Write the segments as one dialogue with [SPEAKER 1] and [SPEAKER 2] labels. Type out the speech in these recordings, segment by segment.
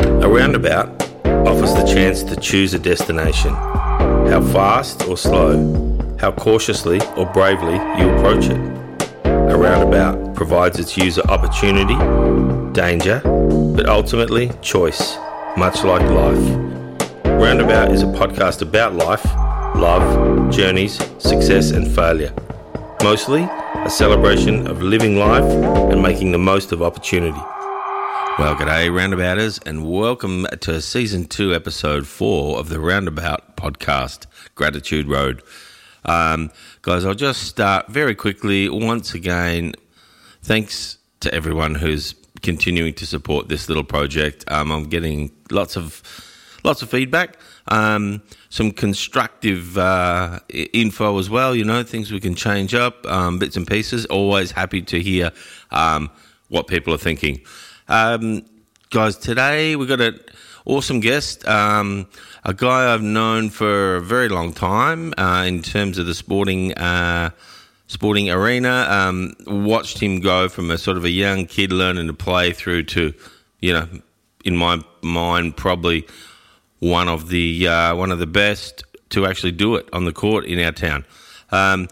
[SPEAKER 1] roundabout offers the chance to choose a destination, how fast or slow, how cautiously or bravely you approach it. A roundabout provides its user opportunity, danger, but ultimately choice, much like life. Roundabout is a podcast about life, love, journeys, success, and failure. Mostly a celebration of living life and making the most of opportunity. Well, g'day, roundabouters, and welcome to season two, episode four of the Roundabout podcast, Gratitude Road. Um, guys, I'll just start very quickly. Once again, thanks to everyone who's continuing to support this little project. Um, I'm getting lots of lots of feedback, um, some constructive uh, i- info as well. You know, things we can change up, um, bits and pieces. Always happy to hear um, what people are thinking. Um, guys, today we've got an awesome guest, um, a guy I've known for a very long time uh, in terms of the sporting. Uh, Sporting arena, um, watched him go from a sort of a young kid learning to play through to, you know, in my mind, probably one of the uh, one of the best to actually do it on the court in our town. Um,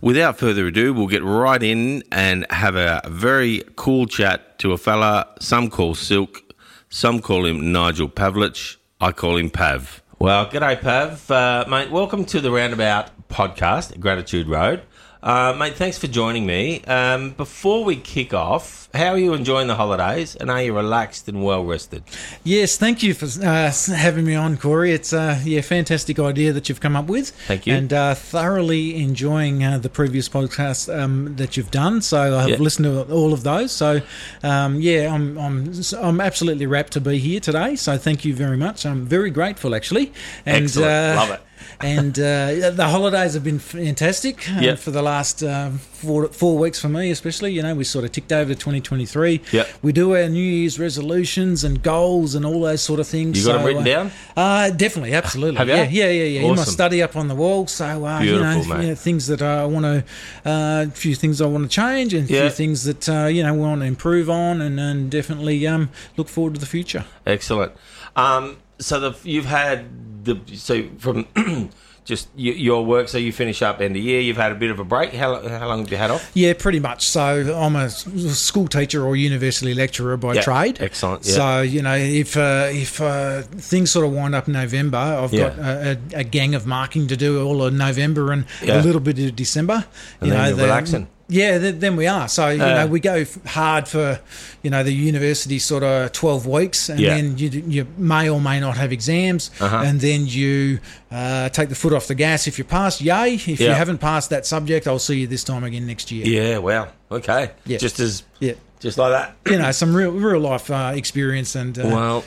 [SPEAKER 1] without further ado, we'll get right in and have a very cool chat to a fella some call Silk, some call him Nigel Pavlich, I call him Pav. Well, g'day Pav, uh, mate. Welcome to the Roundabout podcast, Gratitude Road. Uh, mate, thanks for joining me. Um, before we kick off, how are you enjoying the holidays and are you relaxed and well rested?
[SPEAKER 2] Yes, thank you for uh, having me on, Corey. It's uh, yeah, fantastic idea that you've come up with.
[SPEAKER 1] Thank you.
[SPEAKER 2] and uh, thoroughly enjoying uh, the previous podcast um, that you've done. So I've
[SPEAKER 1] Yeah.
[SPEAKER 2] listened to all of those. So um, yeah, I'm I'm I'm absolutely rapt to be here today. So thank you very much. I'm very grateful, actually. And
[SPEAKER 1] Excellent. Love it.
[SPEAKER 2] and uh, yeah, the holidays have been fantastic uh,
[SPEAKER 1] Yep.
[SPEAKER 2] for the last uh, four, four weeks for me, especially. You know, we sort of ticked over to 2023.
[SPEAKER 1] Yep.
[SPEAKER 2] We do our New Year's resolutions and goals and all those sort of things.
[SPEAKER 1] You got 'em written
[SPEAKER 2] uh,
[SPEAKER 1] down?
[SPEAKER 2] Uh, definitely, absolutely.
[SPEAKER 1] Have ya?
[SPEAKER 2] yeah, yeah, yeah, yeah. In my
[SPEAKER 1] Awesome.
[SPEAKER 2] study up on the wall. So, uh, you, know,
[SPEAKER 1] Beautiful, mate.
[SPEAKER 2] you know, things that I want to, uh, a few things I want to change and a
[SPEAKER 1] Yeah.
[SPEAKER 2] few things that, uh, you know, we want to improve on and, and definitely um, look forward to the future.
[SPEAKER 1] Excellent. Um, so the, you've had the so from just y- your work. So you finish up end of year. You've had a bit of a break. How, lo- how long have you had off?
[SPEAKER 2] Yeah, pretty much. So I'm a s- school teacher or university lecturer by
[SPEAKER 1] Yeah,
[SPEAKER 2] trade.
[SPEAKER 1] excellent, yeah.
[SPEAKER 2] So you know, if uh, if uh, things sort of wind up in November, I've
[SPEAKER 1] Yeah.
[SPEAKER 2] got a, a, a gang of marking to do all of November and
[SPEAKER 1] Yeah.
[SPEAKER 2] a little bit of December.
[SPEAKER 1] And then you're relaxing.
[SPEAKER 2] Yeah, th- then we are. So you
[SPEAKER 1] Uh,
[SPEAKER 2] know, we go f- hard for you know the university sort of twelve weeks, and
[SPEAKER 1] Yeah. Uh-huh.
[SPEAKER 2] then you, d- you may or may not have exams, and then you uh, take the foot off the gas. If you pass, yay! If you
[SPEAKER 1] Yeah.
[SPEAKER 2] haven't passed that subject, I'll see you this time again next year.
[SPEAKER 1] Yeah. Wow. Okay.
[SPEAKER 2] Yeah.
[SPEAKER 1] Just as
[SPEAKER 2] Yeah.
[SPEAKER 1] just like that.
[SPEAKER 2] You know, some real real life uh, experience and uh,
[SPEAKER 1] Well,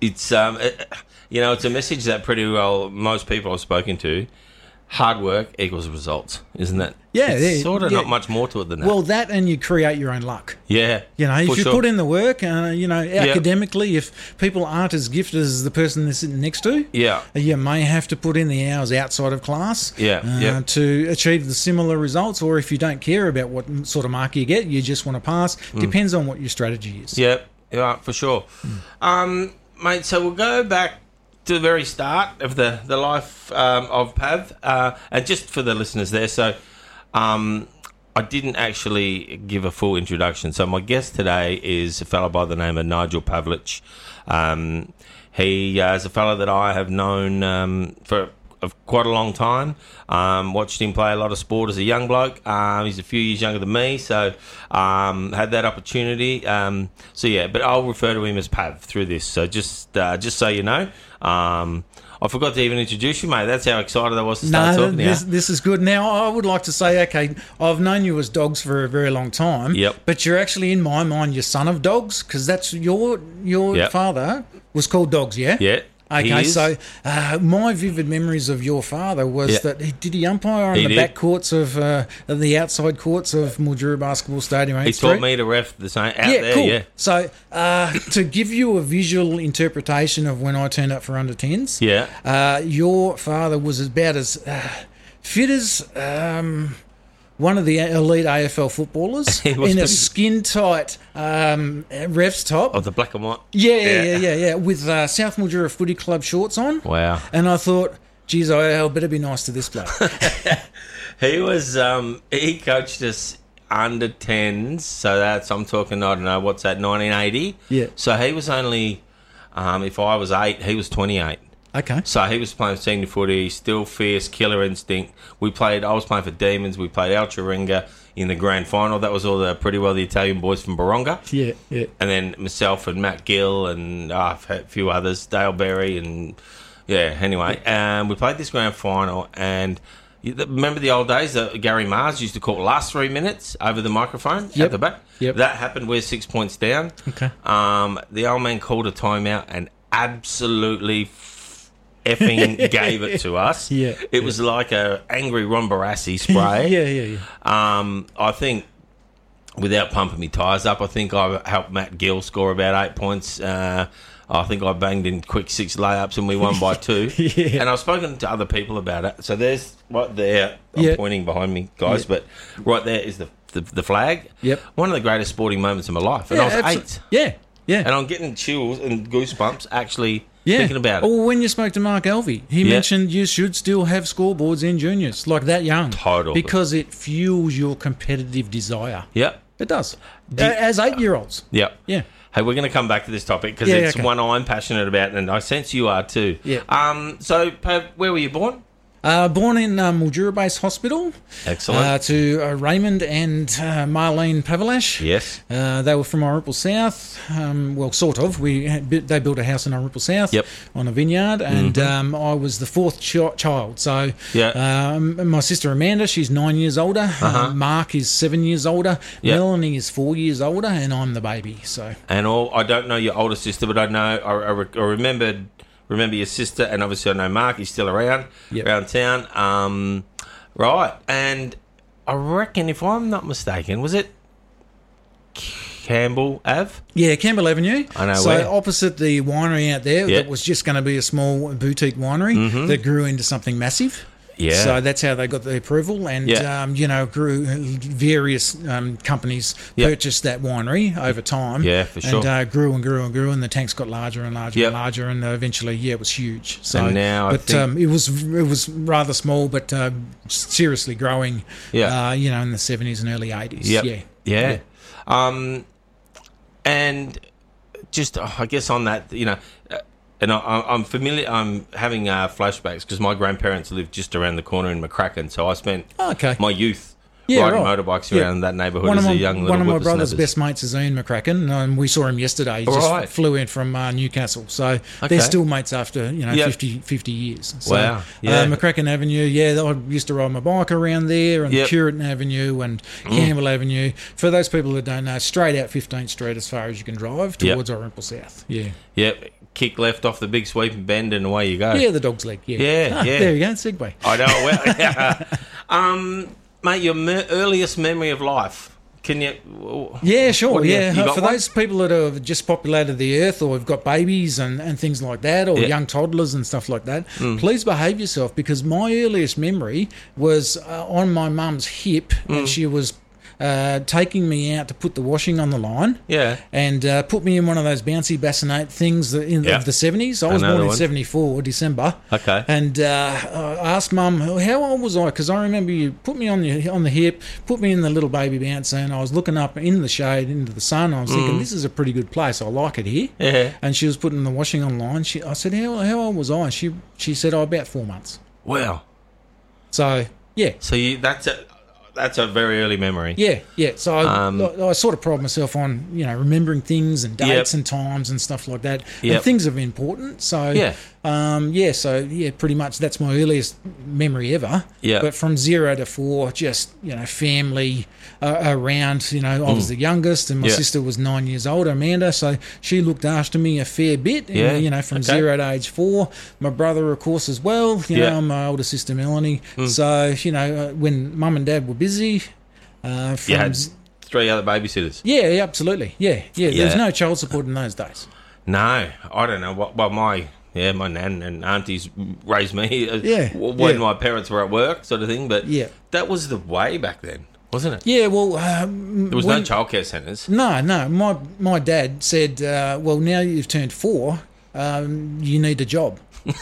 [SPEAKER 1] it's um, it, you know, it's a message that pretty well most people I've spoken to. Hard work equals results, isn't that?
[SPEAKER 2] Yeah,
[SPEAKER 1] It's
[SPEAKER 2] yeah,
[SPEAKER 1] sort of
[SPEAKER 2] yeah.
[SPEAKER 1] not much more to it than that.
[SPEAKER 2] well that and you create your own luck.
[SPEAKER 1] yeah,
[SPEAKER 2] You know,
[SPEAKER 1] for
[SPEAKER 2] if you
[SPEAKER 1] sure.
[SPEAKER 2] put in the work, uh, you know, academically, if people aren't as gifted as the person they're sitting next to,
[SPEAKER 1] yeah,
[SPEAKER 2] you may have to put in the hours outside of class
[SPEAKER 1] Yeah,
[SPEAKER 2] uh,
[SPEAKER 1] yeah.
[SPEAKER 2] to achieve the similar results. Or if you don't care about what m- sort of mark you get, you just want to pass.
[SPEAKER 1] Mm.
[SPEAKER 2] Depends on what your strategy is.
[SPEAKER 1] Yep, yeah, for sure.
[SPEAKER 2] Hmm.
[SPEAKER 1] Um, mate, so we'll go back to the very start of the, the life um, of Pav. Uh, and just for the listeners there, so um, I didn't actually give a full introduction. So my guest today is a fellow by the name of Nigel Pavlich. Um, he uh, is a fellow that I have known um, for of quite a long time. Um, watched him play a lot of sport as a young bloke. Um, he's a few years younger than me, so um, had that opportunity. Um, so yeah, but I'll refer to him as Pav through this. So just uh, just so you know, um, I forgot to even introduce you, mate. That's how excited I was to start
[SPEAKER 2] No,
[SPEAKER 1] talking to you.
[SPEAKER 2] this, this is good. Now, I would like to say, okay, I've known you as dogs for a very long time.
[SPEAKER 1] Yep.
[SPEAKER 2] But you're actually, in my mind, your son of dogs because that's your your
[SPEAKER 1] Yep.
[SPEAKER 2] father was called Dogs. Yeah.
[SPEAKER 1] Yeah. he
[SPEAKER 2] Okay,
[SPEAKER 1] is.
[SPEAKER 2] so uh, my vivid memories of your father was
[SPEAKER 1] Yeah.
[SPEAKER 2] that he, did he umpire on
[SPEAKER 1] He
[SPEAKER 2] the
[SPEAKER 1] did.
[SPEAKER 2] back courts of uh, the outside courts of Mildura Basketball Stadium?
[SPEAKER 1] he taught me to ref the same out
[SPEAKER 2] Yeah,
[SPEAKER 1] there.
[SPEAKER 2] cool.
[SPEAKER 1] Yeah,
[SPEAKER 2] So uh, to give you a visual interpretation of when I turned up for under tens,
[SPEAKER 1] yeah.
[SPEAKER 2] uh, your father was about as uh, fit as um, one of the elite AFL footballers
[SPEAKER 1] He was Oh,
[SPEAKER 2] in a
[SPEAKER 1] pretty-
[SPEAKER 2] skin tight um, ref's top.
[SPEAKER 1] Of the black and white.
[SPEAKER 2] yeah, yeah, yeah, yeah, yeah, with uh, South Mildura Footy Club shorts on.
[SPEAKER 1] Wow.
[SPEAKER 2] And I thought, geez, I better be nice to this bloke.
[SPEAKER 1] He was um he coached us under tens, so that's I'm talking I don't know, what's that, nineteen eighty?
[SPEAKER 2] Yeah.
[SPEAKER 1] So he was only um if I was eight, he was twenty eight.
[SPEAKER 2] okay.
[SPEAKER 1] So he was playing senior footy, still fierce, killer instinct. We played. I was playing for Demons. We played Alturinga in the grand final. That was all the pretty well the Italian boys from Baronga,
[SPEAKER 2] Yeah, yeah.
[SPEAKER 1] and then myself and Matt Gill and uh, a few others, Dale Berry and yeah. Anyway, um, we played this grand final, and you- the- remember the old days that Gary Mars used to call last three minutes over the microphone
[SPEAKER 2] Yep.
[SPEAKER 1] at the back.
[SPEAKER 2] Yep.
[SPEAKER 1] That happened. We're six points down.
[SPEAKER 2] Okay.
[SPEAKER 1] Um, the old man called a timeout and absolutely f- effing gave it to us.
[SPEAKER 2] Yeah.
[SPEAKER 1] It was like a angry Ron Barassi spray.
[SPEAKER 2] Yeah, yeah, yeah.
[SPEAKER 1] Um, I think without pumping my tyres up, I think I helped Matt Gill score about eight points. Uh, I think I banged in quick six layups and we won by two.
[SPEAKER 2] Yeah.
[SPEAKER 1] And I've spoken to other people about it. So there's right there. I'm
[SPEAKER 2] Yeah.
[SPEAKER 1] pointing behind me, guys, but right there is the, the the flag.
[SPEAKER 2] Yep.
[SPEAKER 1] One of the greatest sporting moments of my life, and
[SPEAKER 2] yeah,
[SPEAKER 1] I was
[SPEAKER 2] abso-
[SPEAKER 1] eight
[SPEAKER 2] Yeah, yeah.
[SPEAKER 1] and I'm getting chills and goosebumps actually
[SPEAKER 2] yeah.
[SPEAKER 1] thinking about it.
[SPEAKER 2] Or when you spoke to Mark Elvey, he
[SPEAKER 1] Yeah.
[SPEAKER 2] mentioned you should still have scoreboards in juniors, like that young.
[SPEAKER 1] Totally.
[SPEAKER 2] Because it fuels your competitive desire.
[SPEAKER 1] Yep,
[SPEAKER 2] It does. Uh, As eight year olds.
[SPEAKER 1] yep.
[SPEAKER 2] Yeah.
[SPEAKER 1] Hey, we're going to come back to this topic because
[SPEAKER 2] Yeah,
[SPEAKER 1] it's
[SPEAKER 2] okay.
[SPEAKER 1] one I'm passionate about, and I sense you are too.
[SPEAKER 2] Yeah.
[SPEAKER 1] Um. So, Pav, where were you born?
[SPEAKER 2] Uh, born in uh, Mildura Base Hospital
[SPEAKER 1] Excellent.
[SPEAKER 2] uh, to uh, Raymond and uh, Marlene Pavlash.
[SPEAKER 1] yes.
[SPEAKER 2] Uh, they were from Oropple South. Um, well, sort of. We had, bu- they built a house in Oropple South
[SPEAKER 1] Yep. Mm-hmm.
[SPEAKER 2] on a vineyard, and um, I was the fourth chi- child. So,
[SPEAKER 1] Yeah. Uh-huh.
[SPEAKER 2] um, my sister Amanda, she's nine years older. Um, Mark is seven years older.
[SPEAKER 1] Yeah.
[SPEAKER 2] Melanie is four years older, and I'm the baby. So,
[SPEAKER 1] And all I don't know your older sister, but I know I, I, re- I remembered remember your sister, and obviously I know Mark. He's still around
[SPEAKER 2] Yep.
[SPEAKER 1] around town. Um. Right, and I reckon if I'm not mistaken, was it Campbell Ave?
[SPEAKER 2] yeah, Campbell Avenue.
[SPEAKER 1] I know
[SPEAKER 2] So
[SPEAKER 1] where.
[SPEAKER 2] opposite the winery out there,
[SPEAKER 1] Yeah. Mm-hmm.
[SPEAKER 2] that was just going to be a small boutique winery that grew into something massive.
[SPEAKER 1] Yeah.
[SPEAKER 2] So that's how they got the approval, and
[SPEAKER 1] Yeah.
[SPEAKER 2] um, you know, grew various um, companies
[SPEAKER 1] Yeah.
[SPEAKER 2] purchased that winery over time.
[SPEAKER 1] Yeah, for sure.
[SPEAKER 2] And uh, grew and grew and grew, and the tanks got larger and larger
[SPEAKER 1] Yep.
[SPEAKER 2] and larger, and uh, eventually, yeah, it was huge. So
[SPEAKER 1] And now I
[SPEAKER 2] but
[SPEAKER 1] think-
[SPEAKER 2] um, it was it was rather small, but uh, seriously growing.
[SPEAKER 1] Yeah.
[SPEAKER 2] Uh, you know, in the seventies and early eighties.
[SPEAKER 1] Yep.
[SPEAKER 2] Yeah.
[SPEAKER 1] Yeah. Um, and just, oh, I guess, on that, you know, uh, and I- I, I'm familiar, I'm having uh, flashbacks because my grandparents lived just around the corner in McCracken. So I spent
[SPEAKER 2] Oh, Okay.
[SPEAKER 1] my youth
[SPEAKER 2] Yeah,
[SPEAKER 1] riding
[SPEAKER 2] right.
[SPEAKER 1] motorbikes
[SPEAKER 2] Yeah.
[SPEAKER 1] around that neighbourhood
[SPEAKER 2] one
[SPEAKER 1] as
[SPEAKER 2] of my,
[SPEAKER 1] a young little
[SPEAKER 2] one of my brother's
[SPEAKER 1] whippersnapper.
[SPEAKER 2] best mates is Ian McCracken, and we saw him yesterday. He just
[SPEAKER 1] Right.
[SPEAKER 2] flew in from uh, Newcastle, so
[SPEAKER 1] Okay.
[SPEAKER 2] they're still mates after you know
[SPEAKER 1] Yeah.
[SPEAKER 2] fifty fifty 50, years. So,
[SPEAKER 1] Wow. Yeah.
[SPEAKER 2] uh, McCracken Avenue, yeah, I used to ride my bike around there, and
[SPEAKER 1] Yep. Mm.
[SPEAKER 2] Curran Avenue and Campbell Avenue. For those people that don't know, straight out Fifteenth Street as far as you can drive
[SPEAKER 1] Yep.
[SPEAKER 2] towards Orimple South. Yeah,
[SPEAKER 1] Yep. Kick left off the big sweep and bend, and away you go.
[SPEAKER 2] yeah, the dog's leg. Yeah,
[SPEAKER 1] Yeah,
[SPEAKER 2] Ah,
[SPEAKER 1] yeah.
[SPEAKER 2] There you go, segue.
[SPEAKER 1] I know. it Well, yeah. um, mate, your me- earliest memory of life. Can you?
[SPEAKER 2] Yeah, sure.
[SPEAKER 1] What do you-
[SPEAKER 2] yeah,
[SPEAKER 1] you got
[SPEAKER 2] for
[SPEAKER 1] one?
[SPEAKER 2] those people that have just populated the earth, or have got babies and, and things like that, or
[SPEAKER 1] Yeah. Mm.
[SPEAKER 2] young toddlers and stuff like that, please behave yourself because my earliest memory was uh, on my mum's hip,
[SPEAKER 1] Mm.
[SPEAKER 2] and she was uh, taking me out to put the washing on the line.
[SPEAKER 1] Yeah.
[SPEAKER 2] And uh, put me in one of those bouncy bassinet things that in,
[SPEAKER 1] Yeah.
[SPEAKER 2] of the 70s. I was
[SPEAKER 1] Another
[SPEAKER 2] born in
[SPEAKER 1] one.
[SPEAKER 2] 74, December.
[SPEAKER 1] Okay.
[SPEAKER 2] And uh, I asked Mum, how old was I? Because I remember you put me on the, on the hip, put me in the little baby bouncer, and I was looking up in the shade, into the sun. I was thinking, this is a pretty good place. I like it here.
[SPEAKER 1] Mm. Yeah.
[SPEAKER 2] And she was putting the washing on line. She, I said, how, how old was I? She, she said, oh, about four months.
[SPEAKER 1] Wow.
[SPEAKER 2] So, yeah.
[SPEAKER 1] So you that's a that's a very early memory.
[SPEAKER 2] Yeah, yeah. So I,
[SPEAKER 1] Um,
[SPEAKER 2] I, I sort of pride myself on you know remembering things and
[SPEAKER 1] Yep.
[SPEAKER 2] dates and times and stuff like that.
[SPEAKER 1] Yep.
[SPEAKER 2] And things are important. So
[SPEAKER 1] Yeah.
[SPEAKER 2] um, yeah. So yeah, pretty much that's my earliest memory ever.
[SPEAKER 1] Yeah.
[SPEAKER 2] But from zero to four, just you know, family uh, around. You know, I was the youngest, and my
[SPEAKER 1] Mm. Yeah.
[SPEAKER 2] sister was nine years older, Amanda. So she looked after me a fair bit. And,
[SPEAKER 1] Yeah.
[SPEAKER 2] You know, from
[SPEAKER 1] Okay.
[SPEAKER 2] zero to age four, my brother, of course, as well. You
[SPEAKER 1] Yeah. Mm.
[SPEAKER 2] know, my older sister Melanie. So you know, uh, when mum and dad were busy. Uh, from
[SPEAKER 1] You had three other babysitters.
[SPEAKER 2] yeah, yeah, absolutely. Yeah, yeah. There's
[SPEAKER 1] Yeah.
[SPEAKER 2] no child support in those days.
[SPEAKER 1] No, I don't know what. Well, my yeah, my nan and aunties raised me. uh,
[SPEAKER 2] Yeah,
[SPEAKER 1] w- when
[SPEAKER 2] yeah.
[SPEAKER 1] my parents were at work, sort of thing. But
[SPEAKER 2] Yeah.
[SPEAKER 1] that was the way back then. wasn't it?
[SPEAKER 2] Yeah, well, um,
[SPEAKER 1] There was
[SPEAKER 2] when-
[SPEAKER 1] no childcare centres.
[SPEAKER 2] No, no. My my dad said, uh, "Well, now you've turned four, um, you need a job."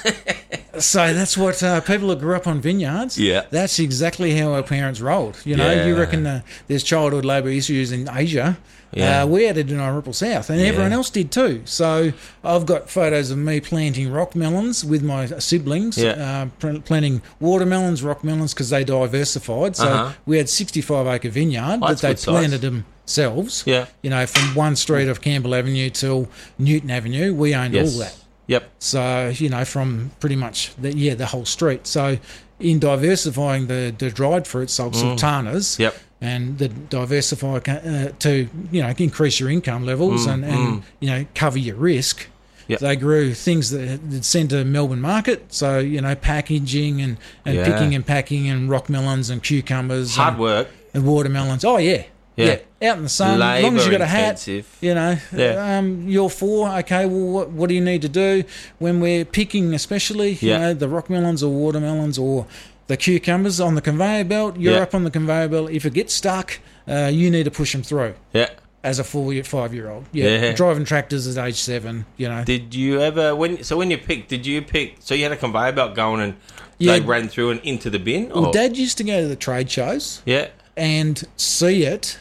[SPEAKER 2] so that's what uh, people that grew up on vineyards.
[SPEAKER 1] Yeah.
[SPEAKER 2] that's exactly how our parents rolled. You know, you
[SPEAKER 1] Yeah.
[SPEAKER 2] reckon uh, there's childhood labour issues in Asia.
[SPEAKER 1] Yeah.
[SPEAKER 2] Uh, we had it in our Ripple South, and everyone else did too. So I've got photos of me planting rock melons with my siblings,
[SPEAKER 1] Yeah.
[SPEAKER 2] uh, pl- planting watermelons, rock melons, because they diversified. So
[SPEAKER 1] Uh-huh.
[SPEAKER 2] we had 65 acre vineyard
[SPEAKER 1] Oh, that's
[SPEAKER 2] that they
[SPEAKER 1] good size.
[SPEAKER 2] planted themselves.
[SPEAKER 1] Yeah.
[SPEAKER 2] You know, from one street of Campbell Avenue till Newton Avenue, we owned
[SPEAKER 1] Yes.
[SPEAKER 2] all that.
[SPEAKER 1] Yep.
[SPEAKER 2] So, you know, from pretty much the yeah, the whole street. So in diversifying the, the dried fruits, so sultanas,
[SPEAKER 1] Mm. Yep.
[SPEAKER 2] and the diversify uh, to, you know, increase your income levels and, and you know, cover your risk.
[SPEAKER 1] Mm, Yep.
[SPEAKER 2] They grew things that that sent to Melbourne market. So, you know, packaging and, and
[SPEAKER 1] Yeah.
[SPEAKER 2] picking and packing and rock melons and cucumbers. and-
[SPEAKER 1] Hard work.
[SPEAKER 2] and watermelons. Oh yeah.
[SPEAKER 1] Yeah.
[SPEAKER 2] Yeah. out in the sun. as long as you got a hat,
[SPEAKER 1] Labour-intensive.
[SPEAKER 2] you know.
[SPEAKER 1] Yeah.
[SPEAKER 2] Um, you're four. Okay. Well, what, what do you need to do when we're picking, especially you
[SPEAKER 1] Yeah.
[SPEAKER 2] know the rock melons or watermelons or the cucumbers on the conveyor belt? You're
[SPEAKER 1] Yeah.
[SPEAKER 2] up on the conveyor belt. If it gets stuck, uh, you need to push them through.
[SPEAKER 1] Yeah.
[SPEAKER 2] As a four year, five year old,
[SPEAKER 1] Yeah.
[SPEAKER 2] driving tractors at age seven, you know,
[SPEAKER 1] Did you ever when? So when you picked, did you pick? So you had a conveyor belt going, and they
[SPEAKER 2] Yeah.
[SPEAKER 1] ran through and into the bin.
[SPEAKER 2] well,
[SPEAKER 1] or-
[SPEAKER 2] Dad used to go to the trade shows,
[SPEAKER 1] Yeah.
[SPEAKER 2] and see it,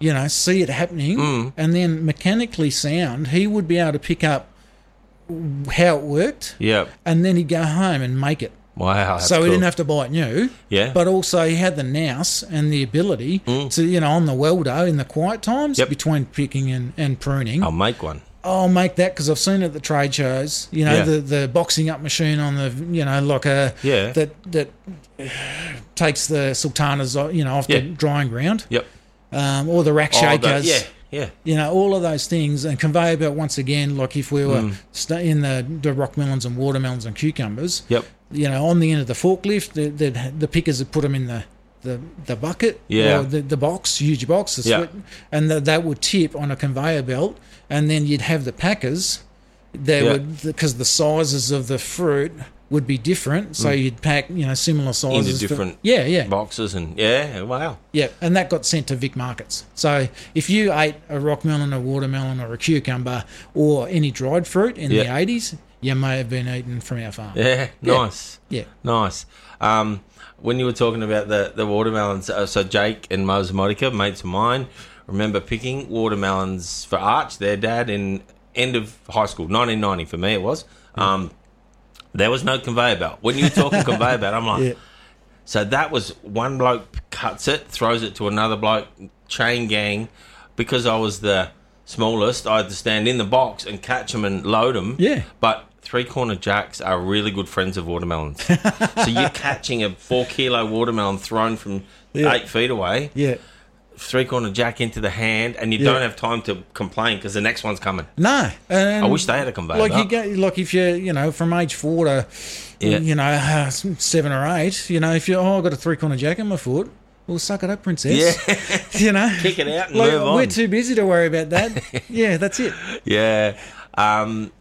[SPEAKER 2] you know, see it happening,
[SPEAKER 1] Hmm.
[SPEAKER 2] and then mechanically sound, he would be able to pick up how it worked,
[SPEAKER 1] Yeah.
[SPEAKER 2] and then he'd go home and make it.
[SPEAKER 1] Wow. that's
[SPEAKER 2] so he
[SPEAKER 1] cool.
[SPEAKER 2] didn't have to buy it new,
[SPEAKER 1] Yeah. Hmm.
[SPEAKER 2] But also he had the nous and the ability to, you know, on the weldo in the quiet times
[SPEAKER 1] Yep. Um.
[SPEAKER 2] between picking and, and pruning.
[SPEAKER 1] I'll make one.
[SPEAKER 2] I'll make that because I've seen it at the trade shows. You know,
[SPEAKER 1] Yeah.
[SPEAKER 2] the, the boxing up machine on the you know like a
[SPEAKER 1] Yeah.
[SPEAKER 2] that that takes the sultanas uh, you know off
[SPEAKER 1] Yeah.
[SPEAKER 2] the drying ground
[SPEAKER 1] Yep.
[SPEAKER 2] um, or the rack
[SPEAKER 1] Oh, the-
[SPEAKER 2] shakers.
[SPEAKER 1] yeah. Yeah.
[SPEAKER 2] You know, all of those things and conveyor belt once again, like if we were
[SPEAKER 1] Mm.
[SPEAKER 2] sta- in the, the rock melons and watermelons and cucumbers,
[SPEAKER 1] Yep.
[SPEAKER 2] you know, on the end of the forklift, the, the, the pickers would put them in the, the, the bucket,
[SPEAKER 1] Yeah.
[SPEAKER 2] or the, the box, huge box, the
[SPEAKER 1] Yeah.
[SPEAKER 2] sweat, and the, that would tip on a conveyor belt. And then you'd have the packers, they
[SPEAKER 1] Yeah.
[SPEAKER 2] would, because the sizes of the fruit would be different. So you'd pack, you know, similar sizes. for-
[SPEAKER 1] Mm. different
[SPEAKER 2] yeah, yeah.
[SPEAKER 1] Boxes and yeah. Wow.
[SPEAKER 2] Yeah, and that got sent to Vic Markets. So if you ate a rock melon, a watermelon, or a cucumber, or any dried fruit in
[SPEAKER 1] Yeah.
[SPEAKER 2] the 80s, you may have been eaten from our farm.
[SPEAKER 1] Yeah. Nice.
[SPEAKER 2] Yeah.
[SPEAKER 1] Nice. Um, when you were talking about the, the watermelons, uh, so Jake and Mose Modica, mates of mine, remember picking watermelons for Arch, their dad, in end of high school, 1990 for me it was. Um, there was no conveyor belt. When you were talking conveyor belt, I'm like,
[SPEAKER 2] Yeah.
[SPEAKER 1] so that was one bloke cuts it, throws it to another bloke, chain gang. Because I was the smallest, I had to stand in the box and catch them and load them.
[SPEAKER 2] Yeah.
[SPEAKER 1] But three corner jacks are really good friends of watermelons. so you're catching a four kilo watermelon thrown from
[SPEAKER 2] Yeah.
[SPEAKER 1] eight feet away,
[SPEAKER 2] Yeah.
[SPEAKER 1] three corner jack into the hand, and you
[SPEAKER 2] Yeah.
[SPEAKER 1] don't have time to complain because the next one's coming.
[SPEAKER 2] No. And
[SPEAKER 1] I wish they had a conveyor.
[SPEAKER 2] Like you
[SPEAKER 1] belt.
[SPEAKER 2] go, like if you you know from age four to
[SPEAKER 1] Yeah.
[SPEAKER 2] you know uh, seven or eight, you know if you oh I got a three corner jack in my foot, well suck it up, princess. you know,
[SPEAKER 1] Kick it out and
[SPEAKER 2] like,
[SPEAKER 1] move on.
[SPEAKER 2] We're too busy to worry about that. yeah, that's it.
[SPEAKER 1] Yeah. Um,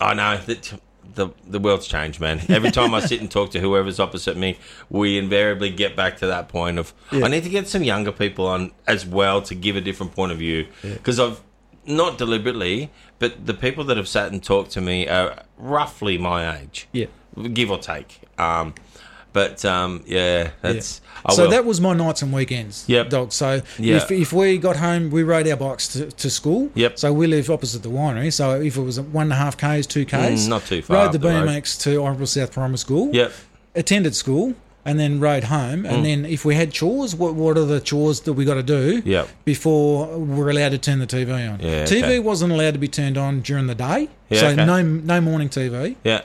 [SPEAKER 1] I know that the the world's changed, man. Every time I sit and talk to whoever's opposite me, we invariably get back to that point of I need to get some younger people on as well to give a different point of view because I've not deliberately, but the people that have sat and talked to me are roughly my age.
[SPEAKER 2] Yeah.
[SPEAKER 1] Give or take. Um, but um, yeah, that's I
[SPEAKER 2] so
[SPEAKER 1] will.
[SPEAKER 2] that was my nights and weekends.
[SPEAKER 1] Yep.
[SPEAKER 2] Dog. So
[SPEAKER 1] Yeah.
[SPEAKER 2] if, if we got home, we rode our bikes to, to school.
[SPEAKER 1] Yep.
[SPEAKER 2] So we live opposite the winery. So if it was one and a half k's, two k's,
[SPEAKER 1] Mm, not too far up
[SPEAKER 2] Rode the,
[SPEAKER 1] the road.
[SPEAKER 2] BMX to Oroville South Primary School.
[SPEAKER 1] Yep. Mm.
[SPEAKER 2] Attended school and then rode home. And then if we had chores, what what are the chores that we got to do?
[SPEAKER 1] Yep.
[SPEAKER 2] Before we're allowed to turn the TV on.
[SPEAKER 1] Yeah,
[SPEAKER 2] TV
[SPEAKER 1] okay.
[SPEAKER 2] wasn't allowed to be turned on during the day.
[SPEAKER 1] Yeah,
[SPEAKER 2] so
[SPEAKER 1] okay.
[SPEAKER 2] no no morning TV
[SPEAKER 1] Yeah.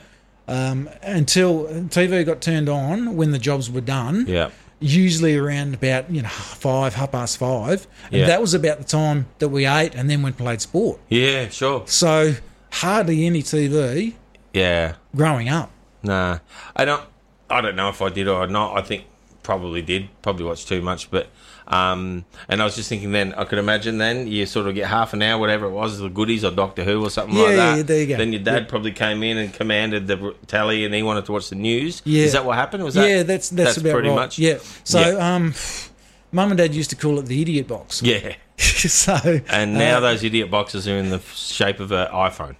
[SPEAKER 2] um, until TV got turned on when the jobs were done
[SPEAKER 1] Yeah.
[SPEAKER 2] usually around about you know five, half past five. And
[SPEAKER 1] Yeah.
[SPEAKER 2] that was about the time that we ate and then went and played sport.
[SPEAKER 1] Yeah. Sure.
[SPEAKER 2] So hardly any TV
[SPEAKER 1] Yeah.
[SPEAKER 2] growing up.
[SPEAKER 1] Nah, I don't. I don't know if I did or not. I think probably did. Probably watched too much, but um, and I was just thinking then. I could imagine then you sort of get half an hour, whatever it was, the goodies or Doctor Who or something
[SPEAKER 2] Yeah,
[SPEAKER 1] like
[SPEAKER 2] yeah,
[SPEAKER 1] that.
[SPEAKER 2] yeah, there you go.
[SPEAKER 1] Then your dad probably came in and commanded the r- tally, and he wanted to watch the news.
[SPEAKER 2] Yeah.
[SPEAKER 1] is that what happened? Was that
[SPEAKER 2] yeah, that's that's, about
[SPEAKER 1] pretty
[SPEAKER 2] right.
[SPEAKER 1] much
[SPEAKER 2] Yeah. So
[SPEAKER 1] Yeah.
[SPEAKER 2] um, Mum and Dad used to call it the idiot box.
[SPEAKER 1] Yeah.
[SPEAKER 2] so
[SPEAKER 1] And now
[SPEAKER 2] uh,
[SPEAKER 1] those idiot boxes are in the shape of an iPhone.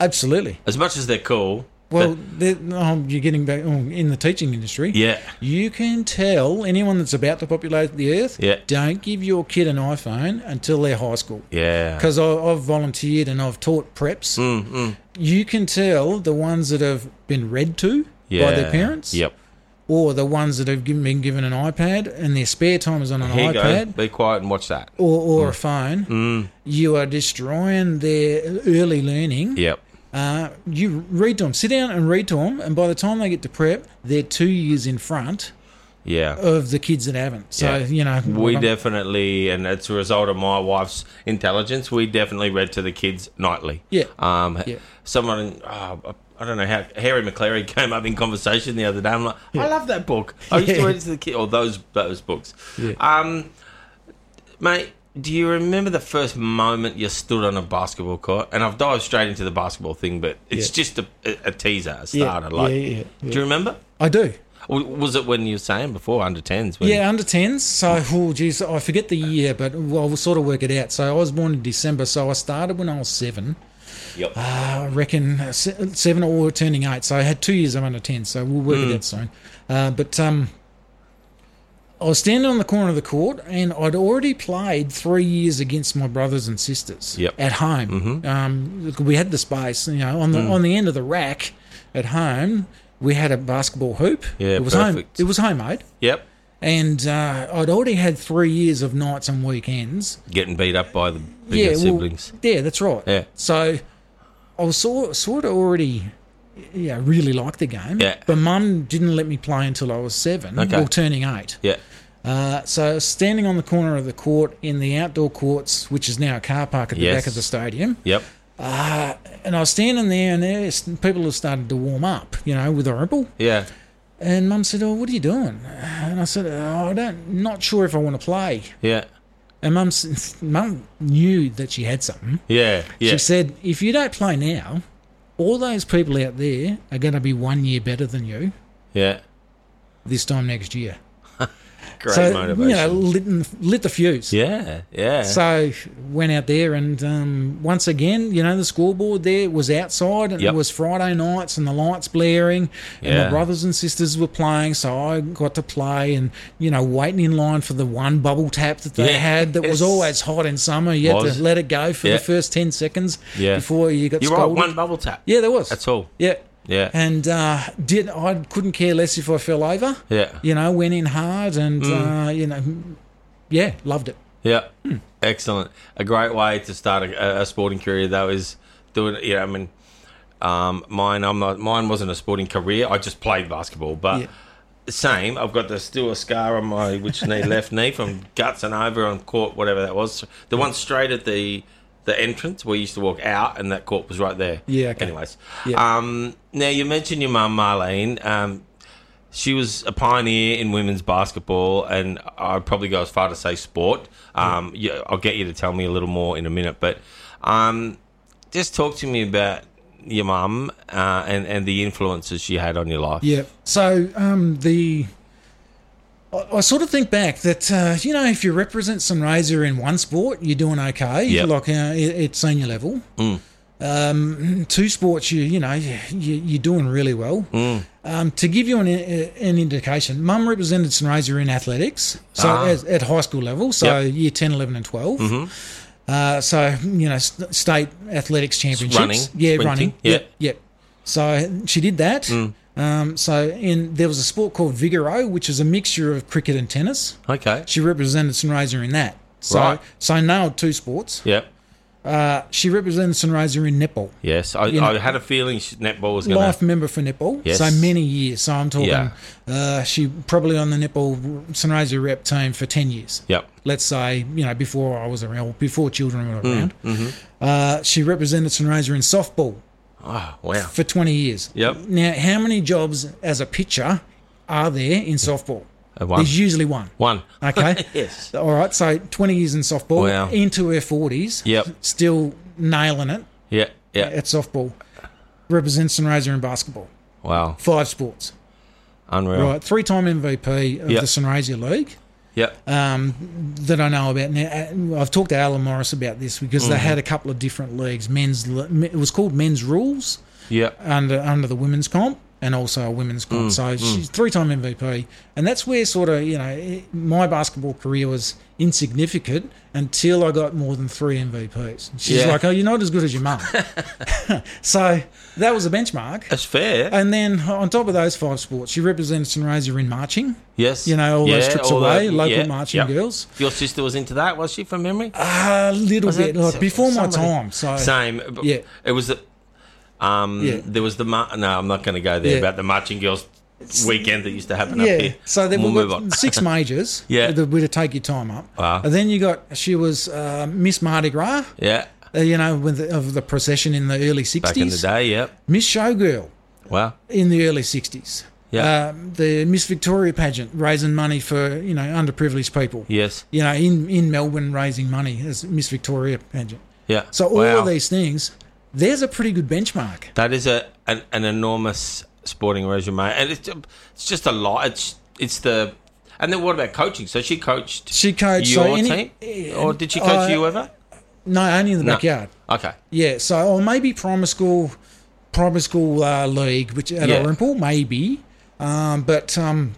[SPEAKER 2] absolutely.
[SPEAKER 1] As much as they're cool,
[SPEAKER 2] Well, the- oh, you're getting back oh, in the teaching industry.
[SPEAKER 1] yeah,
[SPEAKER 2] You can tell anyone that's about to populate the earth.
[SPEAKER 1] Yeah.
[SPEAKER 2] Don't give your kid an iPhone until they're high school.
[SPEAKER 1] yeah,
[SPEAKER 2] Because I've volunteered and I've taught preps.
[SPEAKER 1] Mm,
[SPEAKER 2] You can tell the ones that have been read to
[SPEAKER 1] yeah,
[SPEAKER 2] by their parents,
[SPEAKER 1] Yep.
[SPEAKER 2] or the ones that have given, been given an iPad and their spare time is on an
[SPEAKER 1] Here you go. Mm.
[SPEAKER 2] iPad
[SPEAKER 1] Be quiet and watch that.
[SPEAKER 2] or, or a phone. You are destroying their early learning.
[SPEAKER 1] Yep.
[SPEAKER 2] Uh, you read to them, sit down and read to them, and by the time they get to prep, they're two years in front
[SPEAKER 1] Yeah.
[SPEAKER 2] of the kids that haven't. So
[SPEAKER 1] Yeah.
[SPEAKER 2] you know,
[SPEAKER 1] We
[SPEAKER 2] I'm-
[SPEAKER 1] definitely, and it's a result of my wife's intelligence. We definitely read to the kids nightly.
[SPEAKER 2] Yeah.
[SPEAKER 1] Um.
[SPEAKER 2] Yeah.
[SPEAKER 1] Someone, oh, I don't know how Harry McCleary came up in conversation the other day. I'm like, I love that book. I used
[SPEAKER 2] Yeah.
[SPEAKER 1] to read it to the kid, or those those books. Um, mate. Do you remember the first moment you stood on a basketball court? And I've dived straight into the basketball thing, but it's
[SPEAKER 2] Yeah.
[SPEAKER 1] just a, a, a teaser, a
[SPEAKER 2] yeah,
[SPEAKER 1] starter. like,
[SPEAKER 2] yeah, yeah, yeah.
[SPEAKER 1] do you remember?
[SPEAKER 2] I do.
[SPEAKER 1] Or was it when you were saying before under tens? When,
[SPEAKER 2] Yeah, under 10s. So, oh, geez, I forget the year, but we'll sort of work it out. So, I was born in December, so I started when I was seven.
[SPEAKER 1] Yep.
[SPEAKER 2] I reckon uh, se- seven or turning eight. So, I had two years of under 10, so we'll work
[SPEAKER 1] Hmm.
[SPEAKER 2] it out soon. Uh, but um, I was standing on the corner of the court, and I'd already played three years against my brothers and sisters
[SPEAKER 1] Yep. Mm-hmm.
[SPEAKER 2] at home. Um, look, we had the space, you know, on
[SPEAKER 1] Hmm.
[SPEAKER 2] the, on the end of the rack at home. We had a basketball hoop.
[SPEAKER 1] Yeah,
[SPEAKER 2] it was home.
[SPEAKER 1] perfect.
[SPEAKER 2] It was homemade
[SPEAKER 1] Yep.
[SPEAKER 2] and uh, I'd already had three years of nights and weekends.
[SPEAKER 1] Getting beat up by the bigger
[SPEAKER 2] well,
[SPEAKER 1] siblings.
[SPEAKER 2] yeah, that's right.
[SPEAKER 1] Yeah.
[SPEAKER 2] So I was sort sort of already, yeah, really liked the game.
[SPEAKER 1] Yeah.
[SPEAKER 2] But Mum didn't let me play until I was seven,
[SPEAKER 1] Okay.
[SPEAKER 2] or turning eight.
[SPEAKER 1] Yeah.
[SPEAKER 2] Uh, so I was standing on the corner of the court in the outdoor courts, which is now a car park at the
[SPEAKER 1] Yes.
[SPEAKER 2] back of the stadium,
[SPEAKER 1] Yep.
[SPEAKER 2] and I was standing there, and there people have started to warm up, you know, with a ripple.
[SPEAKER 1] Yeah.
[SPEAKER 2] And Mum said, "Oh, what are you doing?" And I said, oh, "I don't, not sure if I want to play."
[SPEAKER 1] Yeah.
[SPEAKER 2] And mum, s- mum knew that she had something.
[SPEAKER 1] Yeah. Yeah.
[SPEAKER 2] She said, if you don't play now, all those people out there are going to be one year better than you
[SPEAKER 1] yeah.
[SPEAKER 2] this time next year.
[SPEAKER 1] Great
[SPEAKER 2] so,
[SPEAKER 1] motivation.
[SPEAKER 2] you know, lit, lit the fuse.
[SPEAKER 1] yeah. Yeah.
[SPEAKER 2] So went out there and um, once again, you know, the scoreboard there was outside and
[SPEAKER 1] Yep.
[SPEAKER 2] it was Friday nights and the lights blaring and
[SPEAKER 1] Yeah.
[SPEAKER 2] my brothers and sisters were playing, so I got to play and you know waiting in line for the one bubble tap that they
[SPEAKER 1] Yeah.
[SPEAKER 2] had that was
[SPEAKER 1] Yes.
[SPEAKER 2] always hot in summer. You had
[SPEAKER 1] Was.
[SPEAKER 2] to let it go for
[SPEAKER 1] Yeah.
[SPEAKER 2] the first ten seconds
[SPEAKER 1] Yeah.
[SPEAKER 2] before you got
[SPEAKER 1] You're right.
[SPEAKER 2] scolded.
[SPEAKER 1] One bubble tap.
[SPEAKER 2] Yeah, there was.
[SPEAKER 1] That's all.
[SPEAKER 2] Yeah.
[SPEAKER 1] Yeah.
[SPEAKER 2] And uh, did I couldn't care less if I fell over.
[SPEAKER 1] yeah. Mm.
[SPEAKER 2] You know, went in hard and uh, you know, yeah, loved it.
[SPEAKER 1] Yeah. Excellent. A great way to start a, a sporting career, though, is doing. You know, I mean, um, mine. I'm not. Mine wasn't a sporting career. I just played basketball, but.
[SPEAKER 2] Yeah.
[SPEAKER 1] Same. I've got the, still a scar on my which knee, left knee, from guts and over on court, whatever that was. The one straight at the the entrance where you used to walk out, and that court was right there.
[SPEAKER 2] Yeah, okay.
[SPEAKER 1] Anyways,
[SPEAKER 2] Yeah.
[SPEAKER 1] um, now you mentioned your mum, Marlene. Um, she was a pioneer in women's basketball, and I'd probably go as far to say sport. Um, yeah, I'll get you to tell me a little more in a minute, but um, just talk to me about your mum uh, and and the influences she had on your life.
[SPEAKER 2] Yeah. So um, the I, I sort of think back that uh, you know if you represent Sunraysia in one sport, you're doing okay.
[SPEAKER 1] Yep. Mm.
[SPEAKER 2] Like uh, i- at senior level. Um, two sports, you you know, you, you're doing really well.
[SPEAKER 1] Mm.
[SPEAKER 2] Um, to give you an an indication, Mum represented Sunraysia in athletics, so
[SPEAKER 1] Ah. Mm.
[SPEAKER 2] as, at high school level, so year 10, 11 and 12 Uh, so you know, st- state athletics championships,
[SPEAKER 1] Running,
[SPEAKER 2] yeah,
[SPEAKER 1] sprinting,
[SPEAKER 2] running,
[SPEAKER 1] yeah. Mm.
[SPEAKER 2] yep, yep. So she did that. Um, so in there was a sport called Vigoro, which is a mixture of cricket and tennis.
[SPEAKER 1] Okay.
[SPEAKER 2] She represented Sunraysia in that. So
[SPEAKER 1] Right.
[SPEAKER 2] so nailed two sports.
[SPEAKER 1] Yep.
[SPEAKER 2] Uh, she represented Sunraysia in netball.
[SPEAKER 1] Yes, I,
[SPEAKER 2] You know-
[SPEAKER 1] I had a feeling sh- netball was going
[SPEAKER 2] Life
[SPEAKER 1] to.
[SPEAKER 2] member for netball.
[SPEAKER 1] Yes.
[SPEAKER 2] So many years. So I'm talking.
[SPEAKER 1] Yeah.
[SPEAKER 2] Uh, she probably on the netball Sunraysia rep team for ten years.
[SPEAKER 1] Yep.
[SPEAKER 2] Let's say you know before I was around, before children were
[SPEAKER 1] Mm,
[SPEAKER 2] around.
[SPEAKER 1] mm-hmm.
[SPEAKER 2] Uh, she represented Sunraysia in softball
[SPEAKER 1] Oh wow.
[SPEAKER 2] for 20 years.
[SPEAKER 1] Yep.
[SPEAKER 2] Now, how many jobs as a pitcher are there in softball?
[SPEAKER 1] Uh, one.
[SPEAKER 2] There's usually one.
[SPEAKER 1] One.
[SPEAKER 2] Okay.
[SPEAKER 1] Yes.
[SPEAKER 2] All right. So 20 years in softball,
[SPEAKER 1] Wow.
[SPEAKER 2] into her 40s.
[SPEAKER 1] Yep.
[SPEAKER 2] Still nailing it
[SPEAKER 1] Yeah. Yeah.
[SPEAKER 2] at softball. Represents Sunraysia in basketball.
[SPEAKER 1] Wow.
[SPEAKER 2] Five sports.
[SPEAKER 1] Unreal.
[SPEAKER 2] Right. Three time MVP of
[SPEAKER 1] Yep.
[SPEAKER 2] the Sunraysia League.
[SPEAKER 1] Yep.
[SPEAKER 2] um, that I know about. Now, uh, I've talked to Alan Morris about this because
[SPEAKER 1] Mm.
[SPEAKER 2] they had a couple of different leagues. Men's le- me- it was called Men's Rules
[SPEAKER 1] Yep.
[SPEAKER 2] under under the women's comp and also a women's
[SPEAKER 1] Mm.
[SPEAKER 2] comp. so she's three time MVP, and that's where sort of you know it- my basketball career was insignificant until I got more than three MVPs. And she's
[SPEAKER 1] Yeah.
[SPEAKER 2] like, "Oh, you're not as good as your mum." so that was a benchmark.
[SPEAKER 1] That's fair.
[SPEAKER 2] And then on top of those five sports, she represented St Razor in marching.
[SPEAKER 1] yes.
[SPEAKER 2] You know, all those
[SPEAKER 1] Yeah,
[SPEAKER 2] trips
[SPEAKER 1] all
[SPEAKER 2] away,
[SPEAKER 1] that-
[SPEAKER 2] local
[SPEAKER 1] yeah,
[SPEAKER 2] marching
[SPEAKER 1] yep.
[SPEAKER 2] girls.
[SPEAKER 1] Your sister was into that, was she, from memory?
[SPEAKER 2] A little
[SPEAKER 1] Was
[SPEAKER 2] bit,
[SPEAKER 1] it
[SPEAKER 2] like before my
[SPEAKER 1] somebody-
[SPEAKER 2] time. So
[SPEAKER 1] Same. but
[SPEAKER 2] Yeah.
[SPEAKER 1] It was the. Um,
[SPEAKER 2] Yeah.
[SPEAKER 1] There was the mar- no. I'm not going to go there
[SPEAKER 2] Yeah.
[SPEAKER 1] about the marching girls weekend that used to happen up
[SPEAKER 2] yeah.
[SPEAKER 1] here.
[SPEAKER 2] So then
[SPEAKER 1] we'll
[SPEAKER 2] we've
[SPEAKER 1] move
[SPEAKER 2] got
[SPEAKER 1] on.
[SPEAKER 2] six majors.
[SPEAKER 1] Yeah.
[SPEAKER 2] that were to take your time up.
[SPEAKER 1] Wow.
[SPEAKER 2] And then you got she was uh, Miss Mardi Gras.
[SPEAKER 1] yeah,
[SPEAKER 2] uh, you know, with the, of the procession in the early
[SPEAKER 1] back in the
[SPEAKER 2] sixties.
[SPEAKER 1] day. Yep.
[SPEAKER 2] Miss Showgirl
[SPEAKER 1] Wow.
[SPEAKER 2] in the early sixties.
[SPEAKER 1] Yeah.
[SPEAKER 2] Um, the Miss Victoria pageant raising money for you know underprivileged people.
[SPEAKER 1] Yes.
[SPEAKER 2] You know, in in Melbourne raising money as Miss Victoria pageant.
[SPEAKER 1] Yeah.
[SPEAKER 2] So all
[SPEAKER 1] Wow.
[SPEAKER 2] of these things, there's a pretty good benchmark.
[SPEAKER 1] That is a an, an enormous sporting resume, and it's it's just a lot. It's it's the and then what about coaching? So she coached.
[SPEAKER 2] She coached,
[SPEAKER 1] your
[SPEAKER 2] so any-
[SPEAKER 1] team, or did she coach
[SPEAKER 2] uh,
[SPEAKER 1] you ever?
[SPEAKER 2] No, only in the
[SPEAKER 1] No.
[SPEAKER 2] backyard.
[SPEAKER 1] Okay.
[SPEAKER 2] Yeah, so or maybe primary school, primary school uh, league, which at
[SPEAKER 1] Yeah.
[SPEAKER 2] Orimple maybe, um, but um,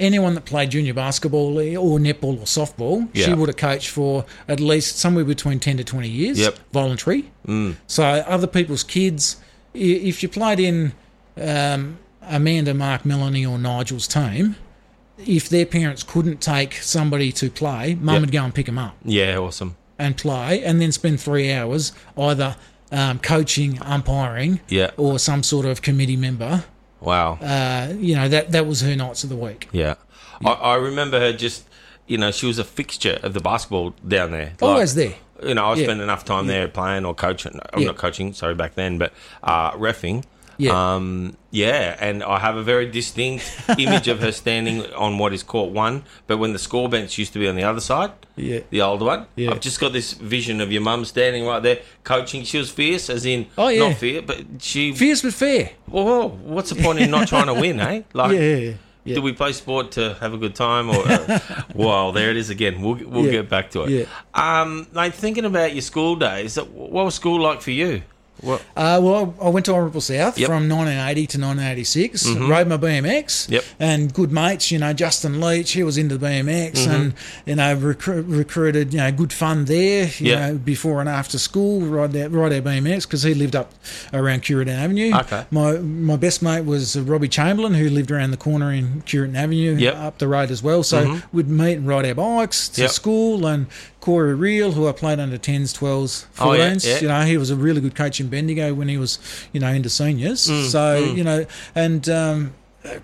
[SPEAKER 2] anyone that played junior basketball or netball or softball,
[SPEAKER 1] Yeah.
[SPEAKER 2] she would have coached for at least somewhere between ten to twenty years.
[SPEAKER 1] Yep. Mm.
[SPEAKER 2] voluntary. So other people's kids, i- if you played in um, Amanda, Mark, Melanie, or Nigel's team. If their parents couldn't take somebody to play, mum
[SPEAKER 1] Yep.
[SPEAKER 2] would go and pick them up
[SPEAKER 1] Yeah. Awesome.
[SPEAKER 2] and play, and then spend three hours either um, coaching, umpiring,
[SPEAKER 1] Yeah.
[SPEAKER 2] or some sort of committee member.
[SPEAKER 1] Wow.
[SPEAKER 2] Uh, you know that that was her nights of the week.
[SPEAKER 1] Yeah. I, I remember her just, you know, she was a fixture of the basketball down there.
[SPEAKER 2] Always Oh, there.
[SPEAKER 1] You know, I
[SPEAKER 2] Yeah.
[SPEAKER 1] spent enough time there playing or coaching. I'm
[SPEAKER 2] Yeah.
[SPEAKER 1] not coaching, sorry, back then, but uh, refing.
[SPEAKER 2] Yeah.
[SPEAKER 1] Um, yeah, and I have a very distinct image of her standing on what is court one, but when the score bench used to be on the other side,
[SPEAKER 2] Yeah.
[SPEAKER 1] the old one,
[SPEAKER 2] Yeah.
[SPEAKER 1] I've just got this vision of your mum standing right there coaching. She was fierce, as in,
[SPEAKER 2] Oh, yeah.
[SPEAKER 1] not fierce, but she,
[SPEAKER 2] Fierce but fair.
[SPEAKER 1] Whoa, whoa, what's the point in not trying to win, eh? Like,
[SPEAKER 2] yeah.
[SPEAKER 1] do we play sport to have a good time, or uh, well, there it is again. We'll we'll
[SPEAKER 2] Yeah.
[SPEAKER 1] get back to it. Um, mate, thinking about your school days, uh, what was school like for you? What?
[SPEAKER 2] Uh, well, I went to Honourable South
[SPEAKER 1] Yep. Mm-hmm.
[SPEAKER 2] from 1980 to 1986. Rode my BMX.
[SPEAKER 1] Yep.
[SPEAKER 2] And good mates, you know, Justin Leach, he was into BMX
[SPEAKER 1] Mm-hmm.
[SPEAKER 2] and, you know, recru- recruited, you know, good fun there, you
[SPEAKER 1] Yeah.
[SPEAKER 2] know, before and after school, ride that, ride our BMX because he lived up around Curran Avenue.
[SPEAKER 1] Okay.
[SPEAKER 2] My, my best mate was Robbie Chamberlain, who lived around the corner in Curran Avenue,
[SPEAKER 1] Yep. Mm-hmm.
[SPEAKER 2] up the road as well. So we'd meet and ride our bikes to
[SPEAKER 1] Yep.
[SPEAKER 2] school and Corey Reel, who I played under 10s, 12s, 14s,
[SPEAKER 1] Oh, yeah, yeah.
[SPEAKER 2] you know, he was a really good coach in Bendigo when he was, you know, into seniors.
[SPEAKER 1] Mm,
[SPEAKER 2] so, you know, and um,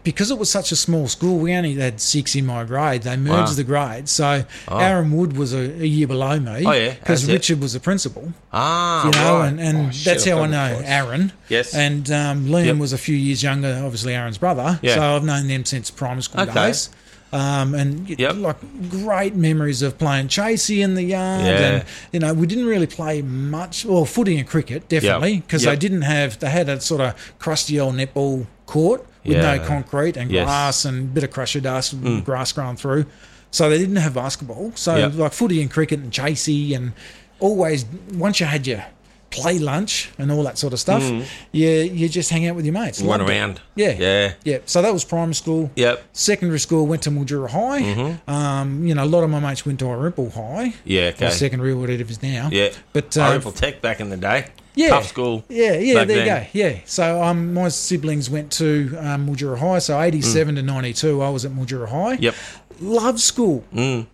[SPEAKER 2] because it was such a small school, we only had six in my grade. They merged
[SPEAKER 1] Wow.
[SPEAKER 2] the grades. So Aaron Wood was a, a year below me
[SPEAKER 1] Oh, yeah,
[SPEAKER 2] because
[SPEAKER 1] that's it.
[SPEAKER 2] Richard was the principal,
[SPEAKER 1] Ah,
[SPEAKER 2] you know,
[SPEAKER 1] right.
[SPEAKER 2] and, and
[SPEAKER 1] Oh, shit,
[SPEAKER 2] that's how I
[SPEAKER 1] forgot
[SPEAKER 2] know
[SPEAKER 1] what it was.
[SPEAKER 2] Aaron.
[SPEAKER 1] Yes.
[SPEAKER 2] And um, Liam
[SPEAKER 1] Yep.
[SPEAKER 2] was a few years younger, obviously Aaron's brother.
[SPEAKER 1] Yeah.
[SPEAKER 2] So I've known them since primary school
[SPEAKER 1] Okay.
[SPEAKER 2] days. Um, and y-
[SPEAKER 1] Yep.
[SPEAKER 2] like great memories of playing chasey in the yard,
[SPEAKER 1] Yeah.
[SPEAKER 2] and you know we didn't really play much, well, footy and cricket definitely because
[SPEAKER 1] Yep.
[SPEAKER 2] they didn't have they had a sort of crusty old netball court with
[SPEAKER 1] Yeah.
[SPEAKER 2] no concrete and
[SPEAKER 1] Yes.
[SPEAKER 2] grass and bit of crusher dust and grass grown through, so they didn't have basketball. So
[SPEAKER 1] Mm. Yep.
[SPEAKER 2] like footy and cricket and chasey and always once you had your play lunch and all that sort of stuff, you you just hang out with your mates,
[SPEAKER 1] Run
[SPEAKER 2] Loved it.
[SPEAKER 1] Mm. around.
[SPEAKER 2] Yeah.
[SPEAKER 1] Yeah.
[SPEAKER 2] yeah. So that was primary school.
[SPEAKER 1] Yep.
[SPEAKER 2] Secondary school went to Mildura High. Um, you know, a lot of my mates went to Orimple High.
[SPEAKER 1] Yeah.
[SPEAKER 2] Or
[SPEAKER 1] Okay.
[SPEAKER 2] secondary, whatever it is now.
[SPEAKER 1] Yeah.
[SPEAKER 2] But uh,
[SPEAKER 1] Horrible tech back in the day.
[SPEAKER 2] yeah,
[SPEAKER 1] Tough school.
[SPEAKER 2] Yeah, yeah.
[SPEAKER 1] back
[SPEAKER 2] there
[SPEAKER 1] then.
[SPEAKER 2] you go. Yeah. So um, my siblings went to um, Mildura High. So eighty-seven to ninety-two, I was at Mildura High.
[SPEAKER 1] Mm. Yep. Mm.
[SPEAKER 2] Love school.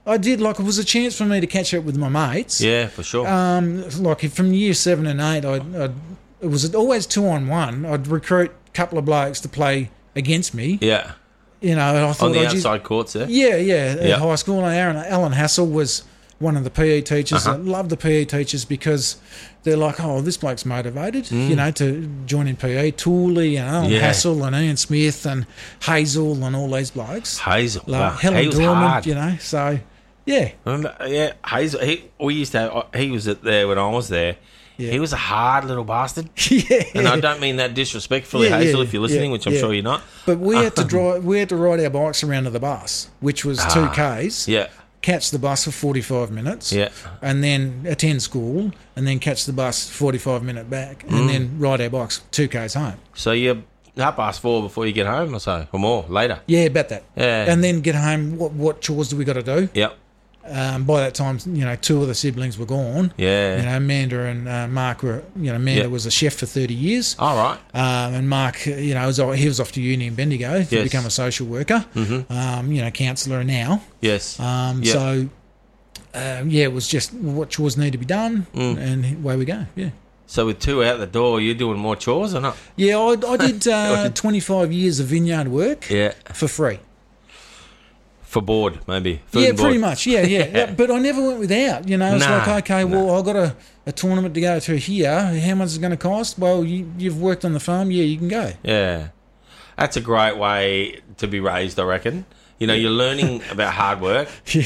[SPEAKER 2] I did like it was a chance for me to catch up with my mates.
[SPEAKER 1] Yeah, for sure.
[SPEAKER 2] Um, like from year seven and eight, I'd, I'd it was always two on one. I'd recruit a couple of blokes to play against me.
[SPEAKER 1] yeah.
[SPEAKER 2] You know, and I thought
[SPEAKER 1] On the
[SPEAKER 2] "Oh, geez,
[SPEAKER 1] outside courts there.
[SPEAKER 2] yeah, yeah, at
[SPEAKER 1] Yeah.
[SPEAKER 2] high school. And Aaron, Alan Hassel was one of the PE teachers.
[SPEAKER 1] Uh-huh.
[SPEAKER 2] I love the PE teachers because they're like, oh, this bloke's motivated, you know, to join in PE. Tooley and Alan
[SPEAKER 1] Mm. Yeah.
[SPEAKER 2] Hassel and Ian Smith and Hazel and all these blokes.
[SPEAKER 1] Hazel.
[SPEAKER 2] Like
[SPEAKER 1] wow.
[SPEAKER 2] Helen
[SPEAKER 1] he was
[SPEAKER 2] Dorman,
[SPEAKER 1] hard.
[SPEAKER 2] you know. So, yeah,
[SPEAKER 1] uh, Remember, yeah, Hazel. He, we used to. Have, he was at there when I was there,
[SPEAKER 2] Yeah.
[SPEAKER 1] He was a hard little bastard.
[SPEAKER 2] yeah.
[SPEAKER 1] And I don't mean that disrespectfully,
[SPEAKER 2] Yeah, yeah,
[SPEAKER 1] Hazel,
[SPEAKER 2] yeah,
[SPEAKER 1] if you're listening,
[SPEAKER 2] yeah,
[SPEAKER 1] which I'm
[SPEAKER 2] yeah.
[SPEAKER 1] sure you're not.
[SPEAKER 2] But we had to drive. We had to ride our bikes around to the bus, which was
[SPEAKER 1] Ah,
[SPEAKER 2] two k's.
[SPEAKER 1] Yeah.
[SPEAKER 2] Catch the bus for forty-five minutes.
[SPEAKER 1] Yeah.
[SPEAKER 2] And then attend school, and then catch the bus forty-five minute back, and
[SPEAKER 1] Mm.
[SPEAKER 2] then ride our bikes two k's home.
[SPEAKER 1] So you're half past four before you get home or so, or more, later.
[SPEAKER 2] Yeah, about that.
[SPEAKER 1] Yeah.
[SPEAKER 2] And then get home. What what chores do we got to do?
[SPEAKER 1] Yep.
[SPEAKER 2] Um, by that time, you know, two of the siblings were gone.
[SPEAKER 1] Yeah.
[SPEAKER 2] You know, Amanda and uh, Mark were. You know, Amanda
[SPEAKER 1] Yeah.
[SPEAKER 2] was a chef for thirty years.
[SPEAKER 1] All right.
[SPEAKER 2] Um, and Mark, you know, was, he was off to uni in Bendigo to
[SPEAKER 1] Yes. Mm-hmm.
[SPEAKER 2] become a social worker, um, you know, counsellor now.
[SPEAKER 1] Yes.
[SPEAKER 2] Um,
[SPEAKER 1] Yeah.
[SPEAKER 2] So, uh, yeah, it was just what chores need to be done,
[SPEAKER 1] Mm.
[SPEAKER 2] and away we go. Yeah,
[SPEAKER 1] So with two out the door, you're doing more chores or not?
[SPEAKER 2] yeah. I, I did uh, 25 years of vineyard work
[SPEAKER 1] Yeah.
[SPEAKER 2] for free.
[SPEAKER 1] For board, maybe. Food
[SPEAKER 2] yeah,
[SPEAKER 1] and board.
[SPEAKER 2] pretty much. Yeah, yeah, yeah. But I never went without. You know, it's
[SPEAKER 1] Nah,
[SPEAKER 2] like okay, well, I've got a, a tournament to go to here. How much is it going to cost? Well, you, you've worked on the farm. Yeah, you can go.
[SPEAKER 1] Yeah. That's a great way to be raised, I reckon. You know, you're learning about hard work.
[SPEAKER 2] Yeah.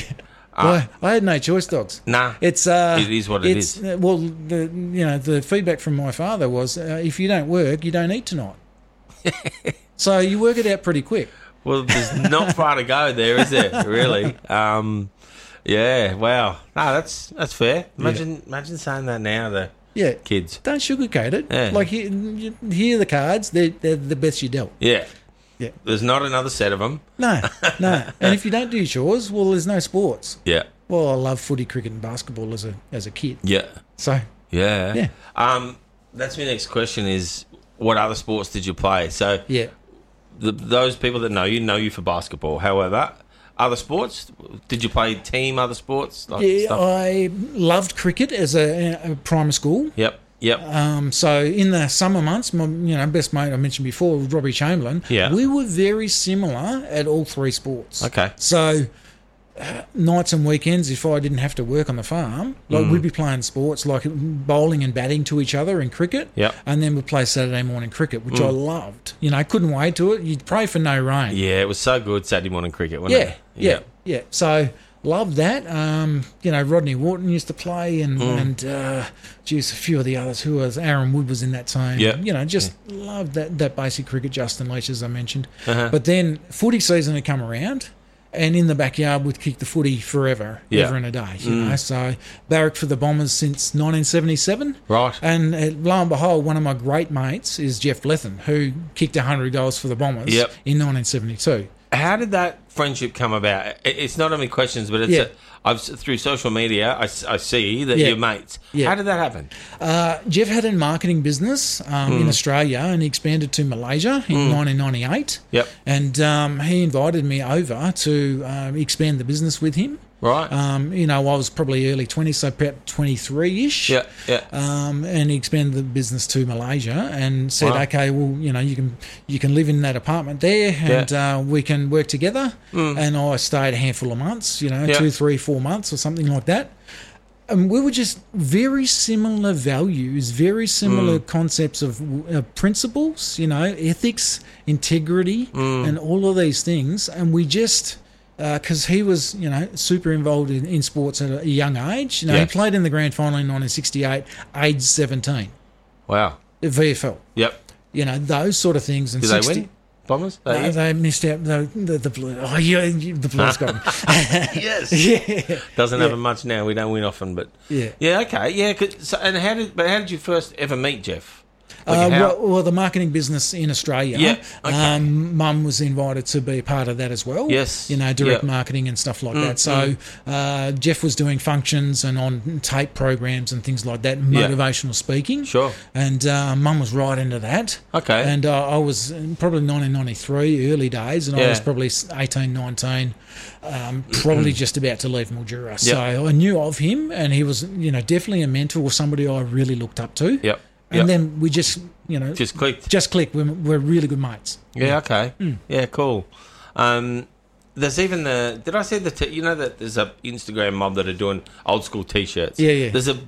[SPEAKER 1] Ah.
[SPEAKER 2] Well, I had no choice, dogs.
[SPEAKER 1] Nah.
[SPEAKER 2] It's uh,
[SPEAKER 1] It is what it
[SPEAKER 2] it's, uh, Well, the you know the feedback from my father was, uh, if you don't work, you don't eat tonight. so you work it out pretty quick.
[SPEAKER 1] Well, there's not far to go there, is there? Really? Um, yeah. Wow. No, that's that's fair. Imagine imagine saying that now to
[SPEAKER 2] Yeah,
[SPEAKER 1] kids.
[SPEAKER 2] don't sugarcoat it.
[SPEAKER 1] Yeah.
[SPEAKER 2] Like you, you here are the cards. They're, they're the best you dealt.
[SPEAKER 1] Yeah.
[SPEAKER 2] Yeah.
[SPEAKER 1] There's not another set of them.
[SPEAKER 2] No, no. and if you don't do your chores, well, there's no sports.
[SPEAKER 1] Yeah.
[SPEAKER 2] Well, I love footy, cricket, and basketball as a as a kid.
[SPEAKER 1] Yeah.
[SPEAKER 2] So
[SPEAKER 1] Yeah.
[SPEAKER 2] Yeah.
[SPEAKER 1] Um, that's my next question: is what other sports did you play? So
[SPEAKER 2] yeah,
[SPEAKER 1] the, those people that know you know you for basketball. However, other sports did you play team? Other sports? Like
[SPEAKER 2] yeah.
[SPEAKER 1] stuff?
[SPEAKER 2] I loved cricket as a, a primary school.
[SPEAKER 1] yep. Yep.
[SPEAKER 2] Um, so in the summer months, my you know best mate I mentioned before, Robbie Chamberlain.
[SPEAKER 1] Yeah.
[SPEAKER 2] we were very similar at all three sports.
[SPEAKER 1] Okay.
[SPEAKER 2] So uh, nights and weekends, if I didn't have to work on the farm, like
[SPEAKER 1] Mm.
[SPEAKER 2] we'd be playing sports like bowling and batting to each other in cricket.
[SPEAKER 1] Yep. Mm.
[SPEAKER 2] and then we'd play Saturday morning cricket, which I loved. You know, I couldn't wait to it. You'd pray for no rain.
[SPEAKER 1] yeah. It was so good Saturday morning cricket. Wasn't
[SPEAKER 2] Yeah,
[SPEAKER 1] it?
[SPEAKER 2] yeah, yeah. So love that. Um, you know, Rodney Wharton used to play, and
[SPEAKER 1] Mm.
[SPEAKER 2] and uh, geez, a few of the others. Who was Aaron Wood was in that team.
[SPEAKER 1] Yeah. Uh-huh.
[SPEAKER 2] you know, just loved that that basic cricket. Justin Leach, as I mentioned, but then footy season had come around. And in the backyard, would kick the footy forever,
[SPEAKER 1] Yeah. Mm.
[SPEAKER 2] ever and a day. You know, so barracked for the Bombers since 1977.
[SPEAKER 1] Right.
[SPEAKER 2] And uh, lo and behold, one of my great mates is Jeff Lethem, who kicked 100 goals for the Bombers
[SPEAKER 1] Yep.
[SPEAKER 2] in 1972.
[SPEAKER 1] How did that friendship come about? I- It's not only questions, but it's
[SPEAKER 2] Yeah.
[SPEAKER 1] a, I've, s- through social media. I, s- I see that
[SPEAKER 2] Yeah.
[SPEAKER 1] you're mates.
[SPEAKER 2] Yeah.
[SPEAKER 1] How did that happen?
[SPEAKER 2] Uh, Jeff had a marketing business um,
[SPEAKER 1] Hmm.
[SPEAKER 2] in Australia and he expanded to Malaysia in 1998.
[SPEAKER 1] Yep.
[SPEAKER 2] And um, he invited me over to um, expand the business with him.
[SPEAKER 1] Right.
[SPEAKER 2] Um, you know, I was probably early 20s, so about 23 ish.
[SPEAKER 1] yeah. Yeah.
[SPEAKER 2] Um, and he expanded the business to Malaysia and said,
[SPEAKER 1] Wow.
[SPEAKER 2] okay, well, you know, you can you can live in that apartment there, and uh, we can work together. And I stayed a handful of months, you know,
[SPEAKER 1] Hmm. Yeah.
[SPEAKER 2] two, three, four months or something like that. And um, we were just very similar values, very similar
[SPEAKER 1] Mm.
[SPEAKER 2] concepts of uh, principles, you know, ethics, integrity,
[SPEAKER 1] Mm.
[SPEAKER 2] and all of these things. And we just. Because he was, you know, super involved in, in sports at a young age. You know,
[SPEAKER 1] Yeah.
[SPEAKER 2] he played in the grand final in 1968, age 17,
[SPEAKER 1] wow.
[SPEAKER 2] at VFL.
[SPEAKER 1] Yep.
[SPEAKER 2] You know, those sort of things. And
[SPEAKER 1] Did
[SPEAKER 2] 60
[SPEAKER 1] they win? Bombers?
[SPEAKER 2] No,
[SPEAKER 1] They-
[SPEAKER 2] they missed out. The, the, the blue. Oh, yeah, you- the blues got them.
[SPEAKER 1] yes.
[SPEAKER 2] yeah.
[SPEAKER 1] Doesn't happen much now. We don't win often, but
[SPEAKER 2] Yeah.
[SPEAKER 1] Yeah. Okay. Yeah. 'cause- so, and how did? But how did you first ever meet Jeff?
[SPEAKER 2] Uh,
[SPEAKER 1] how-
[SPEAKER 2] well, well, the marketing business in Australia.
[SPEAKER 1] Yeah, okay.
[SPEAKER 2] Um, Mum was invited to be a part of that as well.
[SPEAKER 1] Yes,
[SPEAKER 2] You know, direct
[SPEAKER 1] yeah. Mm,
[SPEAKER 2] marketing and stuff like that. So uh, Jeff was doing functions and on tape programs and things like that, motivational speaking.
[SPEAKER 1] Sure.
[SPEAKER 2] And uh, Mum was right into that.
[SPEAKER 1] Okay.
[SPEAKER 2] And uh, I was in probably 1993, early days, and I
[SPEAKER 1] Yeah.
[SPEAKER 2] was probably 18, 19, um, probably just about to leave Mildura. So I knew of him, and he was, you know, definitely a mentor or somebody I really looked up to.
[SPEAKER 1] Yep.
[SPEAKER 2] And
[SPEAKER 1] Yep.
[SPEAKER 2] then we just, you know, just,
[SPEAKER 1] Just clicked.
[SPEAKER 2] click. We're, we're really good mates.
[SPEAKER 1] yeah. Okay.
[SPEAKER 2] Mm.
[SPEAKER 1] Yeah. Cool. Um, there's even the. Did I say the? T- you know that there's a Instagram mob that are doing old school T-shirts.
[SPEAKER 2] Yeah, yeah.
[SPEAKER 1] There's a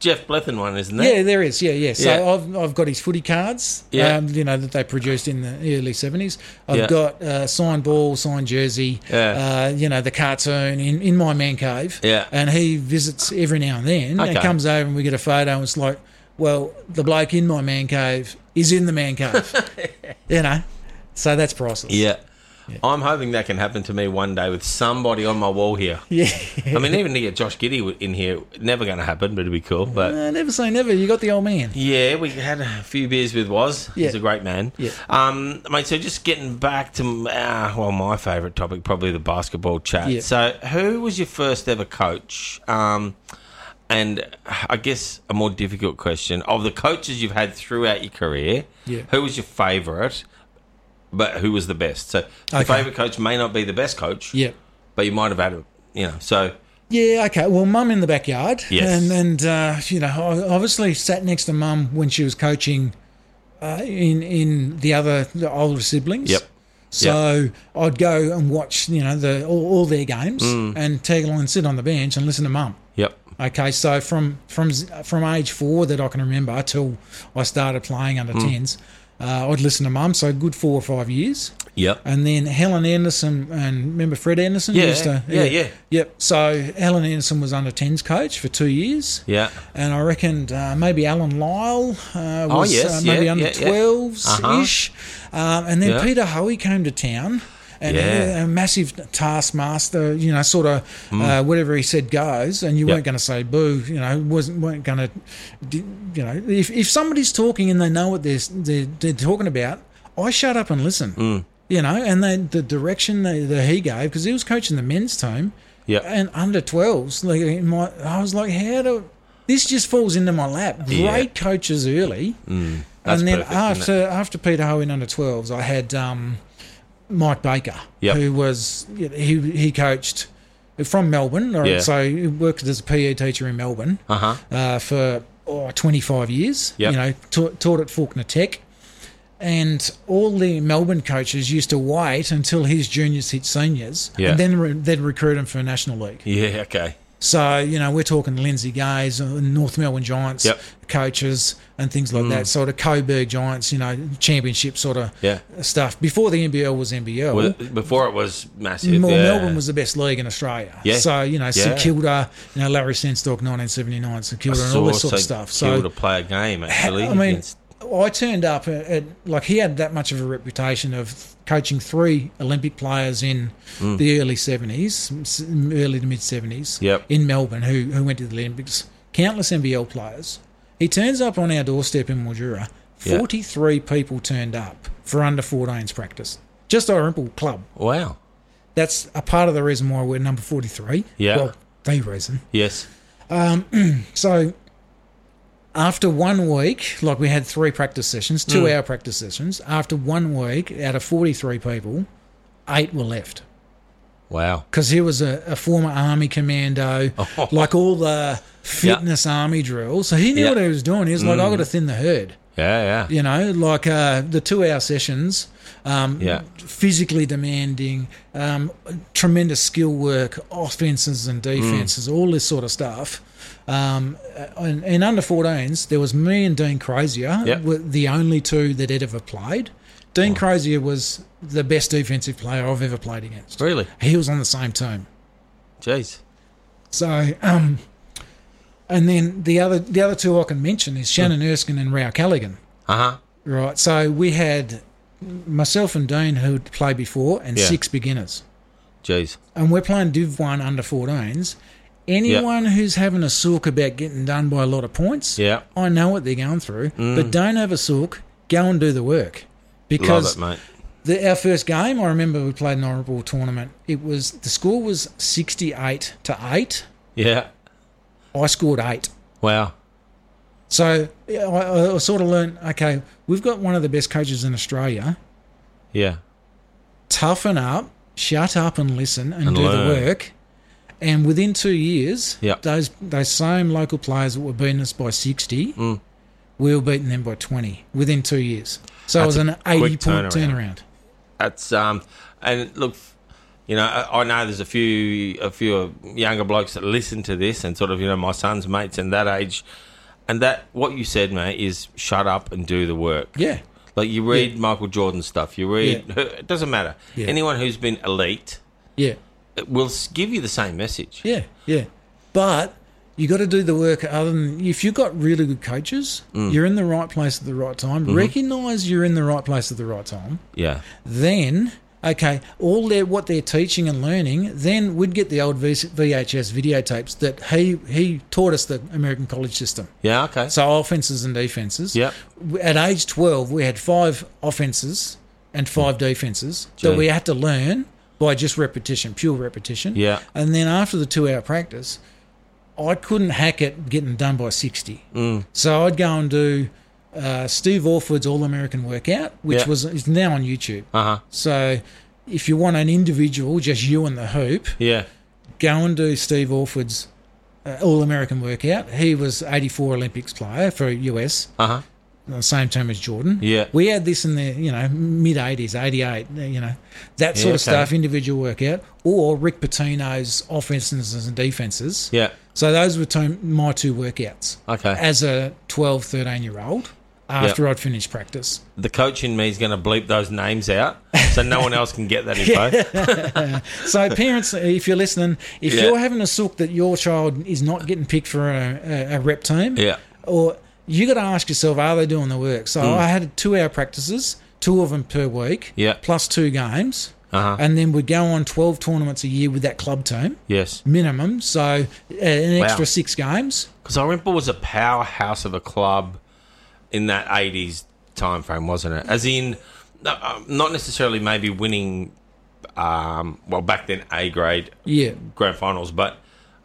[SPEAKER 1] Jeff Blethyn one, isn't there?
[SPEAKER 2] Yeah, there is. Yeah, yeah. So
[SPEAKER 1] Yeah.
[SPEAKER 2] I've, I've got his footy cards,
[SPEAKER 1] Yeah.
[SPEAKER 2] um, you know, that they produced in the early 70s. I've
[SPEAKER 1] Yeah.
[SPEAKER 2] got uh, signed ball, signed jersey,
[SPEAKER 1] Yeah.
[SPEAKER 2] uh, you know, the cartoon in, in my man cave.
[SPEAKER 1] Yeah.
[SPEAKER 2] And he visits every now and then
[SPEAKER 1] Okay.
[SPEAKER 2] and comes over and we get a photo and it's like, Well, the bloke in my man cave is in the man cave. you know? So that's priceless.
[SPEAKER 1] Yeah. I'm hoping that can happen to me one day with somebody on my wall here.
[SPEAKER 2] Yeah.
[SPEAKER 1] I mean, even to get Josh Giddy w- in here, never going to happen, but it'd be cool. But
[SPEAKER 2] Uh, never say never. You got the old man.
[SPEAKER 1] yeah, we had a few beers with Woz. He's
[SPEAKER 2] Yeah.
[SPEAKER 1] a great man.
[SPEAKER 2] Yeah.
[SPEAKER 1] Um, mate, so just getting back to, uh, well, my favourite topic, probably the basketball chat.
[SPEAKER 2] Yeah.
[SPEAKER 1] So, who was your first ever coach? Um, and I guess a more difficult question of the coaches you've had throughout your career,
[SPEAKER 2] Yeah.
[SPEAKER 1] who was your favourite? But who was the best? So the
[SPEAKER 2] Okay.
[SPEAKER 1] favourite coach may not be the best coach,
[SPEAKER 2] Yeah.
[SPEAKER 1] but you might have had, a- you know. So
[SPEAKER 2] Yeah, okay. Well, mum in the backyard.
[SPEAKER 1] Yes.
[SPEAKER 2] And, and uh, you know, I obviously sat next to mum when she was coaching uh, in, in the other the older siblings.
[SPEAKER 1] Yep.
[SPEAKER 2] So I'd go and watch, you know, the all, all their games
[SPEAKER 1] Mm.
[SPEAKER 2] and tag along and sit on the bench and listen to mum.
[SPEAKER 1] yep,
[SPEAKER 2] Okay, so from from from age four that I can remember till I started playing under
[SPEAKER 1] Mm.
[SPEAKER 2] tens, uh, I'd listen to mum. So good four or five years,
[SPEAKER 1] yep,
[SPEAKER 2] and then Helen Anderson and remember Fred Anderson.
[SPEAKER 1] Yeah,
[SPEAKER 2] used to-
[SPEAKER 1] yeah, yeah.
[SPEAKER 2] yep. So Helen Anderson was under tens coach for two years,
[SPEAKER 1] yeah,
[SPEAKER 2] and I reckoned uh, maybe Alan Lyle uh,
[SPEAKER 1] Oh,
[SPEAKER 2] was
[SPEAKER 1] yes,
[SPEAKER 2] uh, maybe
[SPEAKER 1] yeah,
[SPEAKER 2] under
[SPEAKER 1] yeah, yeah.
[SPEAKER 2] 12s
[SPEAKER 1] Uh-huh.
[SPEAKER 2] ish. Um, and then
[SPEAKER 1] Yeah.
[SPEAKER 2] Peter Hoey came to town and uh,
[SPEAKER 1] Yeah.
[SPEAKER 2] a, a massive taskmaster, you know, sort of uh, whatever he said goes. And you
[SPEAKER 1] Hmm. Yeah.
[SPEAKER 2] weren't going to say boo, you know, wasn't, weren't going to, you know, if, if somebody's talking and they know what they're, they're, they're talking about, I shut up and listen.
[SPEAKER 1] Hmm.
[SPEAKER 2] You know, and then the direction that, that he gave, because he was coaching the men's team,
[SPEAKER 1] yep.
[SPEAKER 2] and under 12s like in my i was like how do this just falls into my lap great
[SPEAKER 1] Yeah. Hmm.
[SPEAKER 2] coaches early
[SPEAKER 1] That's
[SPEAKER 2] and then
[SPEAKER 1] perfect, isn't it?
[SPEAKER 2] after after peter howe in under 12s i had um, mike baker
[SPEAKER 1] Yep.
[SPEAKER 2] who was he he coached from melbourne or
[SPEAKER 1] Yeah.
[SPEAKER 2] so he worked as a pe teacher in melbourne
[SPEAKER 1] Uh huh.
[SPEAKER 2] uh, for oh, 25 years.
[SPEAKER 1] Yep.
[SPEAKER 2] You know, ta- taught at Faulkner Tech. And all the Melbourne coaches used to wait until his juniors hit seniors
[SPEAKER 1] Yeah.
[SPEAKER 2] and then re- then recruit him for National League.
[SPEAKER 1] Yeah. Okay.
[SPEAKER 2] So, you know, we're talking Lindsay Gaze, uh, North Melbourne Giants
[SPEAKER 1] Yep. Mm.
[SPEAKER 2] coaches and things like that, sort of Coburg Giants, you know, championship sort of
[SPEAKER 1] Yeah.
[SPEAKER 2] stuff before the NBL was NBL.
[SPEAKER 1] Well, before it was massive.
[SPEAKER 2] Well,
[SPEAKER 1] yeah.
[SPEAKER 2] Melbourne was the best league in Australia.
[SPEAKER 1] Yeah.
[SPEAKER 2] So, you know,
[SPEAKER 1] Yeah.
[SPEAKER 2] St Kilda, you know, Larry Senstock, 1979, St Kilda, and all
[SPEAKER 1] saw
[SPEAKER 2] this sort of
[SPEAKER 1] St.
[SPEAKER 2] stuff.
[SPEAKER 1] Kilda
[SPEAKER 2] So,
[SPEAKER 1] play a game actually.
[SPEAKER 2] I mean,
[SPEAKER 1] against-
[SPEAKER 2] I turned up at, at like he had that much of a reputation of coaching three Olympic players in
[SPEAKER 1] Hmm.
[SPEAKER 2] the early seventies, early to mid seventies,
[SPEAKER 1] Yep.
[SPEAKER 2] in Melbourne, who who went to the Olympics. Countless NBL players. He turns up on our doorstep in Mildura.
[SPEAKER 1] Yeah.
[SPEAKER 2] Forty three people turned up for under 14s practice. Just our Orimple club.
[SPEAKER 1] wow.
[SPEAKER 2] That's a part of the reason why we're number forty three.
[SPEAKER 1] Yeah.
[SPEAKER 2] Well, the reason.
[SPEAKER 1] Yes.
[SPEAKER 2] So after one week, like we had three practice sessions, two
[SPEAKER 1] Mm.
[SPEAKER 2] hour practice sessions. After one week, out of 43 people, eight were left.
[SPEAKER 1] Wow.
[SPEAKER 2] Because he was a, a former army commando, like all the fitness army drills. So he knew
[SPEAKER 1] Yeah. Mm.
[SPEAKER 2] what he was doing. He was like, i got to thin the herd.
[SPEAKER 1] Yeah. Yeah.
[SPEAKER 2] You know, like uh, the two hour sessions, um,
[SPEAKER 1] Yeah.
[SPEAKER 2] physically demanding, um, tremendous skill work, offenses and defenses, all this sort of stuff. Um, and, and under 14s, there was me and Dean Crozier,
[SPEAKER 1] Yep.
[SPEAKER 2] were the only two that had ever played. Dean Crozier was the best defensive player I've ever played against.
[SPEAKER 1] Really.
[SPEAKER 2] He was on the same team.
[SPEAKER 1] Jeez.
[SPEAKER 2] So, um, and then the other the other two I can mention is Shannon Erskine and Rao Callaghan.
[SPEAKER 1] Uh huh.
[SPEAKER 2] Right. So we had myself and Dean who'd played before and
[SPEAKER 1] Yeah.
[SPEAKER 2] six beginners.
[SPEAKER 1] Jeez.
[SPEAKER 2] And we're playing Div 1 under 14s. Anyone who's having a sook about getting done by a lot of points,
[SPEAKER 1] Yeah. Mm.
[SPEAKER 2] I know what they're going through, but don't have a sook. Go and do the work.
[SPEAKER 1] Love
[SPEAKER 2] Because
[SPEAKER 1] it, mate.
[SPEAKER 2] the, our first game, I remember we played an honourable tournament. It was the score was 68 to 8.
[SPEAKER 1] Yeah.
[SPEAKER 2] I scored 8.
[SPEAKER 1] Wow.
[SPEAKER 2] So yeah, I, I sort of learned okay, we've got one of the best coaches in Australia.
[SPEAKER 1] Yeah.
[SPEAKER 2] toughen up, shut up and listen and,
[SPEAKER 1] And
[SPEAKER 2] do
[SPEAKER 1] learn.
[SPEAKER 2] the work. And within two years,
[SPEAKER 1] Yep.
[SPEAKER 2] those those same local players that were beating us by sixty,
[SPEAKER 1] Mm.
[SPEAKER 2] we were beating them by twenty within two years. So
[SPEAKER 1] That's
[SPEAKER 2] it was
[SPEAKER 1] a
[SPEAKER 2] an eighty
[SPEAKER 1] quick
[SPEAKER 2] point
[SPEAKER 1] turnaround.
[SPEAKER 2] turnaround.
[SPEAKER 1] That's um, and look, you know, I, I know there's a few a few younger blokes that listen to this and sort of you know my son's mates and that age, and that what you said, mate, is shut up and do the work.
[SPEAKER 2] Yeah,
[SPEAKER 1] Like you read Michael Jordan stuff, you read it doesn't matter.
[SPEAKER 2] Yeah.
[SPEAKER 1] Anyone who's been elite
[SPEAKER 2] yeah,
[SPEAKER 1] will s- give you the same message.
[SPEAKER 2] yeah, yeah. But you got to do the work. Other than if you've got really good coaches,
[SPEAKER 1] Mm.
[SPEAKER 2] you're in the right place at the right time.
[SPEAKER 1] Mm-hmm.
[SPEAKER 2] Recognize you're in the right place at the right time.
[SPEAKER 1] Yeah.
[SPEAKER 2] Then, okay, all their what they're teaching and learning. Then we'd get the old V- VHS videotapes that he he taught us the American college system.
[SPEAKER 1] Yeah. Okay.
[SPEAKER 2] So offenses and defenses.
[SPEAKER 1] Yep.
[SPEAKER 2] At age 12, we had five offenses and five defenses that
[SPEAKER 1] Gee.
[SPEAKER 2] we had to learn by just repetition, pure repetition.
[SPEAKER 1] Yeah.
[SPEAKER 2] And then after the two hour practice, I couldn't hack it getting done by 60.
[SPEAKER 1] Mm.
[SPEAKER 2] So I'd go and do uh, Steve Orford's All American Workout, which
[SPEAKER 1] Yeah.
[SPEAKER 2] was is now on YouTube.
[SPEAKER 1] Uh huh.
[SPEAKER 2] So if you want an individual, just you and the hoop,
[SPEAKER 1] Yeah.
[SPEAKER 2] go and do Steve Orford's uh, All American Workout. He was 84 Olympics player for US
[SPEAKER 1] Uh huh.
[SPEAKER 2] the same time as Jordan.
[SPEAKER 1] Yeah.
[SPEAKER 2] We had this in the, you know, mid 80s, 88, you know, that sort
[SPEAKER 1] Yeah,
[SPEAKER 2] of
[SPEAKER 1] okay.
[SPEAKER 2] stuff, individual workout, or Rick Patino's offenses and defenses.
[SPEAKER 1] Yeah.
[SPEAKER 2] So those were two, my two workouts
[SPEAKER 1] Okay.
[SPEAKER 2] as a 12, 13 year old after I'd finished practice.
[SPEAKER 1] the coach in me is going to bleep those names out so no one else can get that info.
[SPEAKER 2] So, parents, if you're listening, if
[SPEAKER 1] Yeah.
[SPEAKER 2] you're having a sook that your child is not getting picked for a, a, a rep team,
[SPEAKER 1] Yeah.
[SPEAKER 2] or you got to ask yourself, are they doing the work? So I had two hour practices, two of them per week,
[SPEAKER 1] Hmm. Yeah.
[SPEAKER 2] plus two games,
[SPEAKER 1] Uh huh.
[SPEAKER 2] and then we'd go on twelve tournaments a year with that club team
[SPEAKER 1] Yes.
[SPEAKER 2] minimum. So uh, an
[SPEAKER 1] Wow.
[SPEAKER 2] extra six games.
[SPEAKER 1] Because I remember it was a powerhouse of a club in that 80s time frame, wasn't it? As in, no, um, not necessarily maybe winning, um, well, back then, A grade
[SPEAKER 2] Yeah,
[SPEAKER 1] grand finals, but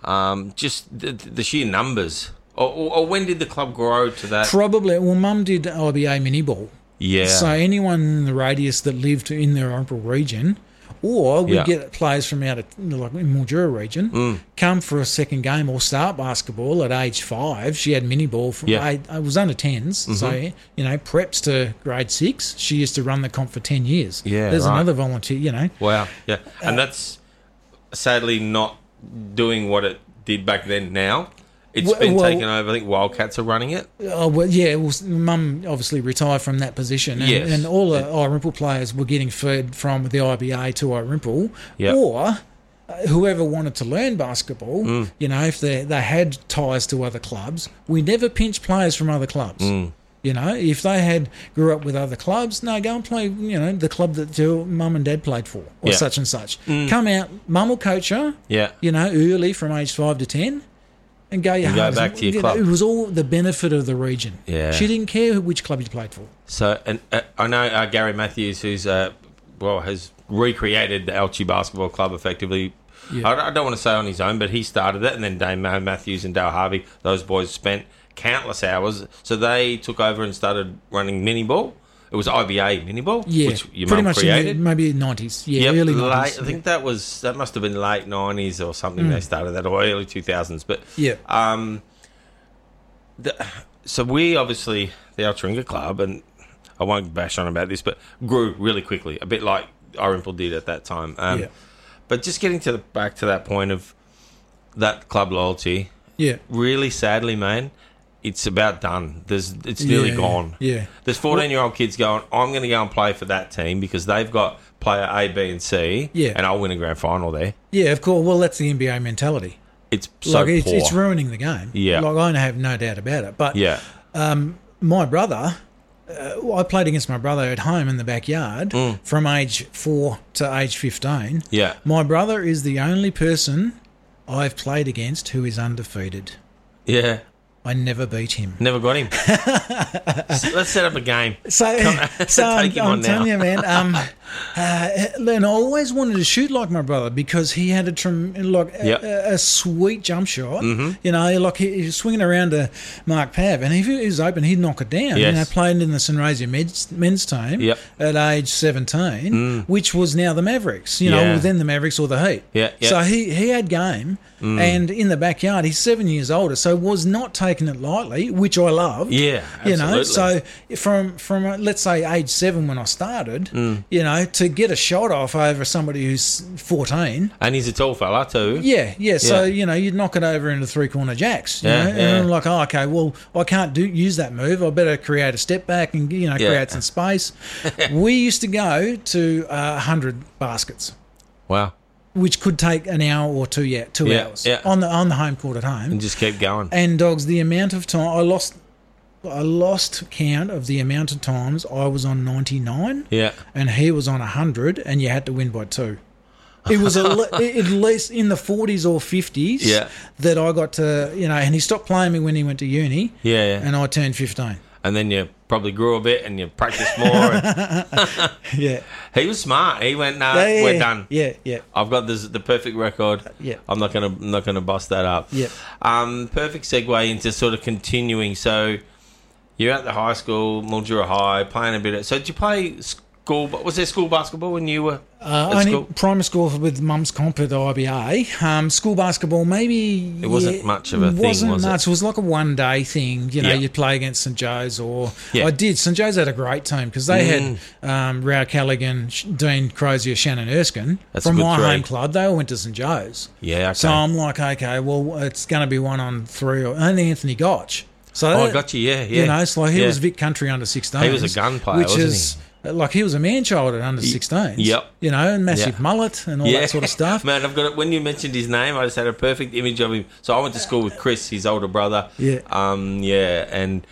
[SPEAKER 1] um, just the, the sheer numbers. Or, or, or when did the club grow to that?
[SPEAKER 2] probably. Well, Mum did IBA mini ball,
[SPEAKER 1] yeah.
[SPEAKER 2] so anyone in the radius that lived in their local region. Or we
[SPEAKER 1] Yeah. Mm.
[SPEAKER 2] would get players from out of like in Mildura region come for a second game or start basketball at age five. She had mini ball from
[SPEAKER 1] Yeah. Mm-hmm.
[SPEAKER 2] eight, I was under 10s so you know preps to grade six. She used to run the comp for ten years.
[SPEAKER 1] Yeah,
[SPEAKER 2] there's
[SPEAKER 1] right.
[SPEAKER 2] another volunteer. You know,
[SPEAKER 1] Wow. Yeah. And
[SPEAKER 2] uh,
[SPEAKER 1] that's sadly not doing what it did back then now. it's
[SPEAKER 2] Well-
[SPEAKER 1] been
[SPEAKER 2] well-
[SPEAKER 1] taken over. I think Wildcats are running it.
[SPEAKER 2] Oh well, yeah. Well, s- Mum obviously retired from that position, and,
[SPEAKER 1] Yes.
[SPEAKER 2] and all the Irimple players were getting fed from the IBA to Irimple,
[SPEAKER 1] Yep.
[SPEAKER 2] or uh, whoever wanted to learn basketball.
[SPEAKER 1] Mm.
[SPEAKER 2] You know, if they they had ties to other clubs, we never pinch players from other clubs.
[SPEAKER 1] Mm.
[SPEAKER 2] You know, if they had grew up with other clubs, no, go and play. You know, the club that your mum and dad played for, or
[SPEAKER 1] Yeah. Mm.
[SPEAKER 2] such and such. Come out, mum will coach her
[SPEAKER 1] Yeah.
[SPEAKER 2] you know, early from age five to ten, and go your
[SPEAKER 1] go
[SPEAKER 2] hardest.
[SPEAKER 1] back to your
[SPEAKER 2] You know,
[SPEAKER 1] club.
[SPEAKER 2] It was all the benefit of the region.
[SPEAKER 1] Yeah.
[SPEAKER 2] she didn't care who- which club you played for.
[SPEAKER 1] So, and uh, I know uh, Gary Matthews, who's uh, well, has recreated the Elche Basketball Club effectively.
[SPEAKER 2] Yeah.
[SPEAKER 1] I, I don't want to say on his own, but he started it, and then Dame Matthews and Dale Harvey, those boys spent countless hours. So they took over and started running mini ball. It was IBA mini ball,
[SPEAKER 2] Yeah,
[SPEAKER 1] which your
[SPEAKER 2] pretty
[SPEAKER 1] mum
[SPEAKER 2] much
[SPEAKER 1] created.
[SPEAKER 2] in the, maybe nineties. Yeah,
[SPEAKER 1] Yep,
[SPEAKER 2] early
[SPEAKER 1] late-
[SPEAKER 2] nineties. Mm.
[SPEAKER 1] I think that was that must have been late nineties or something. They started that or early two thousands. But
[SPEAKER 2] Yeah.
[SPEAKER 1] um, the, so we obviously the Altringa Club, and I won't bash on about this, but grew really quickly, a bit like Irimple did at that time. Um,
[SPEAKER 2] Yeah.
[SPEAKER 1] But just getting to the, back to that point of that club loyalty,
[SPEAKER 2] yeah,
[SPEAKER 1] really sadly, man, it's about done. There's it's nearly
[SPEAKER 2] yeah,
[SPEAKER 1] gone.
[SPEAKER 2] Yeah,
[SPEAKER 1] There's 14 year old kids going, I'm going to go and play for that team because they've got player A, B, and C,
[SPEAKER 2] Yeah.
[SPEAKER 1] and I'll win a grand final there.
[SPEAKER 2] yeah. Of course. Well, that's the NBA mentality.
[SPEAKER 1] It's so
[SPEAKER 2] like it's,
[SPEAKER 1] poor.
[SPEAKER 2] it's ruining the game.
[SPEAKER 1] Yeah.
[SPEAKER 2] like I have no doubt about it. But
[SPEAKER 1] yeah.
[SPEAKER 2] my brother, uh, I played against my brother at home in the backyard
[SPEAKER 1] Mm.
[SPEAKER 2] from age four to age 15.
[SPEAKER 1] Yeah.
[SPEAKER 2] My brother is the only person I've played against who is undefeated.
[SPEAKER 1] Yeah.
[SPEAKER 2] I never beat him.
[SPEAKER 1] Never got him. S- Let's set up a game.
[SPEAKER 2] So, so I'm,
[SPEAKER 1] Take him
[SPEAKER 2] I'm
[SPEAKER 1] on now.
[SPEAKER 2] telling you, man. Um, uh, and I always wanted to shoot like my brother because he had a trem- like a,
[SPEAKER 1] Yep. Mm-hmm.
[SPEAKER 2] a, a sweet jump shot. You know, like he, he was swinging around to Mark Pav, and if he was open, he'd knock it down. You
[SPEAKER 1] Yes.
[SPEAKER 2] know, playing in the Sunraysia men's, men's team
[SPEAKER 1] Yep. Mm.
[SPEAKER 2] at age 17, which was now the Mavericks. You know,
[SPEAKER 1] Yeah.
[SPEAKER 2] within the Mavericks or the Heat.
[SPEAKER 1] Yeah, yeah. Mm.
[SPEAKER 2] So he he had game, and in the backyard, he's seven years older, so was not taking it lightly, which I loved
[SPEAKER 1] Yeah.
[SPEAKER 2] you know
[SPEAKER 1] absolutely.
[SPEAKER 2] so from from uh, let's say age seven when i started
[SPEAKER 1] Mm.
[SPEAKER 2] you know to get a shot off over somebody who's 14
[SPEAKER 1] And he's a tall fella, too.
[SPEAKER 2] yeah yeah so
[SPEAKER 1] Yeah.
[SPEAKER 2] you know you'd knock it over into three corner jacks you
[SPEAKER 1] Yeah,
[SPEAKER 2] know? and
[SPEAKER 1] yeah.
[SPEAKER 2] i'm like oh okay well i can't do use that move i better create a step back and you know
[SPEAKER 1] Yeah.
[SPEAKER 2] create some space we used to go to uh, 100 baskets
[SPEAKER 1] Wow.
[SPEAKER 2] which could take an hour or two yet, two
[SPEAKER 1] Yeah,
[SPEAKER 2] hours
[SPEAKER 1] yeah.
[SPEAKER 2] on the on the home court at home.
[SPEAKER 1] and just keep going.
[SPEAKER 2] And dogs, the amount of time I lost, I lost count of the amount of times I was on ninety nine
[SPEAKER 1] yeah,
[SPEAKER 2] and he was on 100 and you had to win by two. It was at le- at least in the 40s or 50s
[SPEAKER 1] Yeah.
[SPEAKER 2] that I got to, you know, and he stopped playing me when he went to uni
[SPEAKER 1] yeah, yeah. And,
[SPEAKER 2] and I turned 15.
[SPEAKER 1] then you probably grew a bit and you practiced more. and
[SPEAKER 2] Yeah.
[SPEAKER 1] he was smart. He went, no,
[SPEAKER 2] Yeah, yeah,
[SPEAKER 1] Uh, we're
[SPEAKER 2] yeah.
[SPEAKER 1] done.
[SPEAKER 2] Yeah, yeah.
[SPEAKER 1] I've got this the perfect record.
[SPEAKER 2] Yeah.
[SPEAKER 1] I'm not gonna I'm not gonna bust that up.
[SPEAKER 2] Yeah.
[SPEAKER 1] Um, perfect segue into sort of continuing. So you're at the high school, Mildura High, playing a bit of. So did you play school? Was there school basketball when you were?
[SPEAKER 2] Uh,
[SPEAKER 1] at
[SPEAKER 2] only
[SPEAKER 1] school?
[SPEAKER 2] primary school with mum's comp at IBA. Um, school basketball, maybe
[SPEAKER 1] It wasn't much of a thing,
[SPEAKER 2] wasn't
[SPEAKER 1] was it?
[SPEAKER 2] much. It? was like a one day thing. You know,
[SPEAKER 1] Yeah.
[SPEAKER 2] you'd play against St Joe's, or
[SPEAKER 1] Yeah. Mm.
[SPEAKER 2] I did. St Joe's had a great team because they had um, Rao Callaghan, Sh- Dean Crozier, Shannon Erskine
[SPEAKER 1] That's a
[SPEAKER 2] from
[SPEAKER 1] good
[SPEAKER 2] my
[SPEAKER 1] three.
[SPEAKER 2] home club. They all went to St Joe's.
[SPEAKER 1] Yeah. Okay.
[SPEAKER 2] So I'm like, okay, well, it's going to be one on three, or only Anthony Gotch. So
[SPEAKER 1] oh, I
[SPEAKER 2] that-
[SPEAKER 1] got you. Yeah. Yeah.
[SPEAKER 2] you know, it's like he
[SPEAKER 1] Yeah.
[SPEAKER 2] was Vic Country under 16.
[SPEAKER 1] He was a gun player,
[SPEAKER 2] which
[SPEAKER 1] wasn't
[SPEAKER 2] is uh, like he was a man child at under 16.
[SPEAKER 1] yep.
[SPEAKER 2] You know, and massive
[SPEAKER 1] Yeah.
[SPEAKER 2] mullet and all
[SPEAKER 1] Yeah.
[SPEAKER 2] that sort of stuff.
[SPEAKER 1] Man, I've got it. When you mentioned his name, I just had a perfect image of him. So I went to school with Chris, his older brother.
[SPEAKER 2] Yeah.
[SPEAKER 1] Um. Yeah. And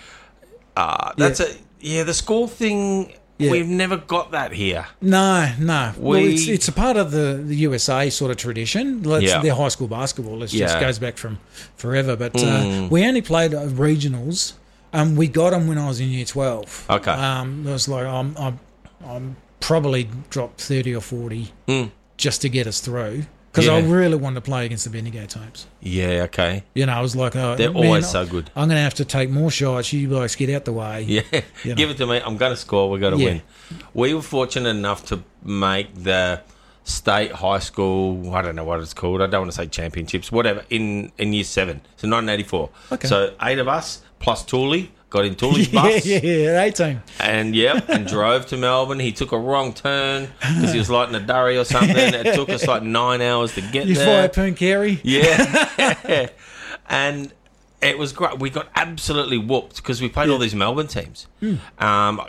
[SPEAKER 1] uh, that's a yeah. The school thing.
[SPEAKER 2] Yeah.
[SPEAKER 1] We've never got that here.
[SPEAKER 2] No, no. well,
[SPEAKER 1] We-
[SPEAKER 2] it's, it's a part of the, the USA sort of tradition. Let's,
[SPEAKER 1] Yeah.
[SPEAKER 2] Their high school basketball it just
[SPEAKER 1] Yeah. Mm.
[SPEAKER 2] goes back from forever. But uh, we only played uh, regionals. Um, we got them when I was in year 12.
[SPEAKER 1] Okay.
[SPEAKER 2] Um, it was like I'm, I'm, I'm probably dropped 30 or 40 just to get us through because I
[SPEAKER 1] Mm. Yeah.
[SPEAKER 2] really wanted to play against the Bendigo types.
[SPEAKER 1] Yeah. Okay.
[SPEAKER 2] You know, I was like, oh,
[SPEAKER 1] They're
[SPEAKER 2] man,
[SPEAKER 1] always so good.
[SPEAKER 2] I'm going to have to take more shots. You guys get out the way.
[SPEAKER 1] Yeah,
[SPEAKER 2] You
[SPEAKER 1] give
[SPEAKER 2] know.
[SPEAKER 1] it to me. I'm going to score. We're going to
[SPEAKER 2] Yeah.
[SPEAKER 1] win. We were fortunate enough to make the state high school. I don't know what it's called. I don't want to say championships. Whatever in in year seven. So 1984.
[SPEAKER 2] Okay.
[SPEAKER 1] So eight of us plus Tooley got in Tooley's bus.
[SPEAKER 2] yeah, yeah, 18.
[SPEAKER 1] and yep, and drove to Melbourne. He took a wrong turn because he was lighting a durry or something. It took us like nine hours to get
[SPEAKER 2] You
[SPEAKER 1] there.
[SPEAKER 2] fire Poon Carey.
[SPEAKER 1] Yeah, and it was great. We got absolutely whooped because we played all these Melbourne teams.
[SPEAKER 2] Hmm.
[SPEAKER 1] Um,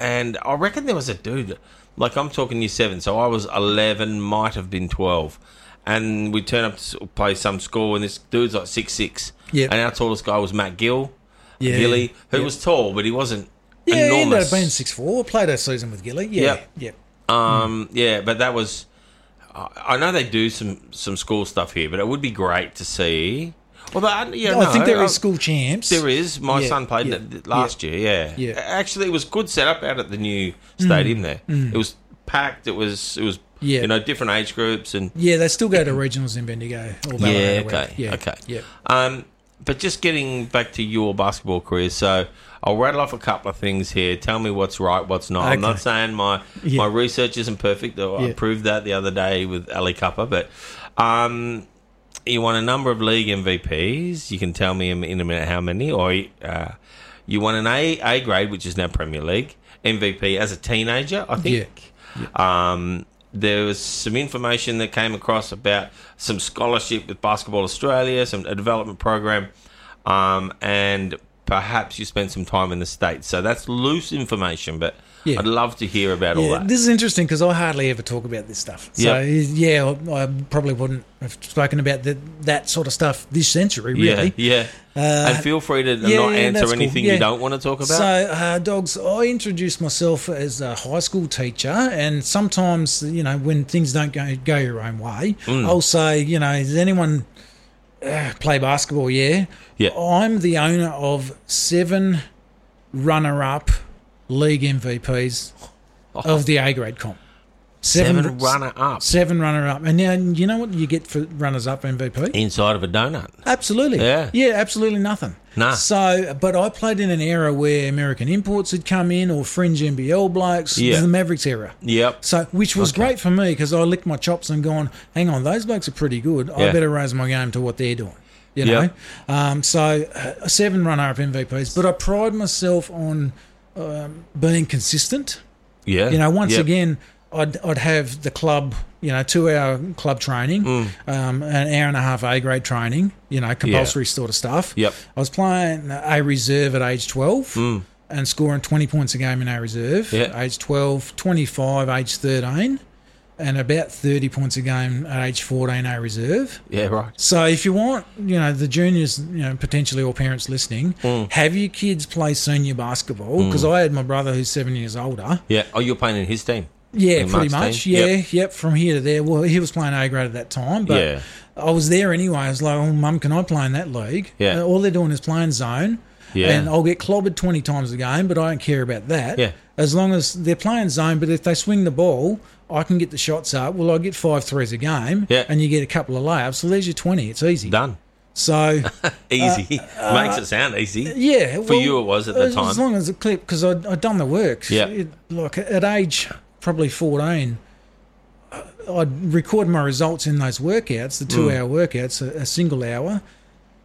[SPEAKER 1] and I reckon there was a dude, like I'm talking year seven, so I was 11, might have been 12. And we turn up to s- play some school, and this dude's like six six.
[SPEAKER 2] Yep.
[SPEAKER 1] And our tallest guy was Matt Gill,
[SPEAKER 2] Yeah.
[SPEAKER 1] Gilly, who
[SPEAKER 2] Yep.
[SPEAKER 1] was tall, but he wasn't
[SPEAKER 2] Yeah, he ended
[SPEAKER 1] enormous.
[SPEAKER 2] up being 6'4, played a season with Gilly. Yeah.
[SPEAKER 1] Yep.
[SPEAKER 2] Yeah.
[SPEAKER 1] Um, yeah, but that was. uh, I I know they do some some school stuff here, but it would be great to see. Although I, yeah,
[SPEAKER 2] I think
[SPEAKER 1] there
[SPEAKER 2] there
[SPEAKER 1] is
[SPEAKER 2] is school champs.
[SPEAKER 1] There is. My
[SPEAKER 2] Yeah,
[SPEAKER 1] son played
[SPEAKER 2] yeah,
[SPEAKER 1] th- th- last year. Yeah.
[SPEAKER 2] Yeah. Mm,
[SPEAKER 1] Actually, it was good setup out at the new stadium there. It was packed. It was it was
[SPEAKER 2] Yeah.
[SPEAKER 1] you know different age groups and
[SPEAKER 2] Yeah, they still go to regionals in Bendigo. Or Ballarat
[SPEAKER 1] yeah
[SPEAKER 2] or whatever.
[SPEAKER 1] okay
[SPEAKER 2] Yeah.
[SPEAKER 1] okay
[SPEAKER 2] Yeah.
[SPEAKER 1] Um, but just getting back to your basketball career, so I'll rattle off a couple of things here. Tell me what's right, what's not. I'm
[SPEAKER 2] Okay.
[SPEAKER 1] not saying my
[SPEAKER 2] Yeah.
[SPEAKER 1] my research isn't perfect. Though I
[SPEAKER 2] Yeah.
[SPEAKER 1] proved that the other day with Ali Kappa, but um, you won a number of league MVPs. You can tell me in in a minute how many. Or uh, you won an A A grade, which is now Premier League MVP as a teenager. I think. Um, there was some information that came across about some scholarship with Basketball Australia, some a development program, um, and perhaps you spent some time in the states. So that's loose information, but
[SPEAKER 2] Yeah.
[SPEAKER 1] I'd love to hear about all
[SPEAKER 2] Yeah,
[SPEAKER 1] that.
[SPEAKER 2] this is interesting because I hardly ever talk about this stuff. So
[SPEAKER 1] Yeah.
[SPEAKER 2] yeah, I I probably wouldn't have spoken about the, that sort of stuff this century, really. Uh,
[SPEAKER 1] Yeah, yeah. and feel free to
[SPEAKER 2] yeah,
[SPEAKER 1] not
[SPEAKER 2] yeah,
[SPEAKER 1] answer
[SPEAKER 2] that's cool.
[SPEAKER 1] anything
[SPEAKER 2] Yeah.
[SPEAKER 1] you don't want to talk about.
[SPEAKER 2] So, uh, dogs, I introduced myself as a high school teacher, and sometimes, you know, when things don't go, go your own way,
[SPEAKER 1] Mm.
[SPEAKER 2] I'll say, you know, does anyone uh, play basketball? Yeah.
[SPEAKER 1] Yeah.
[SPEAKER 2] I'm the owner of seven runner up league MVPs of the A grade comp.
[SPEAKER 1] Oh. Seven
[SPEAKER 2] Seven
[SPEAKER 1] runner up
[SPEAKER 2] Seven runner up. And now, you know what you get for runners up MVP?
[SPEAKER 1] inside of a donut.
[SPEAKER 2] Absolutely.
[SPEAKER 1] Yeah.
[SPEAKER 2] Yeah, absolutely nothing.
[SPEAKER 1] Nah.
[SPEAKER 2] So, but I played in an era where American imports had come in or fringe NBL blokes,
[SPEAKER 1] Yeah.
[SPEAKER 2] the Mavericks era.
[SPEAKER 1] Yep.
[SPEAKER 2] So, which was
[SPEAKER 1] Okay.
[SPEAKER 2] great for me because I licked my chops and gone, hang on, those blokes are pretty good.
[SPEAKER 1] Yeah.
[SPEAKER 2] I better raise my game to what they're doing. You know?
[SPEAKER 1] Yeah.
[SPEAKER 2] Um, so, uh, seven runner up MVPs, but I pride myself on um, being consistent.
[SPEAKER 1] Yeah.
[SPEAKER 2] You know, once
[SPEAKER 1] Yep.
[SPEAKER 2] again, I'd, I'd have the club, you know, two hour club training,
[SPEAKER 1] Mm.
[SPEAKER 2] um, an hour and a half A grade training, you know, compulsory sort of stuff.
[SPEAKER 1] Yep. Mm.
[SPEAKER 2] I was playing A reserve at age 12 and scoring 20 points a game in A reserve,
[SPEAKER 1] Yeah.
[SPEAKER 2] age 12, 25, age 13. and about 30 points a game at age 14 A reserve.
[SPEAKER 1] Yeah, right.
[SPEAKER 2] So if you want, you know, the juniors, you know, potentially all parents listening,
[SPEAKER 1] Mm.
[SPEAKER 2] have your kids play senior basketball because I had my brother who's seven years older.
[SPEAKER 1] Yeah. Oh, you're playing in his team.
[SPEAKER 2] Yeah,
[SPEAKER 1] In
[SPEAKER 2] pretty
[SPEAKER 1] Mark's
[SPEAKER 2] much.
[SPEAKER 1] team?
[SPEAKER 2] Yeah,
[SPEAKER 1] Yep.
[SPEAKER 2] yep. From here to there. Well, he was playing A grade at that time, but
[SPEAKER 1] Yeah.
[SPEAKER 2] I was there anyway. I was like, "Oh, mum, can I play in that league?"
[SPEAKER 1] Yeah.
[SPEAKER 2] And all they're doing is playing zone.
[SPEAKER 1] Yeah.
[SPEAKER 2] And I'll get clobbered twenty times a game, but I don't care about that.
[SPEAKER 1] Yeah.
[SPEAKER 2] As long as they're playing zone, but if they swing the ball, I can get the shots up. Well, I get five threes a game,
[SPEAKER 1] Yeah.
[SPEAKER 2] and you get a couple of layups. So there's your twenty. It's easy.
[SPEAKER 1] Done.
[SPEAKER 2] So
[SPEAKER 1] Easy. Makes it sound easy.
[SPEAKER 2] Uh, yeah,
[SPEAKER 1] For you it was at the
[SPEAKER 2] as,
[SPEAKER 1] time.
[SPEAKER 2] As long as it clip, because I'd, I'd done the work.
[SPEAKER 1] Yeah.
[SPEAKER 2] It- like at age probably fourteen, I- I'd record my results in those workouts, the
[SPEAKER 1] Mm.
[SPEAKER 2] two-hour workouts, a, a single hour,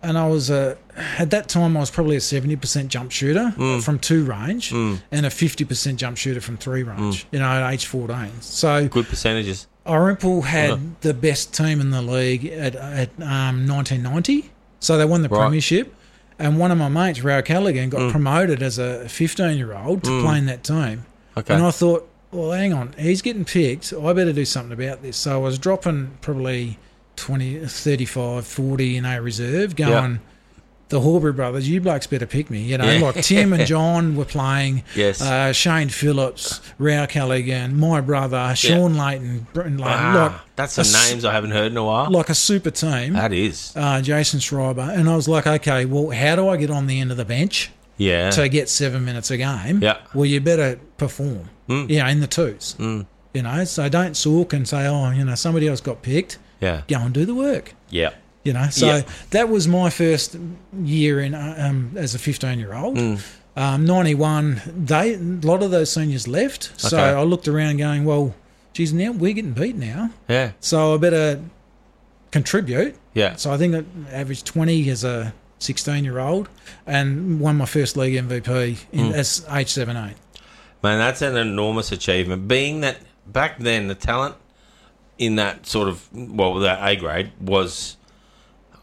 [SPEAKER 2] and I was a. At that time, I was probably a seventy percent jump shooter
[SPEAKER 1] Mm.
[SPEAKER 2] from two range, and a fifty percent jump shooter from three
[SPEAKER 1] Mm.
[SPEAKER 2] range. You know, at age fourteen. So
[SPEAKER 1] Good percentages.
[SPEAKER 2] Orimpal had the best team in the league at, at um, 1990. So they won the
[SPEAKER 1] Right. Mm.
[SPEAKER 2] premiership. And one of my mates, Rao Callaghan, got promoted as a 15 year old to play in that team.
[SPEAKER 1] Okay.
[SPEAKER 2] And I thought, well, hang on, he's getting picked. I better do something about this. So I was dropping probably 20, 35, 40 in A reserve, going, the Horbury brothers, you blokes better pick me. You know,
[SPEAKER 1] Yeah.
[SPEAKER 2] like Tim and John were playing.
[SPEAKER 1] Yes.
[SPEAKER 2] Uh, Shane Phillips, Rao Callaghan, my brother, Sean Leighton, Britton Leighton.
[SPEAKER 1] ah,
[SPEAKER 2] like,
[SPEAKER 1] that's
[SPEAKER 2] a
[SPEAKER 1] some
[SPEAKER 2] s-
[SPEAKER 1] names I haven't heard in a while.
[SPEAKER 2] Like a super team.
[SPEAKER 1] that is.
[SPEAKER 2] Uh, Jason Schreiber. And I was like, okay, well, how do I get on the end of the bench?
[SPEAKER 1] Yeah.
[SPEAKER 2] to get seven minutes a game,
[SPEAKER 1] Yeah.
[SPEAKER 2] well, you better perform, you know, in the twos, mm. you know. So don't sulk and say, oh, you know, somebody else got picked.
[SPEAKER 1] yeah.
[SPEAKER 2] Go and do the work,
[SPEAKER 1] Yeah.
[SPEAKER 2] you know. So
[SPEAKER 1] Yeah.
[SPEAKER 2] that was my first year in uh, um, as a fifteen-year-old.
[SPEAKER 1] Mm.
[SPEAKER 2] Um, Ninety-one. They a lot of those seniors left, so
[SPEAKER 1] Okay.
[SPEAKER 2] I looked around, going, well, geez, now we're getting beat now,
[SPEAKER 1] Yeah.
[SPEAKER 2] so I better contribute.
[SPEAKER 1] Yeah.
[SPEAKER 2] So I think I averaged 20 as a 16 year old and won my first league MVP
[SPEAKER 1] Mm.
[SPEAKER 2] in, as age 17.
[SPEAKER 1] Man, that's an enormous achievement. Being that back then, the talent in that sort of well, that A grade was.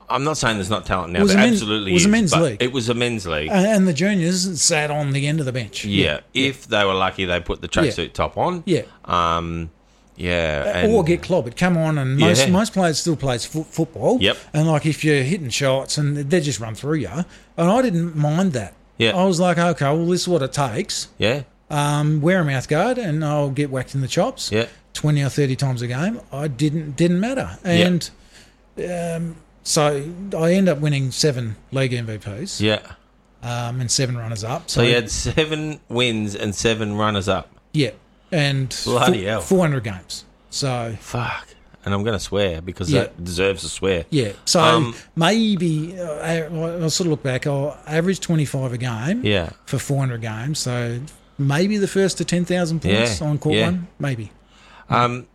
[SPEAKER 1] I'm not saying there's not talent now,
[SPEAKER 2] It was
[SPEAKER 1] but
[SPEAKER 2] a men-
[SPEAKER 1] absolutely
[SPEAKER 2] it was a
[SPEAKER 1] is,
[SPEAKER 2] men's
[SPEAKER 1] but
[SPEAKER 2] league.
[SPEAKER 1] It was a men's league.
[SPEAKER 2] And, and the juniors sat on the end of the bench.
[SPEAKER 1] yeah, if they were lucky, they put the tracksuit top on.
[SPEAKER 2] Yeah.
[SPEAKER 1] Um. Yeah.
[SPEAKER 2] or
[SPEAKER 1] and-
[SPEAKER 2] get clobbered. Come on, and most
[SPEAKER 1] Yeah.
[SPEAKER 2] most players still plays fo- football.
[SPEAKER 1] Yep.
[SPEAKER 2] And like if you're hitting shots and they just run through you, and I didn't mind that.
[SPEAKER 1] Yeah.
[SPEAKER 2] I was like, okay, well, this is what it takes.
[SPEAKER 1] Yeah.
[SPEAKER 2] Um, wear a mouth guard, and I'll get whacked in the chops.
[SPEAKER 1] Yeah.
[SPEAKER 2] twenty or thirty times a game. I didn't didn't matter, and um, so I end up winning seven league MVPs
[SPEAKER 1] Yeah.
[SPEAKER 2] um, and seven runners up. So,
[SPEAKER 1] So you had seven wins and seven runners up.
[SPEAKER 2] yeah, and
[SPEAKER 1] Bloody hell.
[SPEAKER 2] four hundred games. So
[SPEAKER 1] Fuck. And I'm going to swear because
[SPEAKER 2] Yeah.
[SPEAKER 1] that deserves a swear.
[SPEAKER 2] yeah, so
[SPEAKER 1] Um,
[SPEAKER 2] maybe uh, I, I'll sort of look back. I'll average twenty five a game
[SPEAKER 1] Yeah.
[SPEAKER 2] for four hundred games. So maybe the first to ten thousand points
[SPEAKER 1] Yeah,
[SPEAKER 2] on court
[SPEAKER 1] yeah.
[SPEAKER 2] one, maybe.
[SPEAKER 1] Um,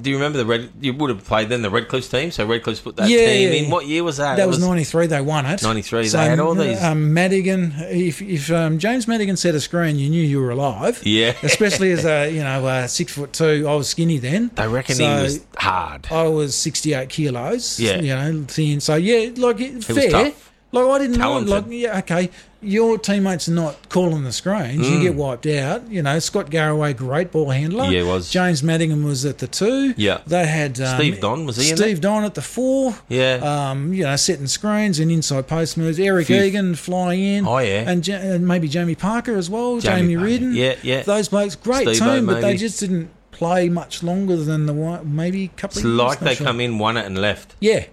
[SPEAKER 1] do you remember the red? You would have played then the Redcliffe team. So Redcliffe's put that
[SPEAKER 2] Yeah,
[SPEAKER 1] team
[SPEAKER 2] yeah,
[SPEAKER 1] in.
[SPEAKER 2] yeah.
[SPEAKER 1] What year was that?
[SPEAKER 2] That
[SPEAKER 1] It
[SPEAKER 2] was '93. They won it.
[SPEAKER 1] 93, they had all these-
[SPEAKER 2] Um, Madigan. If if um, James Madigan set a screen, you knew you were alive.
[SPEAKER 1] Yeah.
[SPEAKER 2] Especially as a you know a six foot two. I was skinny then.
[SPEAKER 1] They reckon
[SPEAKER 2] So uh,
[SPEAKER 1] he was hard.
[SPEAKER 2] I was 68 kilos.
[SPEAKER 1] Yeah.
[SPEAKER 2] You know, thin. So yeah, like it,
[SPEAKER 1] was
[SPEAKER 2] fair.
[SPEAKER 1] tough.
[SPEAKER 2] Like I didn't know. Like
[SPEAKER 1] Talented.
[SPEAKER 2] yeah, okay. Your teammates are not calling the screens. You get wiped out. You know, Scott Garraway, great ball handler.
[SPEAKER 1] Mm. Yeah, he was.
[SPEAKER 2] James Madigan was at the two.
[SPEAKER 1] Yeah.
[SPEAKER 2] They had um,
[SPEAKER 1] Steve Don, was he in
[SPEAKER 2] Steve Don at the four
[SPEAKER 1] yeah.
[SPEAKER 2] um, you know, setting screens and inside post moves. Eric
[SPEAKER 1] Few-
[SPEAKER 2] Egan flying in.
[SPEAKER 1] Oh, yeah.
[SPEAKER 2] And, ja- and maybe Jamie Parker as well,
[SPEAKER 1] Jamie
[SPEAKER 2] Jamie
[SPEAKER 1] Parker.
[SPEAKER 2] Reardon.
[SPEAKER 1] Yeah, yeah.
[SPEAKER 2] Those blokes, great
[SPEAKER 1] Steve-O
[SPEAKER 2] team, but they
[SPEAKER 1] maybe.
[SPEAKER 2] just didn't play much longer than the one, maybe a couple
[SPEAKER 1] it's
[SPEAKER 2] of years.
[SPEAKER 1] like
[SPEAKER 2] not
[SPEAKER 1] they
[SPEAKER 2] sure.
[SPEAKER 1] come in, won it, and left.
[SPEAKER 2] Yeah.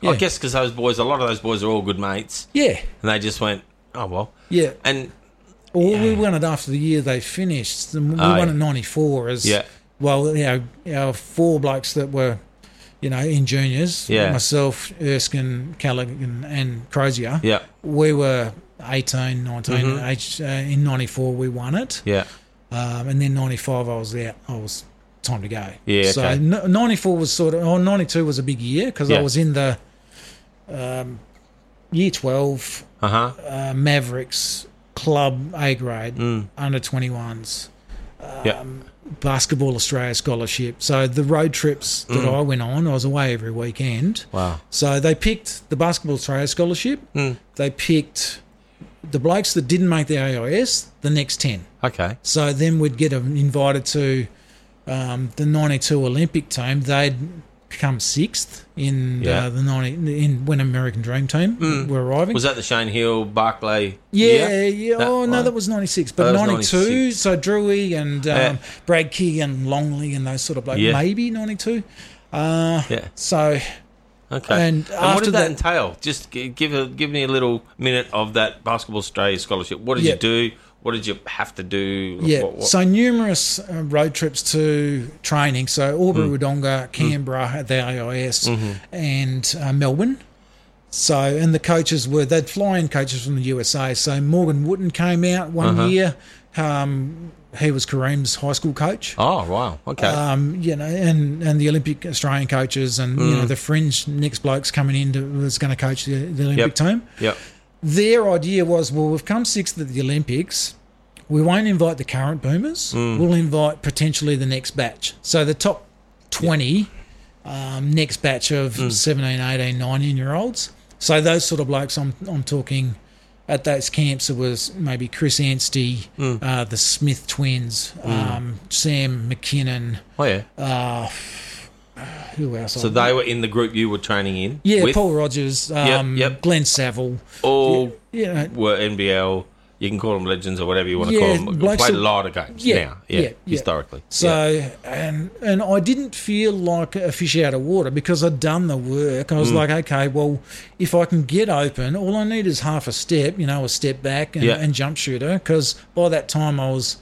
[SPEAKER 2] Yeah.
[SPEAKER 1] I guess because those boys, a lot of those boys are all good mates,
[SPEAKER 2] Yeah.
[SPEAKER 1] and they just went, oh well.
[SPEAKER 2] Yeah.
[SPEAKER 1] And
[SPEAKER 2] Or we won it after the year they finished. And We
[SPEAKER 1] Oh,
[SPEAKER 2] won
[SPEAKER 1] yeah.
[SPEAKER 2] in 94 as,
[SPEAKER 1] Yeah.
[SPEAKER 2] well, you know, our four blokes that were, you know, in juniors,
[SPEAKER 1] Yeah.
[SPEAKER 2] myself, Erskine, Callaghan, and Crozier.
[SPEAKER 1] yeah,
[SPEAKER 2] we were 18, 19,
[SPEAKER 1] Mm-hmm.
[SPEAKER 2] age, uh, in 94 we won it.
[SPEAKER 1] yeah,
[SPEAKER 2] Um, and then 95 I was out. I was time to go.
[SPEAKER 1] Yeah,
[SPEAKER 2] So
[SPEAKER 1] okay.
[SPEAKER 2] n- 94 was sort of, or 92 was a big year because
[SPEAKER 1] Yeah.
[SPEAKER 2] I was in the um, year 12
[SPEAKER 1] uh huh,
[SPEAKER 2] uh, Mavericks club A grade,
[SPEAKER 1] Mm.
[SPEAKER 2] under 21s,
[SPEAKER 1] yeah,
[SPEAKER 2] Um, Basketball Australia scholarship. So the road trips that
[SPEAKER 1] Mm.
[SPEAKER 2] I went on, I was away every weekend.
[SPEAKER 1] wow,
[SPEAKER 2] So they picked the Basketball Australia Scholarship.
[SPEAKER 1] Hmm.
[SPEAKER 2] They picked the blokes that didn't make the AIS, the next 10.
[SPEAKER 1] okay,
[SPEAKER 2] So then we'd get 'em invited to um, the 92 Olympic team, they'd come sixth in
[SPEAKER 1] Yeah. Hmm.
[SPEAKER 2] uh, the 90 in when American Dream team were arriving.
[SPEAKER 1] Was that the Shane Hill Barclay?
[SPEAKER 2] yeah, yeah,
[SPEAKER 1] year? That
[SPEAKER 2] oh no,
[SPEAKER 1] one.
[SPEAKER 2] that was 96, but
[SPEAKER 1] That was
[SPEAKER 2] 92,
[SPEAKER 1] 96.
[SPEAKER 2] so Drewy and um,
[SPEAKER 1] Yeah.
[SPEAKER 2] Brad Key and Longley and those sort of blokes,
[SPEAKER 1] Yeah.
[SPEAKER 2] maybe 92.
[SPEAKER 1] Yeah.
[SPEAKER 2] So
[SPEAKER 1] Okay.
[SPEAKER 2] And
[SPEAKER 1] And,
[SPEAKER 2] after
[SPEAKER 1] what did that,
[SPEAKER 2] that-
[SPEAKER 1] entail? Just gi- give a, give me a little minute of that Basketball Australia scholarship. What did
[SPEAKER 2] Yeah.
[SPEAKER 1] you do? What did you have to do?
[SPEAKER 2] Yeah.
[SPEAKER 1] What, what-
[SPEAKER 2] So numerous uh, road trips to training. So Albury,
[SPEAKER 1] Mm.
[SPEAKER 2] Wodonga, Canberra at the AIS,
[SPEAKER 1] Mm-hmm.
[SPEAKER 2] and uh, Melbourne. So and the coaches were they'd fly in coaches from the USA. So Morgan Wooden came out one
[SPEAKER 1] Uh-huh.
[SPEAKER 2] year. Um, he was Kareem's high school coach.
[SPEAKER 1] oh wow. Okay.
[SPEAKER 2] Um, you know, and, and the Olympic Australian coaches and you
[SPEAKER 1] Mm.
[SPEAKER 2] know the fringe next blokes coming in to, was going to coach the, the Olympic
[SPEAKER 1] Yep.
[SPEAKER 2] team
[SPEAKER 1] yep.
[SPEAKER 2] their idea was, well, we've come sixth at the Olympics. We won't invite the current boomers.
[SPEAKER 1] Mm.
[SPEAKER 2] We'll invite potentially the next batch. So the top 20, um, next batch of
[SPEAKER 1] Mm.
[SPEAKER 2] 17, 18, 19 year olds. So those sort of blokes I'm, I'm talking at those camps, it was maybe Chris Anstey,
[SPEAKER 1] Mm.
[SPEAKER 2] uh, the Smith twins, um, Sam McKinnon,
[SPEAKER 1] Oh yeah.
[SPEAKER 2] who else?
[SPEAKER 1] so they were in the group you were training in.
[SPEAKER 2] uh, yeah,
[SPEAKER 1] with?
[SPEAKER 2] Paul Rogers, um,
[SPEAKER 1] yep.
[SPEAKER 2] Glenn Saville.
[SPEAKER 1] All
[SPEAKER 2] You know,
[SPEAKER 1] were NBL. You can call them legends or whatever you want to
[SPEAKER 2] Yeah,
[SPEAKER 1] call them.
[SPEAKER 2] blokes
[SPEAKER 1] Played a
[SPEAKER 2] that-
[SPEAKER 1] lot of games
[SPEAKER 2] Yeah,
[SPEAKER 1] now. Yeah.
[SPEAKER 2] yeah, yeah.
[SPEAKER 1] Historically.
[SPEAKER 2] So and and I didn't feel like a fish out of water because I'd done the work. I was
[SPEAKER 1] Mm.
[SPEAKER 2] like, okay, well, if I can get open, all I need is half a step, you know, a step back and,
[SPEAKER 1] Yeah.
[SPEAKER 2] and jump shooter. Because by that time, I was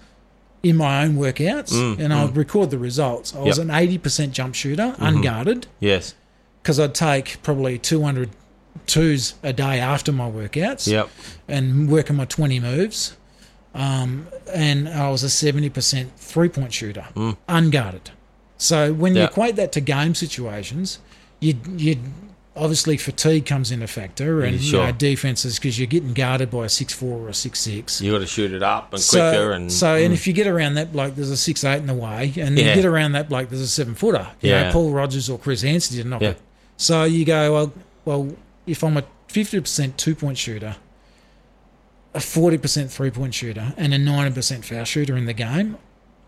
[SPEAKER 2] in my own workouts and I'd record the results. I was
[SPEAKER 1] Mm, Yep. Mm-hmm.
[SPEAKER 2] an eighty percent jump shooter, unguarded,
[SPEAKER 1] yeah. Yes.
[SPEAKER 2] because I'd take probably 200 twos a day after my workouts
[SPEAKER 1] Yep.
[SPEAKER 2] and working my 20 moves. Um, and I was a 70% three point shooter, unguarded. So when you
[SPEAKER 1] Hmm. Yeah.
[SPEAKER 2] equate that to game situations, you you obviously fatigue comes in a factor and
[SPEAKER 1] Sure.
[SPEAKER 2] you know, defenses because you're getting guarded by a six four or a six six.
[SPEAKER 1] You got to shoot it up and
[SPEAKER 2] So,
[SPEAKER 1] quicker and mm.
[SPEAKER 2] so and if you get around that bloke, there's a six eight in the way, and
[SPEAKER 1] Yeah.
[SPEAKER 2] you get around that bloke, there's a seven footer. You know,
[SPEAKER 1] Yeah.
[SPEAKER 2] Paul Rogers or Chris Anstey didn't knock
[SPEAKER 1] Yeah.
[SPEAKER 2] it. So you go, well, well, if I'm a fifty percent two point shooter, a forty percent three point shooter, and a ninety percent foul shooter in the game,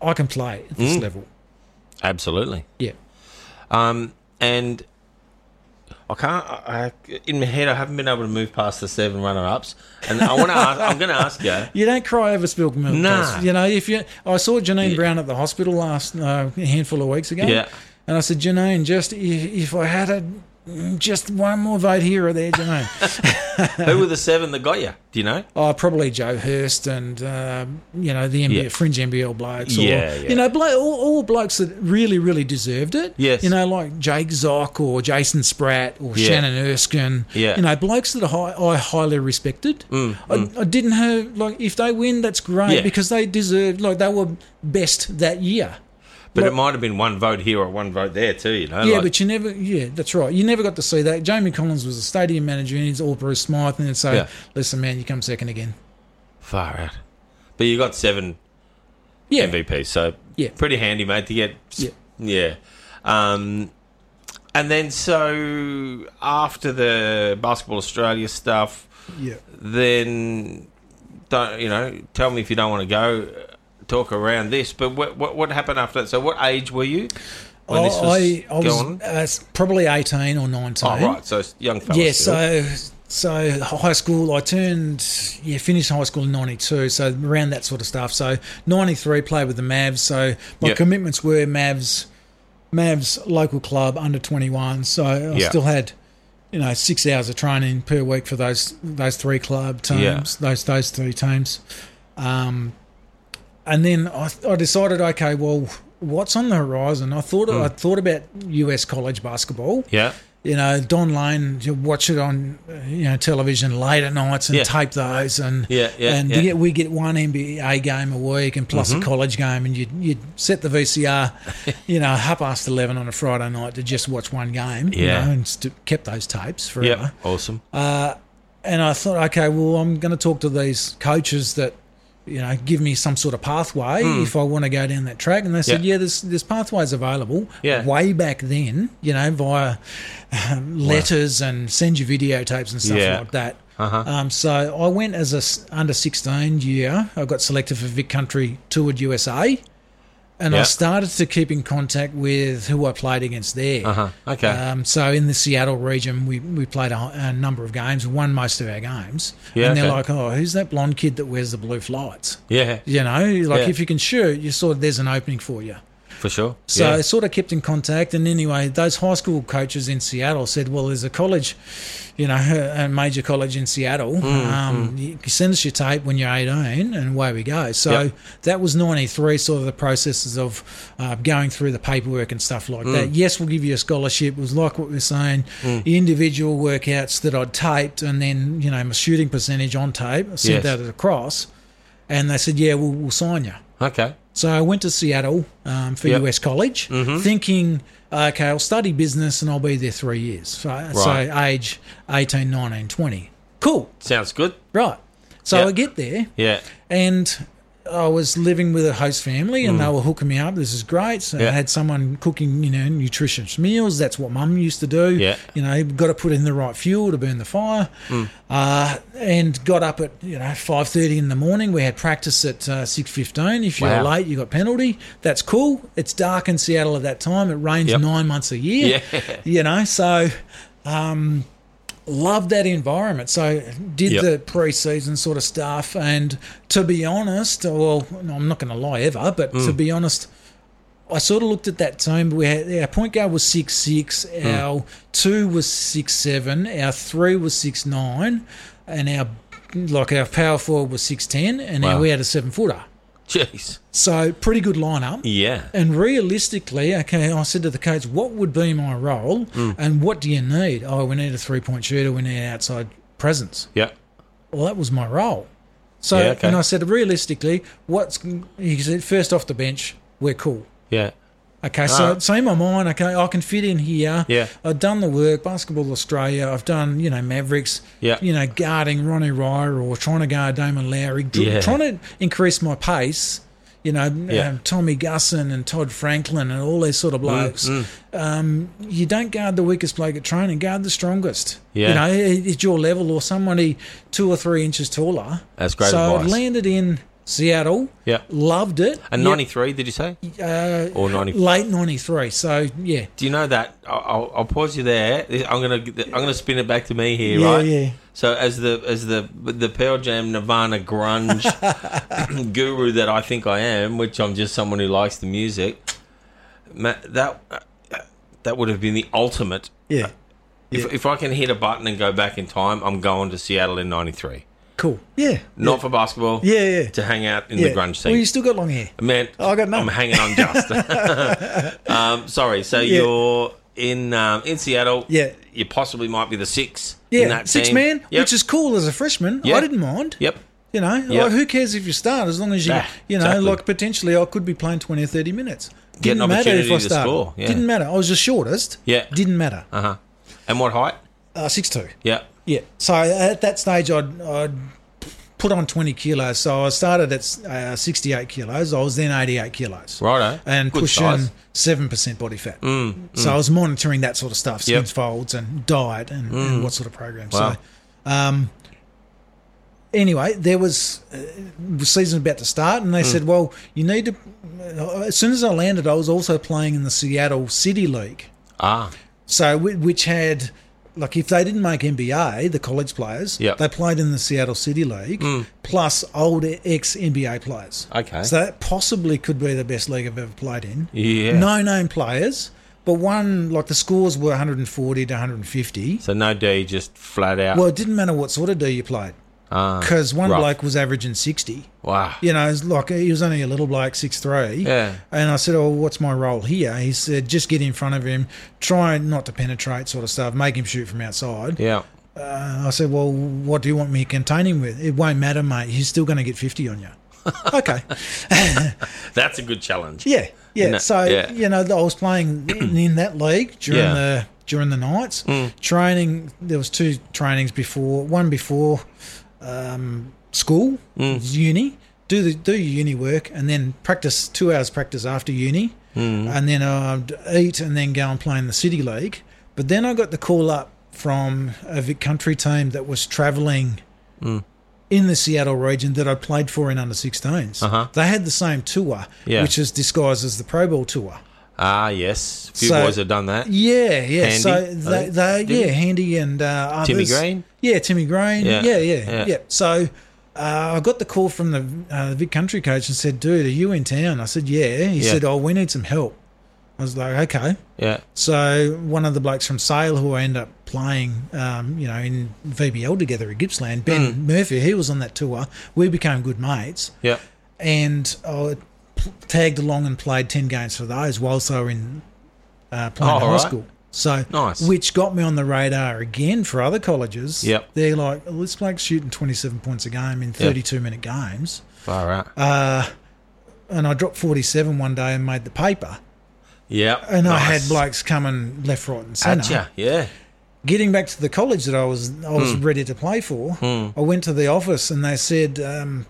[SPEAKER 2] I can play at
[SPEAKER 1] Mm.
[SPEAKER 2] this level.
[SPEAKER 1] absolutely.
[SPEAKER 2] Yeah,
[SPEAKER 1] Um, and I can't. I, I- in my head, I haven't been able to move past the seven runner-ups, and I want to. ask I'm going to ask you.
[SPEAKER 2] you don't cry over spilled milk.
[SPEAKER 1] Nah.
[SPEAKER 2] guys. you know if you. I saw Janine Brown at the hospital last uh, a handful of weeks ago.
[SPEAKER 1] Yeah.
[SPEAKER 2] And I said, Janine, just if, if I had a, just one more vote here or there, Janine.
[SPEAKER 1] Who were the seven that got you? Do you know?
[SPEAKER 2] Oh, probably Joe Hurst and um, you know the MBL,
[SPEAKER 1] Yeah.
[SPEAKER 2] fringe MBL blokes, or
[SPEAKER 1] Yeah, yeah.
[SPEAKER 2] you know, blo- all, all blokes that really, really deserved it.
[SPEAKER 1] Yes.
[SPEAKER 2] you know, like Jake Zock or Jason Spratt or
[SPEAKER 1] Yeah.
[SPEAKER 2] Shannon Erskine.
[SPEAKER 1] Yeah. Mm,
[SPEAKER 2] you know, blokes that I, I highly respected. I, I didn't have like if they win, that's great
[SPEAKER 1] Yeah.
[SPEAKER 2] because they deserved like they were best that year.
[SPEAKER 1] But
[SPEAKER 2] Look-
[SPEAKER 1] it might have been one vote here or one vote there too. You know?
[SPEAKER 2] Yeah,
[SPEAKER 1] like-
[SPEAKER 2] but you never. Yeah, that's right. You never got to see that. Jamie Collins was the stadium manager, and he's all Bruce Smythe, and so
[SPEAKER 1] Yeah.
[SPEAKER 2] listen, man, you come second again.
[SPEAKER 1] far out. But you got seven
[SPEAKER 2] Yeah,
[SPEAKER 1] MVPs, so
[SPEAKER 2] Yeah.
[SPEAKER 1] pretty handy, mate. To get
[SPEAKER 2] Yeah.
[SPEAKER 1] yeah. Um, and then so after the Basketball Australia stuff,
[SPEAKER 2] yeah.
[SPEAKER 1] then don't you know? Tell me if you don't want to go. uh, Talk around this, but what what, what happened after that? So, what age were you when this was
[SPEAKER 2] Oh, I, I was
[SPEAKER 1] going? on?
[SPEAKER 2] uh, probably 18 or 19.
[SPEAKER 1] oh, right. So it's young fellas.
[SPEAKER 2] Yeah,
[SPEAKER 1] still.
[SPEAKER 2] so so high school I turned yeah, finished high school in 92, so around that sort of stuff. So 93 played with the Mavs, so my
[SPEAKER 1] Yep.
[SPEAKER 2] commitments were Mavs Mavs local club under 21, so I
[SPEAKER 1] Yeah.
[SPEAKER 2] still had you know 6 hours of training per week for those those three club teams,
[SPEAKER 1] Yeah.
[SPEAKER 2] those those three teams. Um and then I, I decided, okay, well, what's on the horizon? I thought I
[SPEAKER 1] Hmm.
[SPEAKER 2] thought about US college basketball.
[SPEAKER 1] yeah,
[SPEAKER 2] You know, Don Lane, you watch it on uh, you know television late at nights and
[SPEAKER 1] Yeah.
[SPEAKER 2] tape those, and
[SPEAKER 1] Yeah, yeah,
[SPEAKER 2] and
[SPEAKER 1] yeah. Mm-hmm.
[SPEAKER 2] We, get, we get one NBA game a week and plus a college game, and you you set the VCR, you know, half past eleven on a Friday night to just watch one game, you
[SPEAKER 1] Yeah.
[SPEAKER 2] know, and st- kept those tapes forever
[SPEAKER 1] yeah, awesome.
[SPEAKER 2] Uh, and I thought, okay, well, I'm going to talk to these coaches that you know give me some sort of pathway if I want to go down that track. And they said,
[SPEAKER 1] Hmm. Yeah.
[SPEAKER 2] yeah, there's there's pathways available.
[SPEAKER 1] Yeah.
[SPEAKER 2] way back then, you know, via um, letters and send you videotapes and stuff
[SPEAKER 1] Yeah. Uh-huh.
[SPEAKER 2] like that. Um, so I went as a s- under 16 year. I got selected for Vic Country Toured USA. and I
[SPEAKER 1] Yeah.
[SPEAKER 2] started to keep in contact with who I played against there.
[SPEAKER 1] Uh-huh. Okay.
[SPEAKER 2] Um, so in the Seattle region, we, we played a, a number of games, won most of our games.
[SPEAKER 1] Yeah,
[SPEAKER 2] and they're
[SPEAKER 1] okay.
[SPEAKER 2] like, oh, who's that blonde kid that wears the blue lights?
[SPEAKER 1] yeah,
[SPEAKER 2] You know, like
[SPEAKER 1] Yeah.
[SPEAKER 2] if you can shoot, you sort of, there's an opening for you.
[SPEAKER 1] for sure.
[SPEAKER 2] So I
[SPEAKER 1] yeah.
[SPEAKER 2] sort of kept in contact. And anyway, those high school coaches in Seattle said, well, there's a college, you know, a major college in Seattle.
[SPEAKER 1] Mm,
[SPEAKER 2] um, You can send us your tape when you're 18, and away we go. So
[SPEAKER 1] Yep.
[SPEAKER 2] that was 93, sort of the processes of uh, going through the paperwork and stuff like
[SPEAKER 1] Mm.
[SPEAKER 2] that. Yes, we'll give you a scholarship. It was like what we were saying, individual workouts that I'd taped, and then, you know, my shooting percentage on tape, I
[SPEAKER 1] Yes.
[SPEAKER 2] sent that across. And they said, yeah, we'll, we'll sign you.
[SPEAKER 1] okay.
[SPEAKER 2] So I went to Seattle um, for
[SPEAKER 1] Yep. Mm-hmm.
[SPEAKER 2] US college, thinking, okay, I'll study business and I'll be there three years. So, so
[SPEAKER 1] Right.
[SPEAKER 2] age 18, 19, 20. Cool.
[SPEAKER 1] Sounds good.
[SPEAKER 2] Right. So
[SPEAKER 1] Yep.
[SPEAKER 2] I get there
[SPEAKER 1] Yeah.
[SPEAKER 2] and I was living with a host family and they were hooking me up. This is great. So
[SPEAKER 1] Mm. Yeah.
[SPEAKER 2] I had someone cooking, you know, nutritious meals. That's what mum used to do.
[SPEAKER 1] Yeah. Mm.
[SPEAKER 2] You know, you've got to put in the right fuel to burn the fire. Uh, and got up at, you know, 5.30 in the morning. We had practice at uh, 6.15. If you were
[SPEAKER 1] Wow.
[SPEAKER 2] late, you got penalty. That's cool. It's dark in Seattle at that time. It rains
[SPEAKER 1] Yep.
[SPEAKER 2] nine months a year.
[SPEAKER 1] Yeah.
[SPEAKER 2] You know, so... Um, loved that environment. So did
[SPEAKER 1] Yep.
[SPEAKER 2] the preseason sort of stuff, and to be honest, well, no, I'm not going to lie ever, but to
[SPEAKER 1] Mm.
[SPEAKER 2] be honest, I sort of looked at that team. We had, our point guard was six six,
[SPEAKER 1] Hmm.
[SPEAKER 2] our two was six seven, our three was six nine, and our like our power forward was six ten, and
[SPEAKER 1] Wow.
[SPEAKER 2] now we had a seven footer.
[SPEAKER 1] Jeez.
[SPEAKER 2] So pretty good lineup.
[SPEAKER 1] Yeah.
[SPEAKER 2] And realistically, okay, I said to the coach, what would be my role
[SPEAKER 1] Hmm.
[SPEAKER 2] and what do you need? Oh, we need a three point shooter, we need an outside presence.
[SPEAKER 1] Yeah.
[SPEAKER 2] Well, that was my role. So,
[SPEAKER 1] Yeah, okay.
[SPEAKER 2] and I said, realistically, what's he said, first off the bench, we're cool.
[SPEAKER 1] Yeah.
[SPEAKER 2] Okay, so,
[SPEAKER 1] Ah.
[SPEAKER 2] so in my mind, okay, I can fit in here.
[SPEAKER 1] Yeah.
[SPEAKER 2] I've done the work, Basketball Australia. I've done, you know, Mavericks.
[SPEAKER 1] Yeah.
[SPEAKER 2] You know, guarding Ronnie Ryer or trying to guard Damon Lowry, dr-
[SPEAKER 1] Yeah.
[SPEAKER 2] trying to increase my pace. You know,
[SPEAKER 1] Yeah. Mm,
[SPEAKER 2] um, Tommy Gusson and Todd Franklin and all these sort of blokes. Um, you don't guard the weakest bloke at training, guard the strongest.
[SPEAKER 1] Yeah.
[SPEAKER 2] You know, it- it's your level or somebody two or three inches taller.
[SPEAKER 1] That's great
[SPEAKER 2] So I
[SPEAKER 1] advice.
[SPEAKER 2] landed in Seattle.
[SPEAKER 1] Yeah.
[SPEAKER 2] Loved it.
[SPEAKER 1] And
[SPEAKER 2] Yep,
[SPEAKER 1] 93, did you say?
[SPEAKER 2] uh,
[SPEAKER 1] Or 94?
[SPEAKER 2] late 93 so yeah
[SPEAKER 1] Do you know that? I'll- I'll, I'll pause you there. I'm gonna I'm gonna spin it back to me here,
[SPEAKER 2] Yeah,
[SPEAKER 1] right?
[SPEAKER 2] yeah.
[SPEAKER 1] So as the as the the Pearl Jam Nirvana grunge guru that I think I am, which I'm just someone who likes the music, ma- that that would have been the ultimate.
[SPEAKER 2] yeah
[SPEAKER 1] If, if I can hit a button and go back in time, I'm going to Seattle in '93,
[SPEAKER 2] cool yeah
[SPEAKER 1] not for basketball,
[SPEAKER 2] yeah yeah
[SPEAKER 1] to hang out in
[SPEAKER 2] yeah.
[SPEAKER 1] the grunge scene.
[SPEAKER 2] well you still got long hair
[SPEAKER 1] Man,
[SPEAKER 2] Oh, I got none.
[SPEAKER 1] I'm hanging on just. um, sorry. So you're in um, in Seattle.
[SPEAKER 2] Yeah.
[SPEAKER 1] You possibly might be the six. in
[SPEAKER 2] yeah
[SPEAKER 1] that
[SPEAKER 2] six
[SPEAKER 1] team.
[SPEAKER 2] man
[SPEAKER 1] Yep.
[SPEAKER 2] which is cool as a freshman
[SPEAKER 1] Yeah.
[SPEAKER 2] i didn't mind
[SPEAKER 1] yep.
[SPEAKER 2] you know
[SPEAKER 1] Yeah.
[SPEAKER 2] like, who cares if you start as long as you
[SPEAKER 1] Nah,
[SPEAKER 2] you know
[SPEAKER 1] exactly.
[SPEAKER 2] like potentially i could be playing 20 or 30 minutes didn't
[SPEAKER 1] Get an
[SPEAKER 2] matter if i
[SPEAKER 1] opportunity to
[SPEAKER 2] started
[SPEAKER 1] score, yeah.
[SPEAKER 2] didn't matter i was the shortest
[SPEAKER 1] Yeah.
[SPEAKER 2] didn't matter
[SPEAKER 1] Uh huh. And what height?
[SPEAKER 2] uh, 6'2
[SPEAKER 1] Yeah.
[SPEAKER 2] yeah so at that stage i'd, I'd put on 20 kilos so i started at uh, 68 kilos i was then 88 kilos
[SPEAKER 1] Righto.
[SPEAKER 2] and
[SPEAKER 1] Good
[SPEAKER 2] pushing
[SPEAKER 1] size. Mm,
[SPEAKER 2] seven percent body fat. so I was monitoring that sort of stuff, skin
[SPEAKER 1] Yep. Mm.
[SPEAKER 2] folds and diet and, and what sort of programs.
[SPEAKER 1] Wow.
[SPEAKER 2] So, um, anyway, there was uh, the season about to start, and they
[SPEAKER 1] Mm.
[SPEAKER 2] said, "Well, you need to." uh, As soon as I landed, I was also playing in the Seattle City League,
[SPEAKER 1] Ah.
[SPEAKER 2] so whi- which had. Like if they didn't make NBA, the college players,
[SPEAKER 1] Yep. Mm.
[SPEAKER 2] they played in the Seattle City League, plus old ex NBA players.
[SPEAKER 1] Okay.
[SPEAKER 2] So that possibly could be the best league I've ever played in.
[SPEAKER 1] Yeah.
[SPEAKER 2] No name players, but one like the scores were 140 to 150.
[SPEAKER 1] So no D, just flat out.
[SPEAKER 2] Well, it didn't matter what sort of D you played
[SPEAKER 1] Ah.
[SPEAKER 2] because one
[SPEAKER 1] rough.
[SPEAKER 2] bloke was averaging 60.
[SPEAKER 1] wow.
[SPEAKER 2] You know, it's like he was only a little bloke, six three.
[SPEAKER 1] Yeah.
[SPEAKER 2] And I said, "Oh, what's my role here?" He said, "Just get in front of him, try not to penetrate, sort of stuff, make him shoot from outside."
[SPEAKER 1] Yeah.
[SPEAKER 2] Uh, I said, "Well, what do you want me to contain him with? It won't matter, mate. He's still going to get 50 on you." okay.
[SPEAKER 1] That's a good challenge.
[SPEAKER 2] Yeah, yeah.
[SPEAKER 1] No,
[SPEAKER 2] so
[SPEAKER 1] yeah.
[SPEAKER 2] you know, I was playing in in that league during
[SPEAKER 1] Yeah. Mm.
[SPEAKER 2] the during the nights. Training there was two trainings before one before um, school
[SPEAKER 1] Mm.
[SPEAKER 2] uni. Do the do your uni work and then practice two hours practice after uni,
[SPEAKER 1] Mm.
[SPEAKER 2] and then I'd eat and then go and play in the city league. But
[SPEAKER 1] Mm.
[SPEAKER 2] then I got the call up from a Vic Country team that was travelling. in the Seattle region that I played for in under 16s.
[SPEAKER 1] Uh-huh.
[SPEAKER 2] They had the same tour,
[SPEAKER 1] Yeah.
[SPEAKER 2] which is disguised as the Pro Bowl tour.
[SPEAKER 1] Ah, yes. A few
[SPEAKER 2] So-
[SPEAKER 1] boys have done that.
[SPEAKER 2] Yeah,
[SPEAKER 1] Handy,
[SPEAKER 2] yeah.
[SPEAKER 1] I
[SPEAKER 2] so they,
[SPEAKER 1] think.
[SPEAKER 2] they
[SPEAKER 1] Did he?
[SPEAKER 2] Oh, yeah, Handy and uh, others.
[SPEAKER 1] Timmy Green?
[SPEAKER 2] Yeah, Timmy Green.
[SPEAKER 1] Yeah,
[SPEAKER 2] Yeah, yeah, yeah.
[SPEAKER 1] yeah.
[SPEAKER 2] So uh, I got the call from the uh, the Vic Country coach and said, "Dude, are you in town?" I said, "Yeah." He
[SPEAKER 1] Yeah.
[SPEAKER 2] said, "Oh, we need some help." I was like, "Okay."
[SPEAKER 1] Yeah.
[SPEAKER 2] So one of the blokes from Sale who I end up playing, um, you know, in VBL together at Gippsland, Ben Murphy, he was on that tour. We became good mates
[SPEAKER 1] Yeah.
[SPEAKER 2] and I p- tagged along and played 10 games for those whilst they were in uh, playing
[SPEAKER 1] Oh,
[SPEAKER 2] at high
[SPEAKER 1] alright.
[SPEAKER 2] school. So,
[SPEAKER 1] Nice.
[SPEAKER 2] which got me on the radar again for other colleges.
[SPEAKER 1] Yep.
[SPEAKER 2] They're like, "Oh, this bloke's shooting 27 points a game in 32 minute games.
[SPEAKER 1] Far out.
[SPEAKER 2] Uh, And I dropped 47 one day and made the paper.
[SPEAKER 1] yeah.
[SPEAKER 2] And I
[SPEAKER 1] Nice.
[SPEAKER 2] had blokes coming left, right, and centre.
[SPEAKER 1] Atcha. Yeah.
[SPEAKER 2] Getting back to the college that I was I was
[SPEAKER 1] Hmm.
[SPEAKER 2] ready to play for, I went to the office and they said, um,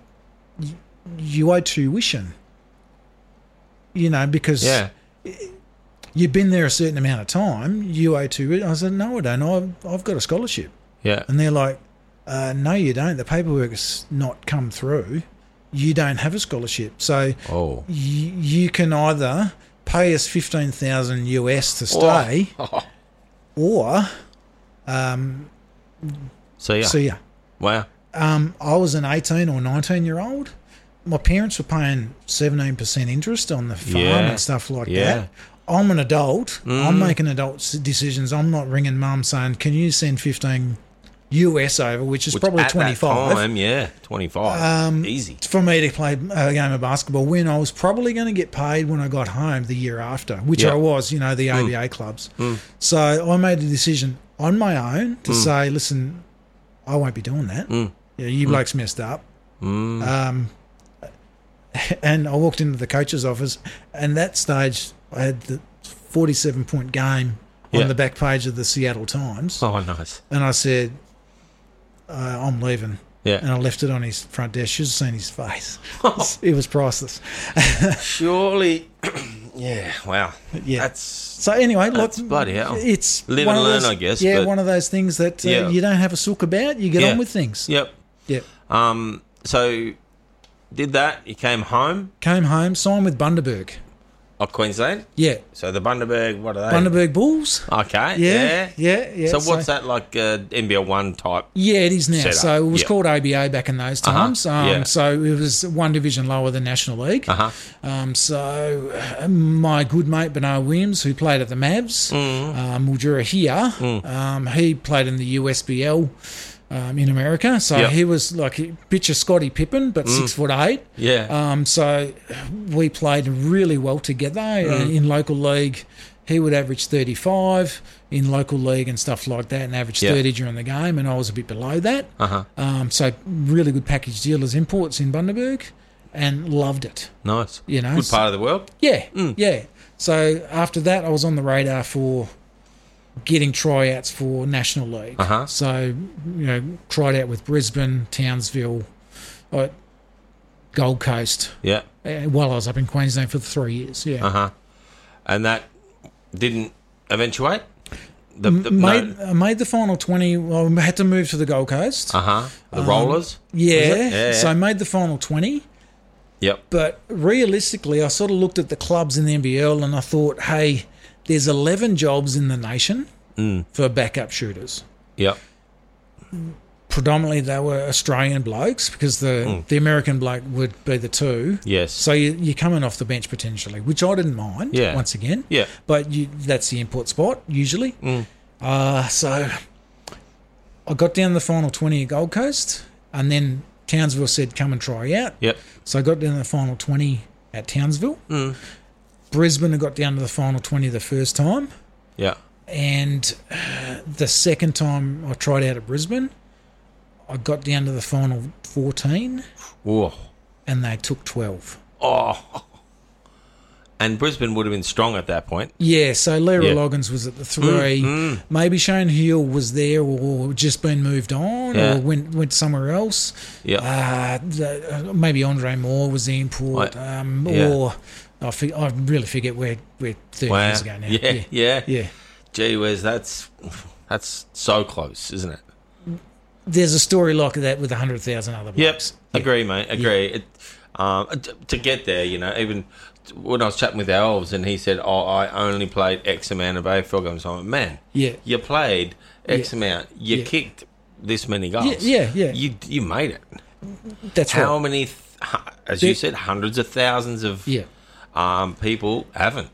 [SPEAKER 2] y- "You owe tuition." You know, because
[SPEAKER 1] Yeah.
[SPEAKER 2] you've been there a certain amount of time, you owe two. I said, no, I don't. I've, I've got a scholarship.
[SPEAKER 1] Yeah.
[SPEAKER 2] And they're like, uh, no, you don't. The paperwork's not come through. You don't have a scholarship. So
[SPEAKER 1] Oh.
[SPEAKER 2] y- you can either pay us 15,000 US to stay
[SPEAKER 1] Oh.
[SPEAKER 2] or
[SPEAKER 1] So yeah.
[SPEAKER 2] see ya.
[SPEAKER 1] Wow.
[SPEAKER 2] Um, I was an 18 or 19 year old. My parents were paying 17% interest on the farm
[SPEAKER 1] Yeah.
[SPEAKER 2] and stuff like
[SPEAKER 1] Yeah. Mm.
[SPEAKER 2] that. I'm an adult. I'm making adult s- decisions. I'm not ringing mum saying, can you send 15 US over, which is
[SPEAKER 1] Which
[SPEAKER 2] probably Um,
[SPEAKER 1] at that
[SPEAKER 2] 25
[SPEAKER 1] time, yeah. 25. Easy.
[SPEAKER 2] for me to play a game of basketball when I was probably going to get paid when I got home the year after, which
[SPEAKER 1] Yeah. Hmm.
[SPEAKER 2] I was, you know, the ABA clubs. So I made a decision on my own
[SPEAKER 1] Hmm.
[SPEAKER 2] to say, listen, I won't be doing that. Yeah,
[SPEAKER 1] Hmm.
[SPEAKER 2] you blokes messed up. Um, and I walked into the coach's office, and that stage I had the 47 point game
[SPEAKER 1] Yeah.
[SPEAKER 2] on the back page of the Seattle Times,
[SPEAKER 1] Oh, nice.
[SPEAKER 2] and I said, uh, I'm leaving and
[SPEAKER 1] Yeah.
[SPEAKER 2] I left it on his front desk. She's seen his face.
[SPEAKER 1] Oh.
[SPEAKER 2] it was priceless.
[SPEAKER 1] Surely. yeah. Wow.
[SPEAKER 2] uh, Yeah.
[SPEAKER 1] That's.
[SPEAKER 2] So anyway,
[SPEAKER 1] That's
[SPEAKER 2] look,
[SPEAKER 1] bloody hell.
[SPEAKER 2] It's
[SPEAKER 1] Live
[SPEAKER 2] one
[SPEAKER 1] and
[SPEAKER 2] of
[SPEAKER 1] learn,
[SPEAKER 2] those-
[SPEAKER 1] I guess,
[SPEAKER 2] Yeah,
[SPEAKER 1] but-
[SPEAKER 2] one of those things that uh,
[SPEAKER 1] Yeah.
[SPEAKER 2] you don't have a sook about. You get
[SPEAKER 1] Yeah.
[SPEAKER 2] on with things.
[SPEAKER 1] Yep.
[SPEAKER 2] Yeah.
[SPEAKER 1] Um. So, did that. You came home.
[SPEAKER 2] Came home, signed with Bundaberg.
[SPEAKER 1] Oh, Queensland.
[SPEAKER 2] Yeah,
[SPEAKER 1] So the Bundaberg. What are they?
[SPEAKER 2] Bundaberg Bulls.
[SPEAKER 1] Okay.
[SPEAKER 2] Yeah, yeah, yeah.
[SPEAKER 1] So what's that like? Uh, NBL one type.
[SPEAKER 2] Yeah, it is now.
[SPEAKER 1] setup?
[SPEAKER 2] So it was
[SPEAKER 1] Yeah. Uh-huh.
[SPEAKER 2] called ABA back in those times. Um,
[SPEAKER 1] Yeah.
[SPEAKER 2] So it was one division lower than National League.
[SPEAKER 1] Uh huh.
[SPEAKER 2] Um, so uh, my good mate Bernard Williams, who played at the Mavs,
[SPEAKER 1] Mm.
[SPEAKER 2] uh, Mildura here, um, he played in the USBL um, in America. So
[SPEAKER 1] Yep. Mm.
[SPEAKER 2] he was like picture Scotty Pippen, but six foot eight.
[SPEAKER 1] Yeah.
[SPEAKER 2] Um, so we played really well together
[SPEAKER 1] Mm.
[SPEAKER 2] uh, in local league. He would average 35 in local league and stuff like that, and average
[SPEAKER 1] Yeah.
[SPEAKER 2] 30 during the game, and I was a bit below that.
[SPEAKER 1] uh huh.
[SPEAKER 2] Um, so really good package dealers imports in Bundaberg, and loved it.
[SPEAKER 1] Nice.
[SPEAKER 2] You know,
[SPEAKER 1] Good
[SPEAKER 2] so-
[SPEAKER 1] part of the world.
[SPEAKER 2] yeah,
[SPEAKER 1] Mm.
[SPEAKER 2] yeah. So after that, I was on the radar for getting tryouts for National League.
[SPEAKER 1] Uh-huh.
[SPEAKER 2] So you know, tried out with Brisbane, Townsville, uh, Gold Coast.
[SPEAKER 1] Yeah.
[SPEAKER 2] uh, While I was up in Queensland for three years, yeah,
[SPEAKER 1] Uh huh. And that didn't eventuate. The, the
[SPEAKER 2] made I made the final twenty. Well, I had to move to the Gold Coast.
[SPEAKER 1] Uh huh. The
[SPEAKER 2] Um,
[SPEAKER 1] rollers.
[SPEAKER 2] yeah,
[SPEAKER 1] Yeah,
[SPEAKER 2] so
[SPEAKER 1] yeah.
[SPEAKER 2] I made the final twenty.
[SPEAKER 1] Yep.
[SPEAKER 2] But realistically, I sort of looked at the clubs in the NBL and I thought, hey, there's 11 jobs in the nation
[SPEAKER 1] Mm.
[SPEAKER 2] for backup shooters.
[SPEAKER 1] Yep.
[SPEAKER 2] Predominantly, they were Australian blokes because the,
[SPEAKER 1] Hmm.
[SPEAKER 2] the American bloke would be the two.
[SPEAKER 1] Yes.
[SPEAKER 2] So you, you're coming off the bench potentially, which I didn't mind.
[SPEAKER 1] Yeah.
[SPEAKER 2] Once again.
[SPEAKER 1] Yeah. Hmm.
[SPEAKER 2] But you, that's the import spot usually. Uh, so I got down the final 20 at Gold Coast, and then Townsville said, "Come and try out."
[SPEAKER 1] Yep.
[SPEAKER 2] So I got down to the final 20 at Townsville.
[SPEAKER 1] Hmm.
[SPEAKER 2] Brisbane, I got down to the final 20 the first time.
[SPEAKER 1] Yeah.
[SPEAKER 2] And uh, the second time I tried out at Brisbane, I got down to the final 14
[SPEAKER 1] Whoa.
[SPEAKER 2] and they took 12.
[SPEAKER 1] Oh. And Brisbane would have been strong at that point.
[SPEAKER 2] Yeah, so Larry
[SPEAKER 1] Yeah. Mm,
[SPEAKER 2] Loggins was at the three. Maybe Shane Hill was there or just been moved on
[SPEAKER 1] Yeah.
[SPEAKER 2] or went, went somewhere else.
[SPEAKER 1] Yeah.
[SPEAKER 2] Uh, the, uh, maybe Andre Moore was the import,
[SPEAKER 1] I-
[SPEAKER 2] um,
[SPEAKER 1] yeah.
[SPEAKER 2] or I, fi- I really forget where we're thirty
[SPEAKER 1] wow.
[SPEAKER 2] years ago now.
[SPEAKER 1] Yeah, yeah.
[SPEAKER 2] yeah,
[SPEAKER 1] Gee whiz, that's that's so close, isn't it?
[SPEAKER 2] there's a story like that with 100,000 other
[SPEAKER 1] Yep.
[SPEAKER 2] blokes.
[SPEAKER 1] Agree, mate. Agree. It, um, t- to get there, you know, even t- when I was chatting with the elves and he said, "Oh, I only played X amount of AFL games." I'm like, man,
[SPEAKER 2] Yeah.
[SPEAKER 1] you played X
[SPEAKER 2] Yeah.
[SPEAKER 1] amount. You
[SPEAKER 2] Yeah.
[SPEAKER 1] kicked this many goals.
[SPEAKER 2] yeah, yeah.
[SPEAKER 1] You you made it.
[SPEAKER 2] That's
[SPEAKER 1] How
[SPEAKER 2] right.
[SPEAKER 1] many? Th- hu- as
[SPEAKER 2] There-
[SPEAKER 1] you said, hundreds of thousands of
[SPEAKER 2] Yeah.
[SPEAKER 1] um, people haven't.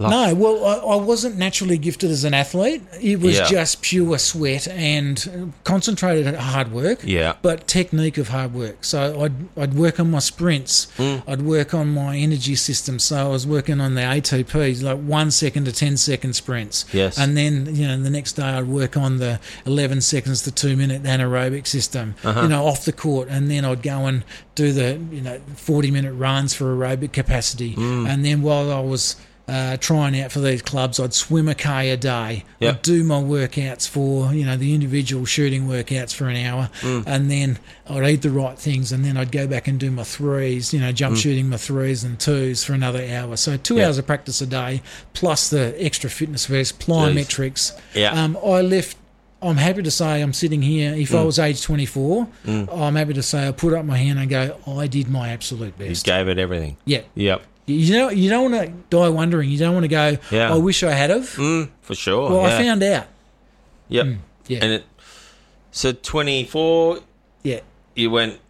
[SPEAKER 2] No, well, I, I wasn't naturally gifted as an athlete. It was
[SPEAKER 1] Yeah.
[SPEAKER 2] just pure sweat and concentrated hard work.
[SPEAKER 1] Yeah.
[SPEAKER 2] But technique of hard work. So I'd, I'd work on my sprints.
[SPEAKER 1] Mm.
[SPEAKER 2] I'd work on my energy system. So I was working on the ATPs, like one second to 10 second sprints.
[SPEAKER 1] Yes.
[SPEAKER 2] And then, you know, the next day I'd work on the 11 seconds to two minute anaerobic system, you know, off the court. And then I'd go and do the, you know, 40 minute runs for aerobic capacity. And then while I was, uh, trying out for these clubs, I'd swim a k a day.
[SPEAKER 1] Yeah.
[SPEAKER 2] I'd do my workouts for you know the individual shooting workouts for an hour, and then I'd eat the right things, and then I'd go back and do my threes, you know, jump shooting my threes and twos for another hour. So two
[SPEAKER 1] Yeah.
[SPEAKER 2] hours of practice a day plus the extra fitness vest, plyometrics.
[SPEAKER 1] Yeah.
[SPEAKER 2] Um, I left. I'm happy to say I'm sitting here. If
[SPEAKER 1] Mm.
[SPEAKER 2] I was age 24, I'm happy to say I put up my hand and go, I did my absolute
[SPEAKER 1] You
[SPEAKER 2] best.
[SPEAKER 1] gave it everything.
[SPEAKER 2] Yeah.
[SPEAKER 1] Yep.
[SPEAKER 2] You know, you don't want to die wondering. You don't want to go.
[SPEAKER 1] Yeah.
[SPEAKER 2] I wish I had have.
[SPEAKER 1] Mm, for sure.
[SPEAKER 2] Well,
[SPEAKER 1] yeah.
[SPEAKER 2] I found out.
[SPEAKER 1] Yep.
[SPEAKER 2] Yeah,
[SPEAKER 1] And it. So twenty four.
[SPEAKER 2] yeah.
[SPEAKER 1] You went.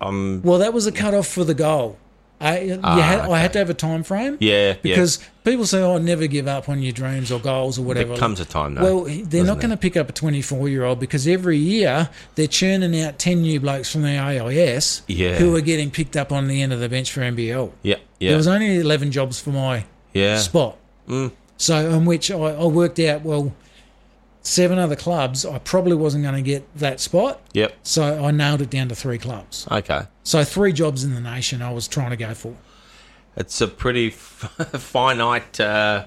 [SPEAKER 1] Um.
[SPEAKER 2] Well, that was the cutoff for the goal. I, you
[SPEAKER 1] Ah,
[SPEAKER 2] had, I
[SPEAKER 1] okay.
[SPEAKER 2] had to have a time frame.
[SPEAKER 1] Yeah. yeah.
[SPEAKER 2] Because people say, "Oh, never give up on your dreams or goals or whatever."
[SPEAKER 1] There comes a time, though.
[SPEAKER 2] well, he- they're not
[SPEAKER 1] doesn't
[SPEAKER 2] going to pick up a 24-year-old because every year they're churning out 10 new blokes from the AIS
[SPEAKER 1] Yeah.
[SPEAKER 2] who are getting picked up on the end of the bench for NBL.
[SPEAKER 1] yeah,
[SPEAKER 2] There
[SPEAKER 1] yeah,
[SPEAKER 2] was only 11 jobs for my
[SPEAKER 1] yeah, Mm.
[SPEAKER 2] spot. So, on which I, I worked out, well, seven other clubs, I probably wasn't going to get that spot.
[SPEAKER 1] yep.
[SPEAKER 2] So I nailed it down to three clubs.
[SPEAKER 1] Okay,
[SPEAKER 2] So three jobs in the nation I was trying to go for.
[SPEAKER 1] it's a pretty f- finite uh,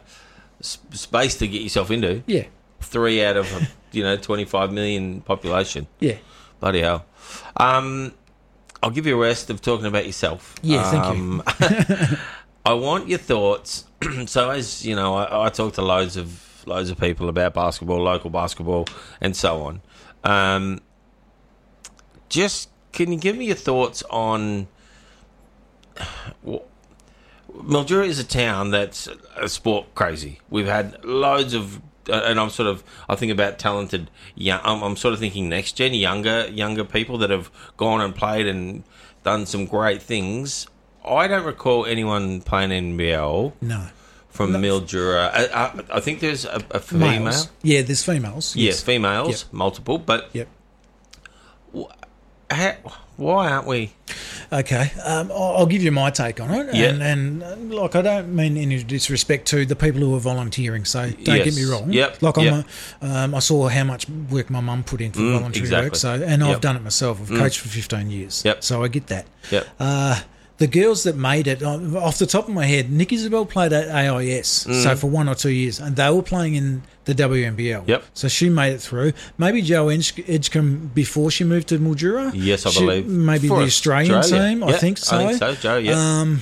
[SPEAKER 1] s- space to get yourself into.
[SPEAKER 2] Yeah,
[SPEAKER 1] Three out of you know twenty-five million population.
[SPEAKER 2] yeah,
[SPEAKER 1] Bloody hell. Um, I'll give you a rest of talking about yourself.
[SPEAKER 2] Yeah, thank you.
[SPEAKER 1] thank you. I want your thoughts. so, as you know, I, I talk to loads of loads of people about basketball, local basketball, and so on. Um, just can you give me your thoughts on? wh- Mildura is a town that's a sport crazy. We've had loads of, uh, and I'm sort of, I think about talented. Young, I'm, I'm sort of thinking next gen, younger, younger people that have gone and played and done some great things. I don't recall anyone playing NBL
[SPEAKER 2] no.
[SPEAKER 1] from Mildura. I, I, I think there's a, a female,
[SPEAKER 2] Males. Yeah, there's females.
[SPEAKER 1] yes, females,
[SPEAKER 2] Yep.
[SPEAKER 1] multiple, but
[SPEAKER 2] Yep.
[SPEAKER 1] ha why aren't we?
[SPEAKER 2] Okay. Um, I'll I'll give you my take on it.
[SPEAKER 1] Yeah.
[SPEAKER 2] And, and uh, like, I don't mean any disrespect to the people who are volunteering. So don't get me
[SPEAKER 1] Yes.
[SPEAKER 2] wrong.
[SPEAKER 1] Yep,
[SPEAKER 2] Like, I'm
[SPEAKER 1] yep. Mm,
[SPEAKER 2] a, um, I saw how much work my mum put in for voluntary work.
[SPEAKER 1] exactly.
[SPEAKER 2] So, and I've
[SPEAKER 1] Yep. Mm.
[SPEAKER 2] done it myself. I've coached for 15 years.
[SPEAKER 1] Yep.
[SPEAKER 2] So I get that.
[SPEAKER 1] Yep.
[SPEAKER 2] Uh, the girls that made it, uh, off the top of my head, Nick Isabel played at AIS,
[SPEAKER 1] Mm.
[SPEAKER 2] so for one or two years, and they were playing in the WNBL.
[SPEAKER 1] Yep.
[SPEAKER 2] So she made it through. Maybe Joe Edg- Edgecombe before she moved to Mildura.
[SPEAKER 1] Yes, I
[SPEAKER 2] She-
[SPEAKER 1] believe
[SPEAKER 2] Maybe
[SPEAKER 1] For
[SPEAKER 2] the Australian
[SPEAKER 1] Australia.
[SPEAKER 2] team.
[SPEAKER 1] Yeah,
[SPEAKER 2] I think so.
[SPEAKER 1] I think so, Joe. Yeah.
[SPEAKER 2] Um,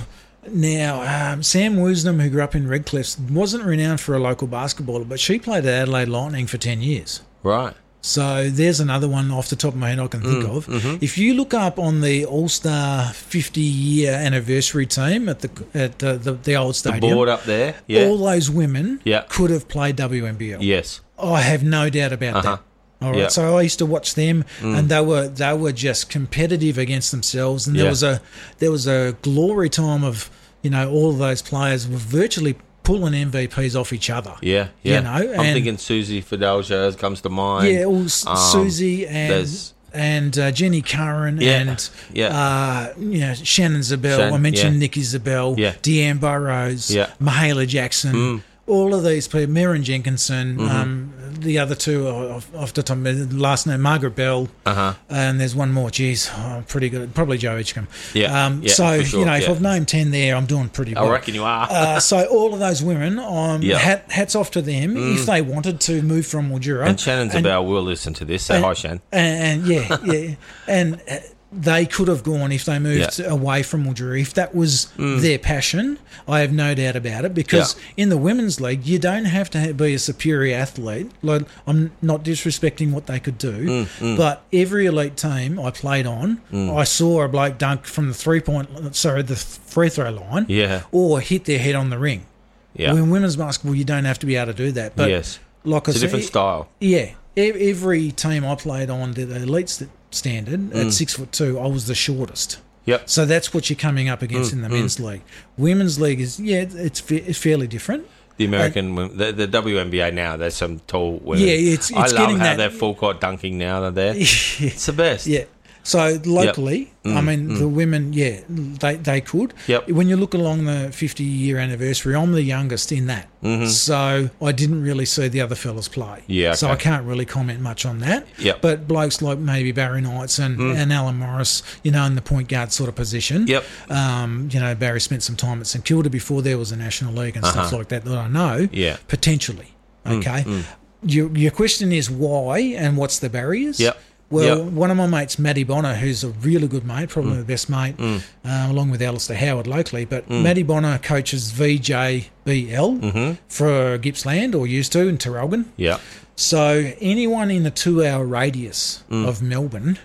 [SPEAKER 2] now, um, Sam Woosnam, who grew up in Redcliffe, wasn't renowned for a local basketballer, but she played at Adelaide Lightning for 10 years.
[SPEAKER 1] right.
[SPEAKER 2] So there's another one off the top of my head I can think
[SPEAKER 1] Mm,
[SPEAKER 2] of.
[SPEAKER 1] mm-hmm.
[SPEAKER 2] If you look up on the All Star 50 year anniversary team at the at uh, the, the old stadium,
[SPEAKER 1] Board up there. Yeah.
[SPEAKER 2] all those women
[SPEAKER 1] Yeah.
[SPEAKER 2] could have played WNBL.
[SPEAKER 1] yes.
[SPEAKER 2] Oh, I have no doubt about
[SPEAKER 1] Uh-huh.
[SPEAKER 2] that. All right.
[SPEAKER 1] Yeah. Mm.
[SPEAKER 2] So I used to watch them, and they were they were just competitive against themselves, and there
[SPEAKER 1] Yeah.
[SPEAKER 2] was a there was a glory time of you know all of those players were virtually pulling MVPs off each other.
[SPEAKER 1] Yeah, yeah.
[SPEAKER 2] know,
[SPEAKER 1] I'm
[SPEAKER 2] and-
[SPEAKER 1] thinking Susie Fidelja comes to mind.
[SPEAKER 2] Yeah, all S
[SPEAKER 1] Um,
[SPEAKER 2] Susie and
[SPEAKER 1] there's-
[SPEAKER 2] and uh, Jenny Curran
[SPEAKER 1] Yeah,
[SPEAKER 2] and
[SPEAKER 1] yeah.
[SPEAKER 2] Uh, you know, Shannon Zabel.
[SPEAKER 1] Shan-
[SPEAKER 2] I mentioned
[SPEAKER 1] yeah.
[SPEAKER 2] Nikki Zabel,
[SPEAKER 1] Yeah.
[SPEAKER 2] Deanne Burrows,
[SPEAKER 1] Yeah. Mm.
[SPEAKER 2] Mahala Jackson. All of these people, Merrin Jenkinson,
[SPEAKER 1] Mm-hmm.
[SPEAKER 2] um, the other two uh, off, off the top of my last name, Margaret Bell,
[SPEAKER 1] Uh-huh.
[SPEAKER 2] and there's one more. Geez, oh, I'm pretty good. Probably Joe Edgecombe.
[SPEAKER 1] Yeah,
[SPEAKER 2] Um,
[SPEAKER 1] yeah,
[SPEAKER 2] so
[SPEAKER 1] for sure,
[SPEAKER 2] you know, if
[SPEAKER 1] yeah.
[SPEAKER 2] I've named ten there, I'm doing pretty.
[SPEAKER 1] I
[SPEAKER 2] well
[SPEAKER 1] reckon you are.
[SPEAKER 2] uh, so all of those women, um,
[SPEAKER 1] Yeah. Mm.
[SPEAKER 2] hat, hats off to them if they wanted to move from Mildura.
[SPEAKER 1] and Shannon's about. We'll listen to this. Say hi, Shan.
[SPEAKER 2] And, and yeah, yeah, and uh, they could have gone if they moved
[SPEAKER 1] Yeah. Mm.
[SPEAKER 2] away from Mildura. If that was their passion, I have no doubt about it. Because in the women's league, you don't have to ha- be a superior athlete. Like I'm not disrespecting what they could do,
[SPEAKER 1] Mm,
[SPEAKER 2] but every elite team I played on, I saw a bloke dunk from the three point, sorry, the free throw line,
[SPEAKER 1] Yeah.
[SPEAKER 2] or hit their head on the ring.
[SPEAKER 1] Yeah.
[SPEAKER 2] Well, in women's basketball, you don't have to be able to do that. But
[SPEAKER 1] yes.
[SPEAKER 2] like I
[SPEAKER 1] It's a
[SPEAKER 2] said,
[SPEAKER 1] different style.
[SPEAKER 2] yeah, e- every team I played on to the elite st- standard at six foot two, I was the shortest.
[SPEAKER 1] Yep.
[SPEAKER 2] So that's what you're coming up against in the men's league. Women's league is yeah, it's fa- it's fairly different.
[SPEAKER 1] The American, women, the, the WNBA now, there's some tall women.
[SPEAKER 2] Yeah, it's-
[SPEAKER 1] I
[SPEAKER 2] it's
[SPEAKER 1] love
[SPEAKER 2] getting
[SPEAKER 1] how
[SPEAKER 2] that-
[SPEAKER 1] they're full court dunking now. They're there. It's the best.
[SPEAKER 2] Yeah. So locally, I mean, the women, yeah, they, they could.
[SPEAKER 1] Mm, Yep.
[SPEAKER 2] When you look along the 50 year anniversary, I'm the youngest in that. So I didn't really see the other fellas play.
[SPEAKER 1] Mm-hmm. Yeah,
[SPEAKER 2] So I
[SPEAKER 1] okay.
[SPEAKER 2] can't really comment much on that.
[SPEAKER 1] Yep. Mm.
[SPEAKER 2] But blokes like maybe Barry Knights and, and Alan Morris, you know, in the point guard sort of position.
[SPEAKER 1] Yep.
[SPEAKER 2] Um, you know, Barry spent some time at St Kilda before there was a National League and
[SPEAKER 1] Uh-huh.
[SPEAKER 2] stuff like that that I know.
[SPEAKER 1] Yeah.
[SPEAKER 2] Potentially.
[SPEAKER 1] Mm,
[SPEAKER 2] Okay. Your, your question is why and what's the barriers?
[SPEAKER 1] Yep.
[SPEAKER 2] Well,
[SPEAKER 1] Yep. Mm.
[SPEAKER 2] one of my mates, Matty Bonner, who's a really good mate, probably the best mate, uh, along with Alistair Howard locally. But
[SPEAKER 1] Mm.
[SPEAKER 2] Matty Bonner coaches VJBL
[SPEAKER 1] Mm-hmm.
[SPEAKER 2] for Gippsland or used to in Terralgan.
[SPEAKER 1] Yeah.
[SPEAKER 2] So anyone in a two-hour radius
[SPEAKER 1] Mm.
[SPEAKER 2] of Melbourne,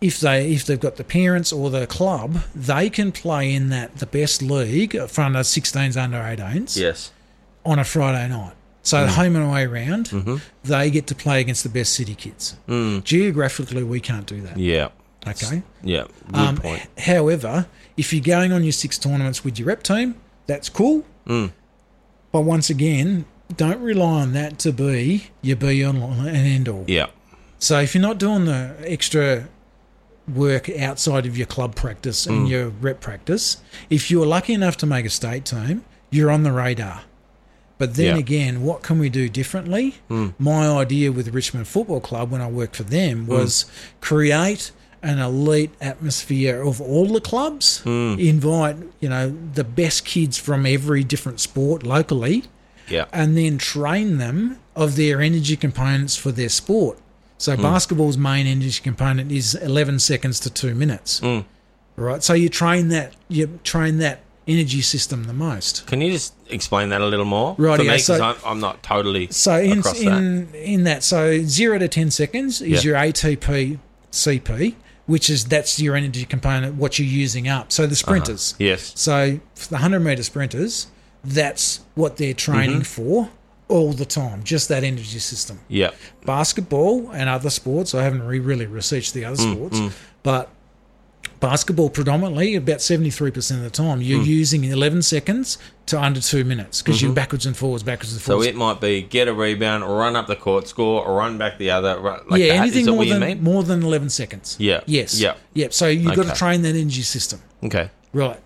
[SPEAKER 2] if they if they've got the parents or the club, they can play in that the best league for under 16s, under 18s
[SPEAKER 1] Yes.
[SPEAKER 2] on a Friday night. So
[SPEAKER 1] Mm.
[SPEAKER 2] home and away round,
[SPEAKER 1] Mm-hmm.
[SPEAKER 2] they get to play against the best city kids. Geographically, we can't do that.
[SPEAKER 1] Mm. Yeah.
[SPEAKER 2] Okay.
[SPEAKER 1] Yeah. Good
[SPEAKER 2] Um,
[SPEAKER 1] point.
[SPEAKER 2] h- However, if you're going on your six tournaments with your rep team, that's cool.
[SPEAKER 1] Mm.
[SPEAKER 2] But once again, don't rely on that to be your be all and end all.
[SPEAKER 1] Yeah.
[SPEAKER 2] So if you're not doing the extra work outside of your club practice and your rep practice, if you're lucky enough to make a state team, you're on the radar. But then
[SPEAKER 1] Yeah.
[SPEAKER 2] again, what can we do differently? My idea with Richmond Football Club when I worked for them was create an elite atmosphere of all the clubs, invite, you know, the best kids from every different sport locally
[SPEAKER 1] Yeah.
[SPEAKER 2] and then train them of their energy components for their sport. So
[SPEAKER 1] Hmm.
[SPEAKER 2] basketball's main energy component is 11 seconds to 2 minutes.
[SPEAKER 1] Hmm.
[SPEAKER 2] Right? So you train that you train that energy system the most.
[SPEAKER 1] Can you just explain that a little more?
[SPEAKER 2] Rightio,
[SPEAKER 1] For me, 'cause
[SPEAKER 2] uh, so-
[SPEAKER 1] I'm, I'm not totally
[SPEAKER 2] So in
[SPEAKER 1] across that.
[SPEAKER 2] in in that so 0 to 10 seconds is
[SPEAKER 1] Yeah.
[SPEAKER 2] your ATP CP which is that's your energy component what you're using up.
[SPEAKER 1] Uh-huh.
[SPEAKER 2] So the sprinters.
[SPEAKER 1] Yes.
[SPEAKER 2] So for the 100 meter sprinters that's what they're training
[SPEAKER 1] Mm-hmm.
[SPEAKER 2] for all the time just that energy system.
[SPEAKER 1] Yeah.
[SPEAKER 2] basketball and other sports. I haven't re- really researched the other
[SPEAKER 1] Mm,
[SPEAKER 2] sports, but basketball predominantly, about 73% of the time,
[SPEAKER 1] Mm.
[SPEAKER 2] you're using 11 seconds to under two minutes because you're backwards and forwards, backwards and
[SPEAKER 1] Mm-hmm. So
[SPEAKER 2] forwards.
[SPEAKER 1] it might be get a rebound, run up the court, score, or run back the other. ru- Like
[SPEAKER 2] yeah,
[SPEAKER 1] that. Is
[SPEAKER 2] anything
[SPEAKER 1] that
[SPEAKER 2] more
[SPEAKER 1] what you
[SPEAKER 2] than
[SPEAKER 1] mean?
[SPEAKER 2] more than 11 seconds.
[SPEAKER 1] Yeah.
[SPEAKER 2] Yes.
[SPEAKER 1] Yeah.
[SPEAKER 2] Yep. So you've got to
[SPEAKER 1] Okay.
[SPEAKER 2] train that energy system.
[SPEAKER 1] Okay.
[SPEAKER 2] Right.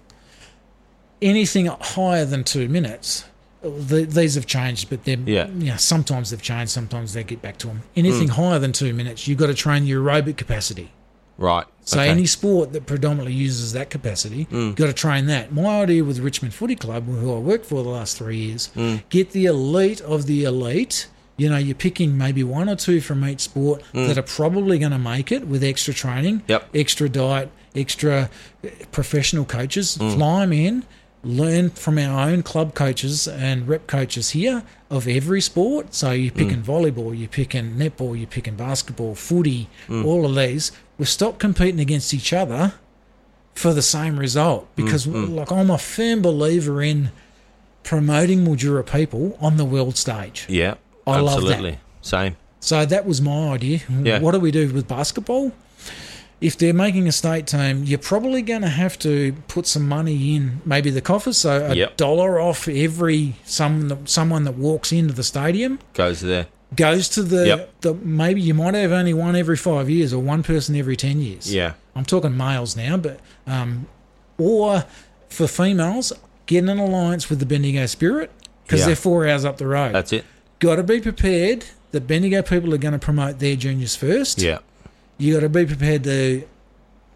[SPEAKER 2] Anything higher than two minutes, th these have changed, but they're
[SPEAKER 1] Yeah. Mm.
[SPEAKER 2] yeah, sometimes they've changed, sometimes they get back to them. Anything higher than two minutes, you've got to train your aerobic capacity.
[SPEAKER 1] Right.
[SPEAKER 2] So
[SPEAKER 1] okay. Mm.
[SPEAKER 2] any sport that predominantly uses that capacity, got to train that. My idea with Richmond Footy Club, who I worked for the last three years,
[SPEAKER 1] Mm.
[SPEAKER 2] get the elite of the elite. You know, you're picking maybe one or two from each sport that are probably going to make it with extra training,
[SPEAKER 1] Mm. Yep.
[SPEAKER 2] extra diet, extra eh, professional coaches. Fly them in, learn from our own club coaches and rep coaches here of every sport. So you're picking volleyball, you're picking netball, you're picking basketball, footy, all of these. We stop competing against each other for the same result because, like, I'm a firm believer in promoting Mildura people on the world stage.
[SPEAKER 1] Yeah.
[SPEAKER 2] I love that.
[SPEAKER 1] absolutely. Same.
[SPEAKER 2] So that was my idea.
[SPEAKER 1] Yeah.
[SPEAKER 2] What do we do with basketball? If they're making a state team, you're probably going to have to put some money in, maybe the coffers. So a
[SPEAKER 1] Yep.
[SPEAKER 2] dollar off every some that- someone that walks into the stadium
[SPEAKER 1] Goes there.
[SPEAKER 2] goes to the,
[SPEAKER 1] Yep.
[SPEAKER 2] the maybe you might have only one every five years or one person every ten years.
[SPEAKER 1] Yeah.
[SPEAKER 2] I'm talking males now, but um, or for females, get an alliance with the Bendigo Spirit because
[SPEAKER 1] Yeah.
[SPEAKER 2] they're four hours up the road
[SPEAKER 1] That's it.
[SPEAKER 2] got to be prepared that Bendigo people are going to promote their juniors first.
[SPEAKER 1] Yeah.
[SPEAKER 2] You got to be prepared to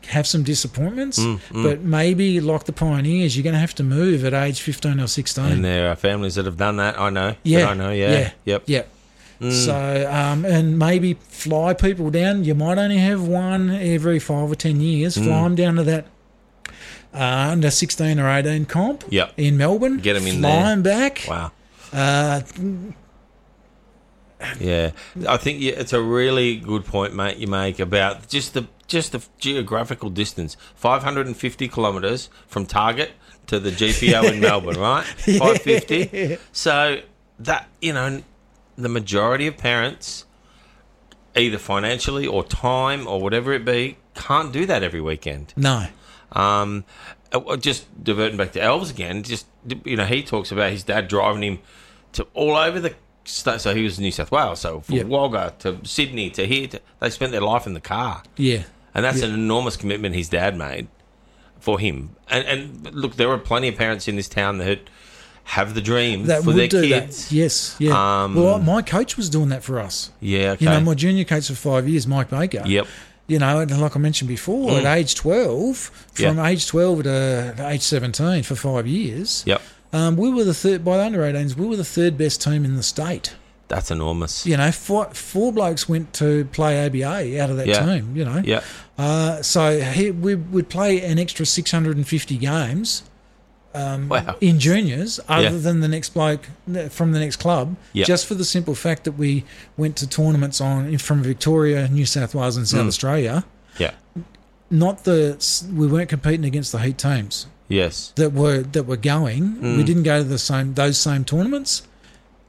[SPEAKER 2] have some disappointments,
[SPEAKER 1] Mm,
[SPEAKER 2] but maybe like the pioneers, you're going to have to move at age 15 or 16.
[SPEAKER 1] And there are families that have done that. I know. that
[SPEAKER 2] yeah,
[SPEAKER 1] I know. Yeah. Yep. Mm.
[SPEAKER 2] Yep. So, um, and maybe fly people down. You might only have one every five or ten years.
[SPEAKER 1] Mm.
[SPEAKER 2] Fly them down to that uh, under 16 or 18 comp
[SPEAKER 1] Yep.
[SPEAKER 2] in Melbourne.
[SPEAKER 1] Get 'em in
[SPEAKER 2] fly
[SPEAKER 1] there.
[SPEAKER 2] 'em back.
[SPEAKER 1] Wow.
[SPEAKER 2] Uh,
[SPEAKER 1] Yeah, I think you- it's a really good point, mate. You make about just the just the geographical distance, five hundred and fifty kilometres from Target to the GPO in Melbourne, right? Five fifty. So that you know, the majority of parents, either financially or time or whatever it be, can't do that every weekend.
[SPEAKER 2] no.
[SPEAKER 1] Um, uh, well, just diverting back to Elves again. Just you know, he talks about his dad driving him to all over the state. So he was in New South Wales, so from
[SPEAKER 2] Yep.
[SPEAKER 1] Wagga to Sydney to here. To, they spent their life in the car,
[SPEAKER 2] Yeah.
[SPEAKER 1] and that's an enormous commitment his dad made for him. And, and look, there are plenty of parents in this town that have the dream
[SPEAKER 2] That
[SPEAKER 1] for their
[SPEAKER 2] would do
[SPEAKER 1] kids.
[SPEAKER 2] that. Yes. Yeah.
[SPEAKER 1] Um,
[SPEAKER 2] well, my coach was doing that for us.
[SPEAKER 1] Yeah, okay.
[SPEAKER 2] You know, my junior coach for five years, Mike Baker.
[SPEAKER 1] Yep. Mm.
[SPEAKER 2] You know, and like I mentioned before, at age 12, from
[SPEAKER 1] Yeah.
[SPEAKER 2] age 12 to to age 17 for five years,
[SPEAKER 1] Yep.
[SPEAKER 2] um, we were the third, by the under 18s, we were the third best team in the state.
[SPEAKER 1] That's enormous.
[SPEAKER 2] You know, four, four blokes went to play ABA out of that
[SPEAKER 1] Yeah.
[SPEAKER 2] team, you know.
[SPEAKER 1] Yeah.
[SPEAKER 2] Uh, so he, we would play an extra 650 games
[SPEAKER 1] Wow.
[SPEAKER 2] in juniors other
[SPEAKER 1] Yeah.
[SPEAKER 2] than the next bloke n- from the next club
[SPEAKER 1] Yeah.
[SPEAKER 2] just for the simple fact that we went to tournaments on from Victoria, New South Wales and South
[SPEAKER 1] Mm.
[SPEAKER 2] Australia.
[SPEAKER 1] Yeah.
[SPEAKER 2] Not the s- we weren't competing against the heat teams
[SPEAKER 1] Yes.
[SPEAKER 2] that were that were going. We
[SPEAKER 1] Mm.
[SPEAKER 2] didn't go to the same those same tournaments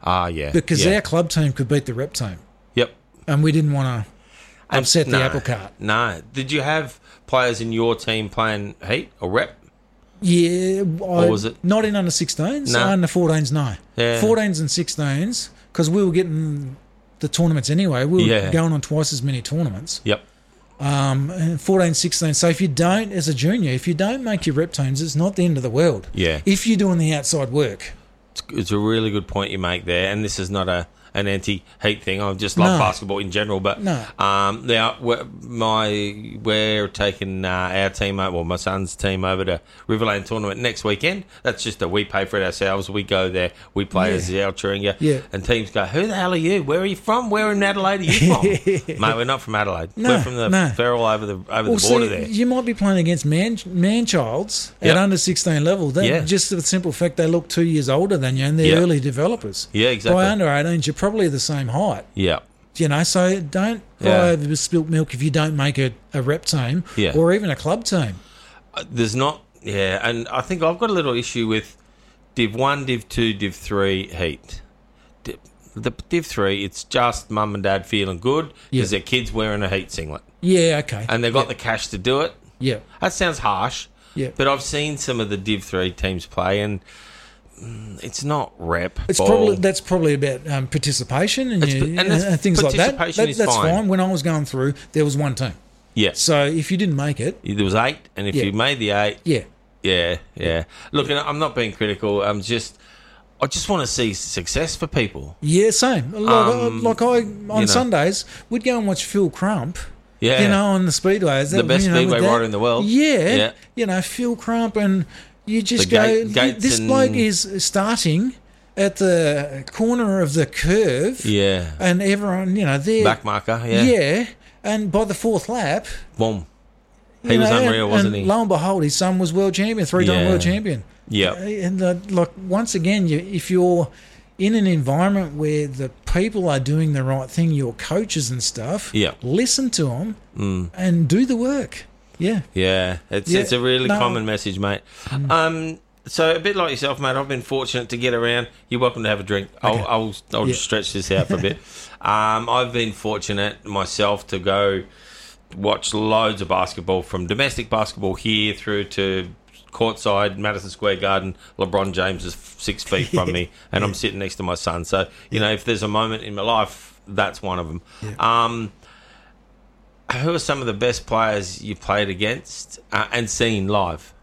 [SPEAKER 1] Ah. Yeah.
[SPEAKER 2] because
[SPEAKER 1] yeah.
[SPEAKER 2] our club team could beat the rep team
[SPEAKER 1] Yep.
[SPEAKER 2] and we didn't want to
[SPEAKER 1] And-
[SPEAKER 2] upset the
[SPEAKER 1] no,
[SPEAKER 2] apple cart.
[SPEAKER 1] No. Did you have players in your team playing heat or rep?
[SPEAKER 2] Yeah, I,
[SPEAKER 1] was it-
[SPEAKER 2] not in under 16s?
[SPEAKER 1] No.
[SPEAKER 2] Under 14s, no.
[SPEAKER 1] Yeah.
[SPEAKER 2] 14s and 16s, because we were getting the tournaments anyway. We were
[SPEAKER 1] Yeah.
[SPEAKER 2] going on twice as many tournaments.
[SPEAKER 1] Yep.
[SPEAKER 2] Um, and 14, 16. So if you don't, as a junior, if you don't make your rep teams, it's not the end of the world.
[SPEAKER 1] Yeah.
[SPEAKER 2] If you're doing the outside work.
[SPEAKER 1] It's, it's a really good point you make there, and this is not a an anti-heat thing. I just love
[SPEAKER 2] No.
[SPEAKER 1] basketball in general, but
[SPEAKER 2] No.
[SPEAKER 1] um, now we're, my we're taking uh, our team over, well, my son's team over to Riverland tournament next weekend. That's just that we pay for it ourselves. We go there, we play as the Altringa,
[SPEAKER 2] Yeah.
[SPEAKER 1] and teams go, "Who the hell are you? Where are you from? Where in Adelaide are you from?" Mate, we're not from Adelaide.
[SPEAKER 2] No,
[SPEAKER 1] we're from the
[SPEAKER 2] no.
[SPEAKER 1] Feral over the over
[SPEAKER 2] Well,
[SPEAKER 1] the border
[SPEAKER 2] see,
[SPEAKER 1] there.
[SPEAKER 2] you might be playing against man, man-childs
[SPEAKER 1] Yep.
[SPEAKER 2] at under 16 level. That,
[SPEAKER 1] Yeah.
[SPEAKER 2] Just the simple fact they look two years older than you and they're
[SPEAKER 1] Yep.
[SPEAKER 2] early developers.
[SPEAKER 1] Yeah, exactly.
[SPEAKER 2] By under 18s, you're probably the same height.
[SPEAKER 1] Yeah.
[SPEAKER 2] You know, so don't cry
[SPEAKER 1] Yeah.
[SPEAKER 2] over spilt milk if you don't make a, a rep team
[SPEAKER 1] Yeah.
[SPEAKER 2] or even a club team.
[SPEAKER 1] Uh, there's not yeah and i think i've got a little issue with div 1 div 2 div 3 heat div, the div 3 it's just mum and dad feeling good
[SPEAKER 2] Yeah.
[SPEAKER 1] because their kids wearing a heat singlet
[SPEAKER 2] Yeah, okay.
[SPEAKER 1] and they've got the cash to do it
[SPEAKER 2] yeah.
[SPEAKER 1] that sounds harsh
[SPEAKER 2] Yeah.
[SPEAKER 1] but i've seen some of the div 3 teams play and mm, it's not rep
[SPEAKER 2] It's
[SPEAKER 1] ball.
[SPEAKER 2] probably that's probably about um, participation and,
[SPEAKER 1] It's
[SPEAKER 2] you-
[SPEAKER 1] pa- and
[SPEAKER 2] and,
[SPEAKER 1] that's-
[SPEAKER 2] and things like that.
[SPEAKER 1] participation
[SPEAKER 2] That-
[SPEAKER 1] is
[SPEAKER 2] that's
[SPEAKER 1] fine.
[SPEAKER 2] fine. When I was going through, there was one team.
[SPEAKER 1] yeah
[SPEAKER 2] So if you didn't make it,
[SPEAKER 1] there was eight and if
[SPEAKER 2] Yeah.
[SPEAKER 1] you made the eight
[SPEAKER 2] yeah,
[SPEAKER 1] Yeah, yeah. Look, and I'm not being critical. I'm just, I just want to see success for people.
[SPEAKER 2] yeah, same. Like, uh,
[SPEAKER 1] Um,
[SPEAKER 2] like I on
[SPEAKER 1] know.
[SPEAKER 2] Sundays, we'd go and watch Phil Crump.
[SPEAKER 1] Yeah,
[SPEAKER 2] you know, on the speedways. That,
[SPEAKER 1] best
[SPEAKER 2] you know, with
[SPEAKER 1] speedway
[SPEAKER 2] that-
[SPEAKER 1] rider in the world.
[SPEAKER 2] Yeah,
[SPEAKER 1] Yeah.
[SPEAKER 2] you know, Phil Crump, and you just
[SPEAKER 1] The
[SPEAKER 2] go.
[SPEAKER 1] gate- gates
[SPEAKER 2] this
[SPEAKER 1] and-
[SPEAKER 2] bloke is starting at the corner of the curve,
[SPEAKER 1] Yeah.
[SPEAKER 2] and everyone, you know, they're
[SPEAKER 1] Back marker. Yeah.
[SPEAKER 2] yeah, and by the fourth lap,
[SPEAKER 1] Boom.
[SPEAKER 2] you
[SPEAKER 1] He was
[SPEAKER 2] know,
[SPEAKER 1] unreal,
[SPEAKER 2] and-
[SPEAKER 1] wasn't
[SPEAKER 2] and
[SPEAKER 1] he?
[SPEAKER 2] Lo and behold, his son was world champion, three-time
[SPEAKER 1] Yeah.
[SPEAKER 2] world champion.
[SPEAKER 1] Yeah.
[SPEAKER 2] and uh, like once again, you, if you're in an environment where the people are doing the right thing, your coaches and stuff,
[SPEAKER 1] Yeah. Mm.
[SPEAKER 2] listen to them and do the work. Yeah,
[SPEAKER 1] Yeah, it's
[SPEAKER 2] Yeah,
[SPEAKER 1] it's a really
[SPEAKER 2] no.
[SPEAKER 1] common message, mate. Um, so a bit like yourself, mate. I've been fortunate to get around. You're welcome to have a drink. I'll I'll, I'll just
[SPEAKER 2] Yeah.
[SPEAKER 1] stretch this out for a bit. um, I've been fortunate myself to go watch loads of basketball from domestic basketball here through to courtside Madison Square Garden. LeBron James is f- six feet from me, and I'm sitting next to my son. So you know, if there's a moment in my life, that's one of them. Um, who are some of the best players you played against uh, and seen live?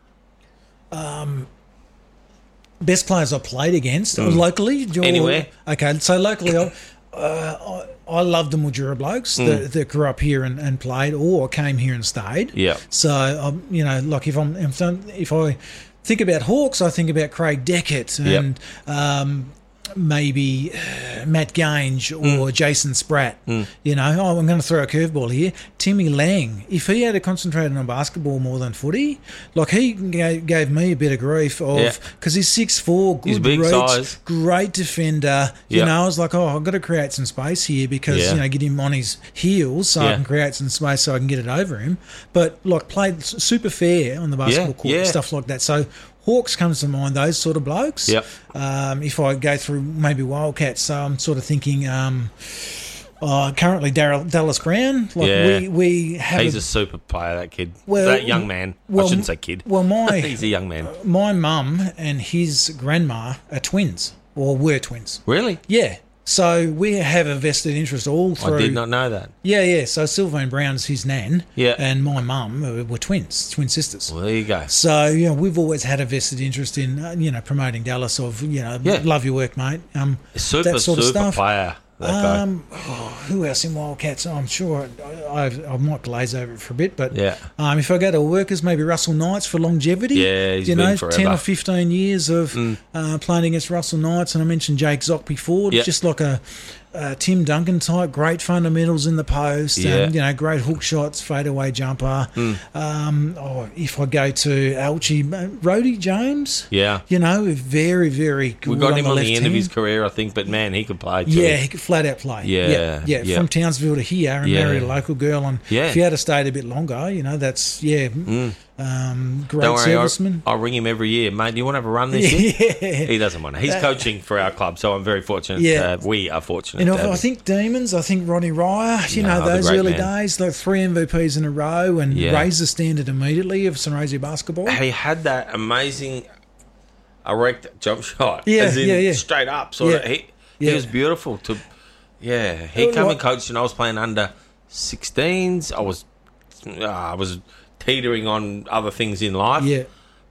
[SPEAKER 2] best players I played against uh, locally. do you-
[SPEAKER 1] Mm. Anywhere.
[SPEAKER 2] Okay, so locally, I, uh, I, I love the Mildura blokes
[SPEAKER 1] Mm.
[SPEAKER 2] that, that grew up here and, and played or came here and stayed.
[SPEAKER 1] Yeah.
[SPEAKER 2] So, um, you know, like if I'm if, I'm- if I think about Hawks, I think about Craig Deckett and um, maybe uh, Matt Gange or
[SPEAKER 1] Mm.
[SPEAKER 2] Jason Spratt. You know, oh, I'm going to throw a curveball here. Timmy Lang, if he had concentrated on basketball more than footy, like he ga- gave me a bit of grief
[SPEAKER 1] Yeah.
[SPEAKER 2] of because he's six four, good
[SPEAKER 1] He's big
[SPEAKER 2] reach,
[SPEAKER 1] size.
[SPEAKER 2] great defender. You
[SPEAKER 1] Yeah.
[SPEAKER 2] know, I was like, oh, I've got to create some space here because
[SPEAKER 1] Yeah.
[SPEAKER 2] you know get him on his heels so I
[SPEAKER 1] Yeah.
[SPEAKER 2] can create some space so I can get it over him. But like played s- super fair on the basketball court, and
[SPEAKER 1] yeah.
[SPEAKER 2] stuff like that. So. Hawks comes to mind, those sort of blokes.
[SPEAKER 1] Yep.
[SPEAKER 2] Um, if I go through maybe Wildcats, so I'm sort of thinking um, uh, currently Darryl, Dallas Brown. Like
[SPEAKER 1] Yeah.
[SPEAKER 2] we, we have
[SPEAKER 1] He's a super player, that kid.
[SPEAKER 2] Well,
[SPEAKER 1] that young man. I shouldn't say kid.
[SPEAKER 2] Well, my
[SPEAKER 1] He's a young man.
[SPEAKER 2] my mum and his grandma are twins or were twins.
[SPEAKER 1] Really?
[SPEAKER 2] Yeah. So we have a vested interest all through.
[SPEAKER 1] I did not know that.
[SPEAKER 2] Yeah, yeah. So Sylvain Brown's his nan.
[SPEAKER 1] Yeah.
[SPEAKER 2] And my mum uh, were twins, twin sisters.
[SPEAKER 1] Well, there you go.
[SPEAKER 2] So you know, we've always had a vested interest in uh, you know promoting Dallas. Of you know,
[SPEAKER 1] Yeah.
[SPEAKER 2] love your work, mate. Um,
[SPEAKER 1] Super,
[SPEAKER 2] sort
[SPEAKER 1] super
[SPEAKER 2] of stuff.
[SPEAKER 1] player. That guy.
[SPEAKER 2] Um, oh, who else in Wildcats? I'm sure I, I've, I might glaze over it for a bit, but
[SPEAKER 1] Yeah.
[SPEAKER 2] Um, if I go to workers, maybe Russell Knights for longevity.
[SPEAKER 1] Yeah, he's
[SPEAKER 2] you
[SPEAKER 1] been
[SPEAKER 2] know,
[SPEAKER 1] forever. Mm.
[SPEAKER 2] ten or fifteen years of uh, playing against Russell Knights, and I mentioned Jake Zock before,
[SPEAKER 1] Yeah.
[SPEAKER 2] just like a. Uh, Tim Duncan type, great fundamentals in the post,
[SPEAKER 1] Yeah. Mm.
[SPEAKER 2] and you know, great hook shots, fadeaway jumper. Um, oh, if I go to Alchi, Rody James,
[SPEAKER 1] Yeah.
[SPEAKER 2] you know, very, very good.
[SPEAKER 1] We got him on the,
[SPEAKER 2] left
[SPEAKER 1] end of
[SPEAKER 2] hand.
[SPEAKER 1] his career, I think, but man, he could play too.
[SPEAKER 2] Yeah, he could flat out play.
[SPEAKER 1] Yeah,
[SPEAKER 2] yeah, yeah,
[SPEAKER 1] yeah.
[SPEAKER 2] from Townsville to here and
[SPEAKER 1] Yeah.
[SPEAKER 2] married a local girl. And
[SPEAKER 1] Yeah. Mm.
[SPEAKER 2] if you had stayed a bit longer, you know, that's yeah, um, great
[SPEAKER 1] Don't worry,
[SPEAKER 2] serviceman.
[SPEAKER 1] I'll, I'll ring him every year. Mate, do you want to have a run this year?
[SPEAKER 2] yeah,
[SPEAKER 1] He doesn't want to. He's coaching for our club, so I'm very fortunate.
[SPEAKER 2] Uh, Yeah.
[SPEAKER 1] Uh, we are fortunate.
[SPEAKER 2] you know,
[SPEAKER 1] to have
[SPEAKER 2] I
[SPEAKER 1] him.
[SPEAKER 2] think Demons, I think Ronnie Ryer, you
[SPEAKER 1] No,
[SPEAKER 2] know,
[SPEAKER 1] the
[SPEAKER 2] those
[SPEAKER 1] great
[SPEAKER 2] early
[SPEAKER 1] man.
[SPEAKER 2] days, like three MVPs in a row and
[SPEAKER 1] Yeah.
[SPEAKER 2] raised the standard immediately of Sunraysia basketball.
[SPEAKER 1] he had that amazing erect jump shot.
[SPEAKER 2] Yeah,
[SPEAKER 1] as in
[SPEAKER 2] yeah, yeah.
[SPEAKER 1] Straight up, sort
[SPEAKER 2] Yeah.
[SPEAKER 1] of. He,
[SPEAKER 2] Yeah.
[SPEAKER 1] he was beautiful. To yeah, he
[SPEAKER 2] Well,
[SPEAKER 1] came
[SPEAKER 2] like-
[SPEAKER 1] and coached, and I was playing under 16s. I was uh, I was teetering on other things in life.
[SPEAKER 2] Yeah.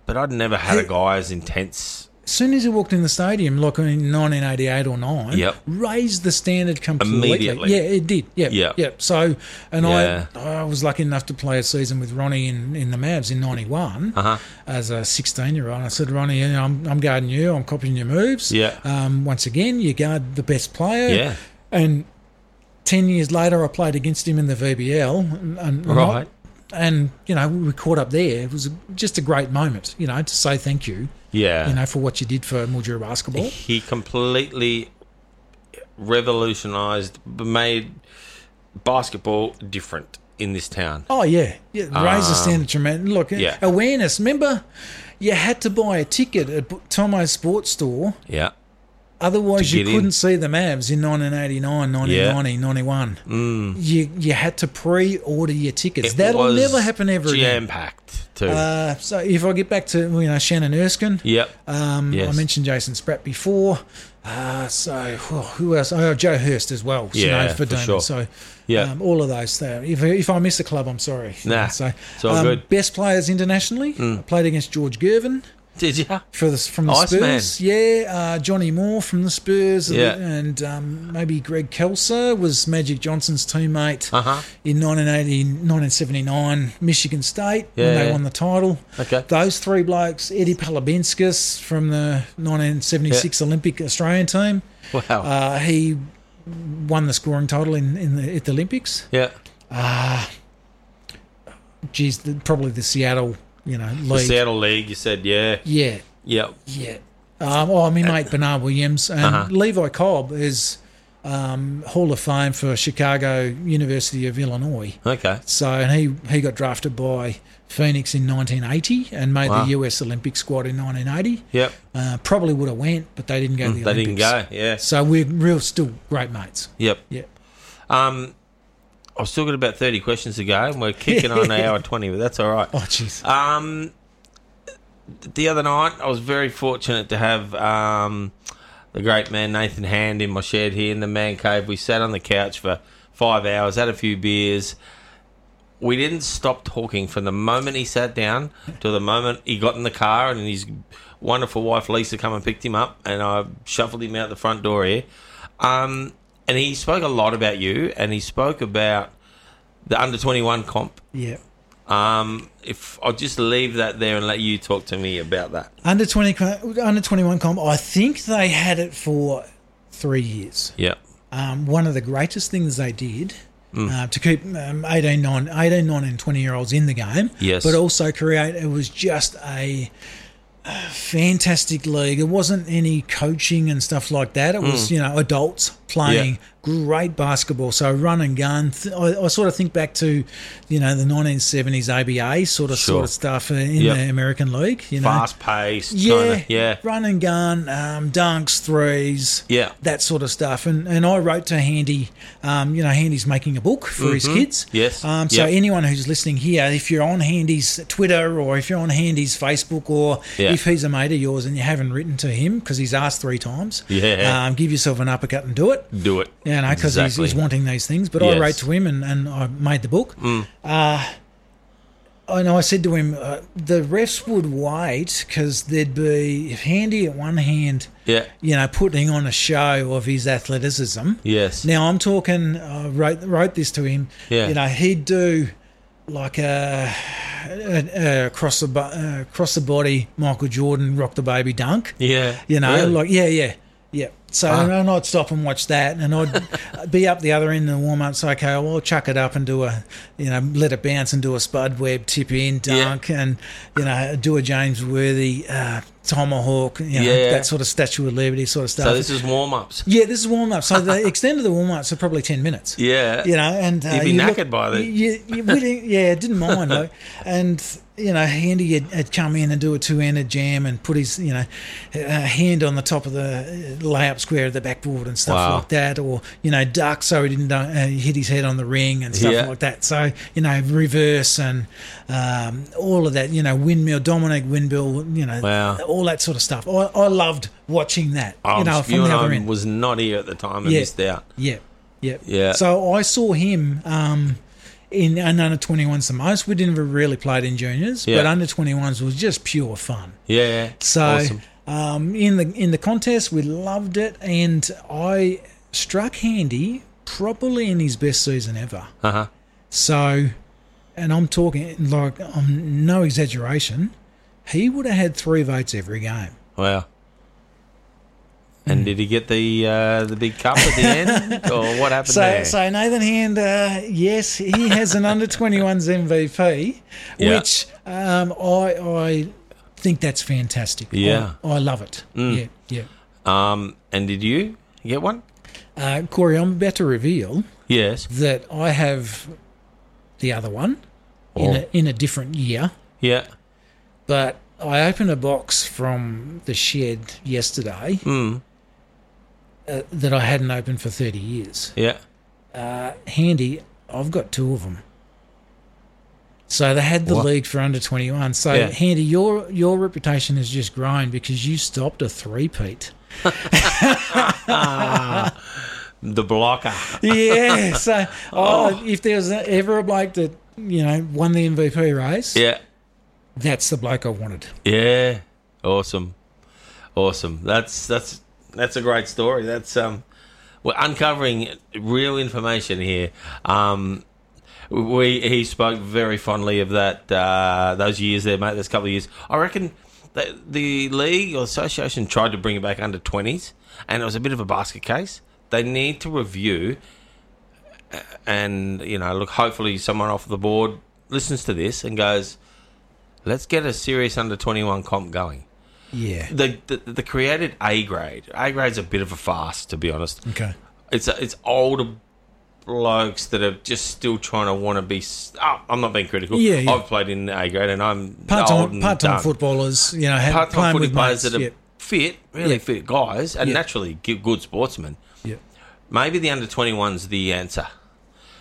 [SPEAKER 1] but I'd never had a
[SPEAKER 2] Who-
[SPEAKER 1] guy as intense.
[SPEAKER 2] As soon as he walked in the stadium, like in 1988 or 9,
[SPEAKER 1] Yep.
[SPEAKER 2] raised the standard completely.
[SPEAKER 1] Immediately.
[SPEAKER 2] Yeah, it did. Yeah.
[SPEAKER 1] Yep.
[SPEAKER 2] Yep. So, and
[SPEAKER 1] Yeah.
[SPEAKER 2] I I was lucky enough to play a season with Ronnie in, in the Mavs in 91
[SPEAKER 1] Uh huh.
[SPEAKER 2] as a 16 year old. I said, Ronnie, you know, I'm, I'm guarding you, I'm copying your moves.
[SPEAKER 1] Yeah.
[SPEAKER 2] Um, once again, you guard the best player.
[SPEAKER 1] Yeah.
[SPEAKER 2] And 10 years later, I played against him in the VBL. And, and
[SPEAKER 1] Right.
[SPEAKER 2] and, you know, we caught up there. It was just a great moment, you know, to say thank you
[SPEAKER 1] Yeah.
[SPEAKER 2] you know, for what you did for Mildura basketball.
[SPEAKER 1] he completely revolutionized, made basketball different in this town.
[SPEAKER 2] Oh yeah, yeah. Raise the standard tremendously. Look,
[SPEAKER 1] yeah.
[SPEAKER 2] awareness. Remember, you had to buy a ticket at B- Tomo's sports store,
[SPEAKER 1] Yeah.
[SPEAKER 2] otherwise
[SPEAKER 1] To
[SPEAKER 2] you
[SPEAKER 1] get in.
[SPEAKER 2] couldn't see the Mavs in 1989, 1990, 91. You you had to pre-order your tickets. That'll never happen ever
[SPEAKER 1] Jam
[SPEAKER 2] again.
[SPEAKER 1] packed too.
[SPEAKER 2] Uh, so if I get back to you know Shannon Erskine,
[SPEAKER 1] yep.
[SPEAKER 2] Um, I
[SPEAKER 1] Yes.
[SPEAKER 2] mentioned Jason Spratt before. Uh, so whew, who else? Oh, Joe Hurst as well. you
[SPEAKER 1] Yeah,
[SPEAKER 2] know, for,
[SPEAKER 1] for
[SPEAKER 2] Damon.
[SPEAKER 1] sure.
[SPEAKER 2] So
[SPEAKER 1] Yeah.
[SPEAKER 2] um, all of those. There. If, if I miss a club, I'm sorry.
[SPEAKER 1] Nah,
[SPEAKER 2] so um,
[SPEAKER 1] it's all good. Hmm.
[SPEAKER 2] Best players internationally. I played against George Gervin
[SPEAKER 1] Did you?
[SPEAKER 2] for the from the
[SPEAKER 1] Iceman.
[SPEAKER 2] Spurs. Yeah, uh, Johnny Moore from the Spurs.
[SPEAKER 1] Yeah.
[SPEAKER 2] and um, maybe Greg Kelso was Magic Johnson's teammate
[SPEAKER 1] Uh huh.
[SPEAKER 2] in 1980, 1979, Michigan State when
[SPEAKER 1] Yeah,
[SPEAKER 2] they
[SPEAKER 1] yeah.
[SPEAKER 2] won the title.
[SPEAKER 1] Okay.
[SPEAKER 2] Those three blokes, Eddie Palabinskis from the 1976 Olympic Australian team,
[SPEAKER 1] Wow.
[SPEAKER 2] uh, he won the scoring title in, in the, at the Olympics.
[SPEAKER 1] yeah.
[SPEAKER 2] Geez, the, probably the Seattle, you know, league.
[SPEAKER 1] The Seattle League. You said yeah.
[SPEAKER 2] Yeah,
[SPEAKER 1] Yeah.
[SPEAKER 2] yeah. Um, oh, I mean, mate, Bernard Williams and
[SPEAKER 1] Uh-huh.
[SPEAKER 2] Levi Cobb is um, Hall of Fame for Chicago University of Illinois.
[SPEAKER 1] Okay.
[SPEAKER 2] So and he he got drafted by Phoenix in 1980 and made
[SPEAKER 1] Wow.
[SPEAKER 2] the US Olympic squad in 1980.
[SPEAKER 1] Yep.
[SPEAKER 2] Uh, probably would have went, but they didn't go to the
[SPEAKER 1] Mm, They
[SPEAKER 2] Olympics.
[SPEAKER 1] didn't go. Yeah.
[SPEAKER 2] So we're real still great mates.
[SPEAKER 1] Yep.
[SPEAKER 2] Yeah.
[SPEAKER 1] Um, I've still got about thirty questions to go, and we're kicking on an hour twenty, but that's all right.
[SPEAKER 2] Oh jeez.
[SPEAKER 1] Um, the other night, I was very fortunate to have um, the great man Nathan Hand in my shed here in the man cave. We sat on the couch for five hours, had a few beers. We didn't stop talking from the moment he sat down to the moment he got in the car, and his wonderful wife Lisa come and picked him up, and I shuffled him out the front door here. Um, and he spoke a lot about you, and he spoke about the under twenty one comp
[SPEAKER 2] Yeah.
[SPEAKER 1] Um, if I'll just leave that there and let you talk to me about that.
[SPEAKER 2] Under 20, co- under 21 comp, I think they had it for three years.
[SPEAKER 1] Yeah.
[SPEAKER 2] Um, one of the greatest things they did
[SPEAKER 1] Mm.
[SPEAKER 2] uh, to keep um, 18, 9, 18, 9 and 20 year olds in the game,
[SPEAKER 1] Yes.
[SPEAKER 2] but also create, it was just a uh, fantastic league. It wasn't any coaching and stuff like that. It
[SPEAKER 1] Mm.
[SPEAKER 2] was, you know, adults playing great basketball. So run and gun. Th- I, I sort of think back to, you know, the 1970s ABA sort of
[SPEAKER 1] Sure.
[SPEAKER 2] sort of stuff uh, in
[SPEAKER 1] Yep.
[SPEAKER 2] the American League, you know.
[SPEAKER 1] Fast paced.
[SPEAKER 2] Yeah,
[SPEAKER 1] Kinda, yeah.
[SPEAKER 2] run and gun, um, dunks, threes,
[SPEAKER 1] Yeah.
[SPEAKER 2] that sort of stuff. And and I wrote to Handy, um, you know, Handy's making a book for his kids.
[SPEAKER 1] Mm-hmm. Yes.
[SPEAKER 2] Um, so
[SPEAKER 1] Yep.
[SPEAKER 2] anyone who's listening here, if you're on Handy's Twitter or if you're on Handy's Facebook or
[SPEAKER 1] Yeah.
[SPEAKER 2] if he's a mate of yours and you haven't written to him because he's asked three times,
[SPEAKER 1] Yeah.
[SPEAKER 2] um, give yourself an uppercut and do it.
[SPEAKER 1] Do it.
[SPEAKER 2] Yeah, no, because
[SPEAKER 1] Exactly.
[SPEAKER 2] he's, he's wanting these things. But
[SPEAKER 1] Yes. Mm.
[SPEAKER 2] I wrote to him and, and I made the book. Uh, and I said to him, uh, the refs would wait because there'd be if Handy at one hand,
[SPEAKER 1] Yeah.
[SPEAKER 2] you know, putting on a show of his athleticism.
[SPEAKER 1] Yes.
[SPEAKER 2] Now I'm talking. I wrote wrote this to him.
[SPEAKER 1] Yeah.
[SPEAKER 2] You know, he'd do like a, a, a cross the bo- uh, cross the body Michael Jordan rock the baby dunk.
[SPEAKER 1] yeah.
[SPEAKER 2] You know,
[SPEAKER 1] Really?
[SPEAKER 2] like yeah, yeah, yeah. So
[SPEAKER 1] Ah.
[SPEAKER 2] and I'd stop and watch that, and I'd be up the other end in the warm up. So okay, well, I'll chuck it up and do a, you know, let it bounce and do a spud web tip in
[SPEAKER 1] Yeah.
[SPEAKER 2] dunk, and you know, do a James Worthy uh, tomahawk, you know,
[SPEAKER 1] Yeah.
[SPEAKER 2] that sort of Statue of Liberty sort of stuff.
[SPEAKER 1] So this is warm ups.
[SPEAKER 2] uh, yeah, this is warm up. So the extended the warm ups are probably ten minutes
[SPEAKER 1] Yeah.
[SPEAKER 2] you know, and uh,
[SPEAKER 1] You'd be
[SPEAKER 2] you
[SPEAKER 1] knackered by then.
[SPEAKER 2] You, you, we didn't, yeah, didn't mind though. And you know, Handy had, had come in and do a two-handed jam and put his you know uh, hand on the top of the uh, layup square of the backboard and stuff
[SPEAKER 1] Wow.
[SPEAKER 2] like that, or you know, duck so he didn't uh, hit his head on the ring and stuff
[SPEAKER 1] Yeah.
[SPEAKER 2] like that. So you know, reverse and um, all of that. You know, windmill, Dominic windmill. You know,
[SPEAKER 1] Wow.
[SPEAKER 2] all that sort of stuff. I, I loved watching that.
[SPEAKER 1] I'm,
[SPEAKER 2] you know,
[SPEAKER 1] Oh, you
[SPEAKER 2] from the
[SPEAKER 1] and
[SPEAKER 2] other
[SPEAKER 1] I
[SPEAKER 2] end.
[SPEAKER 1] was not here at the time and
[SPEAKER 2] Yeah.
[SPEAKER 1] missed out.
[SPEAKER 2] Yeah, yeah,
[SPEAKER 1] Yeah.
[SPEAKER 2] So I saw him um, in an under twenty ones the most. We didn't really play it in juniors,
[SPEAKER 1] Yeah.
[SPEAKER 2] but under twenty ones was just pure fun.
[SPEAKER 1] Yeah.
[SPEAKER 2] So
[SPEAKER 1] Awesome.
[SPEAKER 2] um, in the in the contest, we loved it, and I struck Handy probably in his best season ever.
[SPEAKER 1] Uh huh.
[SPEAKER 2] So, and I'm talking like um, no exaggeration. He would have had three votes every game.
[SPEAKER 1] Wow. And did he get the uh, the big cup at the end, or what happened
[SPEAKER 2] So,
[SPEAKER 1] there?
[SPEAKER 2] so Nathan Hand, uh, yes, he has an under 21s MVP,
[SPEAKER 1] Yeah.
[SPEAKER 2] which um, I I think that's fantastic.
[SPEAKER 1] Yeah. Mm.
[SPEAKER 2] I, I love it. Yeah,
[SPEAKER 1] um, and did you get one?
[SPEAKER 2] yeah. Uh, Corey, I'm about to reveal
[SPEAKER 1] Yes.
[SPEAKER 2] that I have the other one in
[SPEAKER 1] Oh.
[SPEAKER 2] a, in a different year,
[SPEAKER 1] Yeah.
[SPEAKER 2] but I opened a box from the shed yesterday
[SPEAKER 1] Mm.
[SPEAKER 2] uh, that I hadn't opened for 30 years.
[SPEAKER 1] Yeah.
[SPEAKER 2] handy. I've got two of them. So they had the
[SPEAKER 1] What?
[SPEAKER 2] league for under twenty one. So
[SPEAKER 1] Yeah.
[SPEAKER 2] handy, your your reputation has just grown because you stopped a three peat.
[SPEAKER 1] The blocker.
[SPEAKER 2] Yeah. so oh, if there was ever a bloke that you know won the MVP race,
[SPEAKER 1] Yeah.
[SPEAKER 2] that's the bloke I wanted.
[SPEAKER 1] Yeah. Awesome. Awesome. That's that's that's a great story. That's um we're uncovering real information here. Um we he spoke very fondly of that uh those years there, mate, those couple of years. I reckon the, the league or association tried to bring it back under 20s and it was a bit of a basket case. They need to review uh, and you know, look hopefully someone off the board listens to this and goes Let's get a serious under 21 comp going.
[SPEAKER 2] Yeah.
[SPEAKER 1] The, the, the created A grade. A grade's a bit of a farce, to be honest.
[SPEAKER 2] Okay.
[SPEAKER 1] It's a, it's older blokes that are just still trying to want to be. s- Oh, I'm not being critical.
[SPEAKER 2] Yeah, yeah.
[SPEAKER 1] I've played in A grade and I'm
[SPEAKER 2] Part
[SPEAKER 1] old
[SPEAKER 2] time
[SPEAKER 1] and
[SPEAKER 2] part time
[SPEAKER 1] done.
[SPEAKER 2] footballers, you know, had,
[SPEAKER 1] Part time
[SPEAKER 2] playing
[SPEAKER 1] footy
[SPEAKER 2] with
[SPEAKER 1] players
[SPEAKER 2] mates.
[SPEAKER 1] that are
[SPEAKER 2] Yep.
[SPEAKER 1] fit, really
[SPEAKER 2] Yeah.
[SPEAKER 1] fit guys, and
[SPEAKER 2] Yeah.
[SPEAKER 1] naturally naturally g- good sportsmen.
[SPEAKER 2] Yep.
[SPEAKER 1] Maybe the under 21's the answer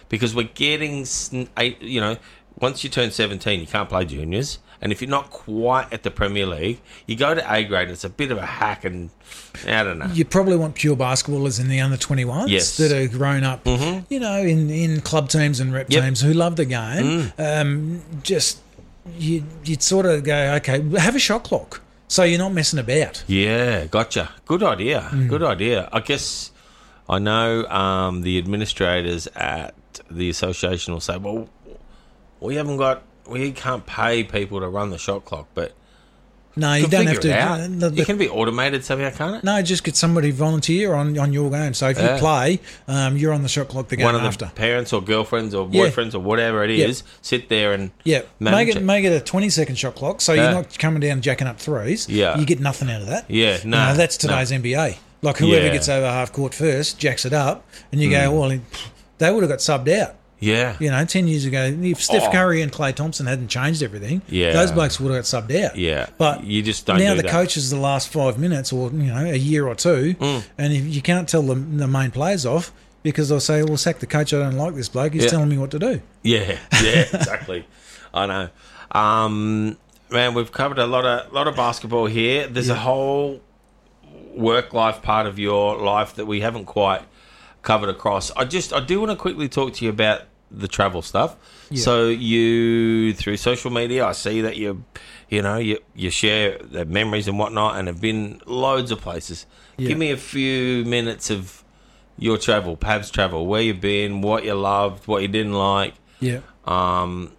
[SPEAKER 1] because we're getting, sn- eight- you know, once you turn 17, you can't play juniors. And if you're not quite at the Premier League, you go to A grade, it's a bit of a hack, and I don't know.
[SPEAKER 2] You probably want pure basketballers in the under 21s
[SPEAKER 1] Yes. Mm-hmm.
[SPEAKER 2] that are grown up, you know, in, in club teams and rep
[SPEAKER 1] Yep. Mm.
[SPEAKER 2] teams who love the game. Um, just you, you'd sort of go, okay, have a shot clock so you're not messing about.
[SPEAKER 1] Yeah, gotcha. Good idea.
[SPEAKER 2] Mm.
[SPEAKER 1] Good idea. I guess I know um, the administrators at the association will say, well, we haven't got we can't pay people to run the shot clock, but
[SPEAKER 2] No,
[SPEAKER 1] you
[SPEAKER 2] you don't have to. uh, the- the-
[SPEAKER 1] it can be automated somehow, can't it?
[SPEAKER 2] no, just get somebody volunteer on, on your game. So if
[SPEAKER 1] Yeah.
[SPEAKER 2] you play, um, you're on the shot clock the game
[SPEAKER 1] One of
[SPEAKER 2] after.
[SPEAKER 1] the parents or girlfriends or
[SPEAKER 2] Yeah.
[SPEAKER 1] boyfriends or whatever it
[SPEAKER 2] Yeah.
[SPEAKER 1] is sit there and
[SPEAKER 2] yeah,
[SPEAKER 1] manage
[SPEAKER 2] make it,
[SPEAKER 1] it.
[SPEAKER 2] make it a 20 second shot clock, so
[SPEAKER 1] Yeah.
[SPEAKER 2] you're not coming down jacking up threes.
[SPEAKER 1] Yeah.
[SPEAKER 2] you get nothing out of that.
[SPEAKER 1] Yeah,
[SPEAKER 2] You
[SPEAKER 1] no,
[SPEAKER 2] know, that's
[SPEAKER 1] no.
[SPEAKER 2] today's NBA. Like whoever
[SPEAKER 1] Yeah. Mm.
[SPEAKER 2] gets over half court first jacks it up, and you go, well, they would have got subbed out.
[SPEAKER 1] yeah,
[SPEAKER 2] You know, 10 years ago, if Steph
[SPEAKER 1] Oh.
[SPEAKER 2] Curry and Clay Thompson hadn't changed everything,
[SPEAKER 1] Yeah.
[SPEAKER 2] those blokes would have got subbed out.
[SPEAKER 1] Yeah.
[SPEAKER 2] But
[SPEAKER 1] You just don't
[SPEAKER 2] now
[SPEAKER 1] do
[SPEAKER 2] the
[SPEAKER 1] that.
[SPEAKER 2] coaches, the last five minutes or, you know, a year or two,
[SPEAKER 1] Mm.
[SPEAKER 2] and if you can't tell the, the main players off because they'll say, well, sack the coach. I don't like this bloke. He's
[SPEAKER 1] Yeah.
[SPEAKER 2] telling me what to do.
[SPEAKER 1] yeah, yeah, exactly. I know. Um, man, we've covered a lot of lot of basketball here. There's a whole work life part of your life that we haven't quite covered across. I just I do want to quickly talk to you about the travel stuff. So you through social media, I see that you you know you you share the memories and whatnot, and have been loads of places. Give me a few minutes of your travel, Pab's travel, where you've been, what you loved, what you didn't like.
[SPEAKER 2] Yeah.
[SPEAKER 1] Um,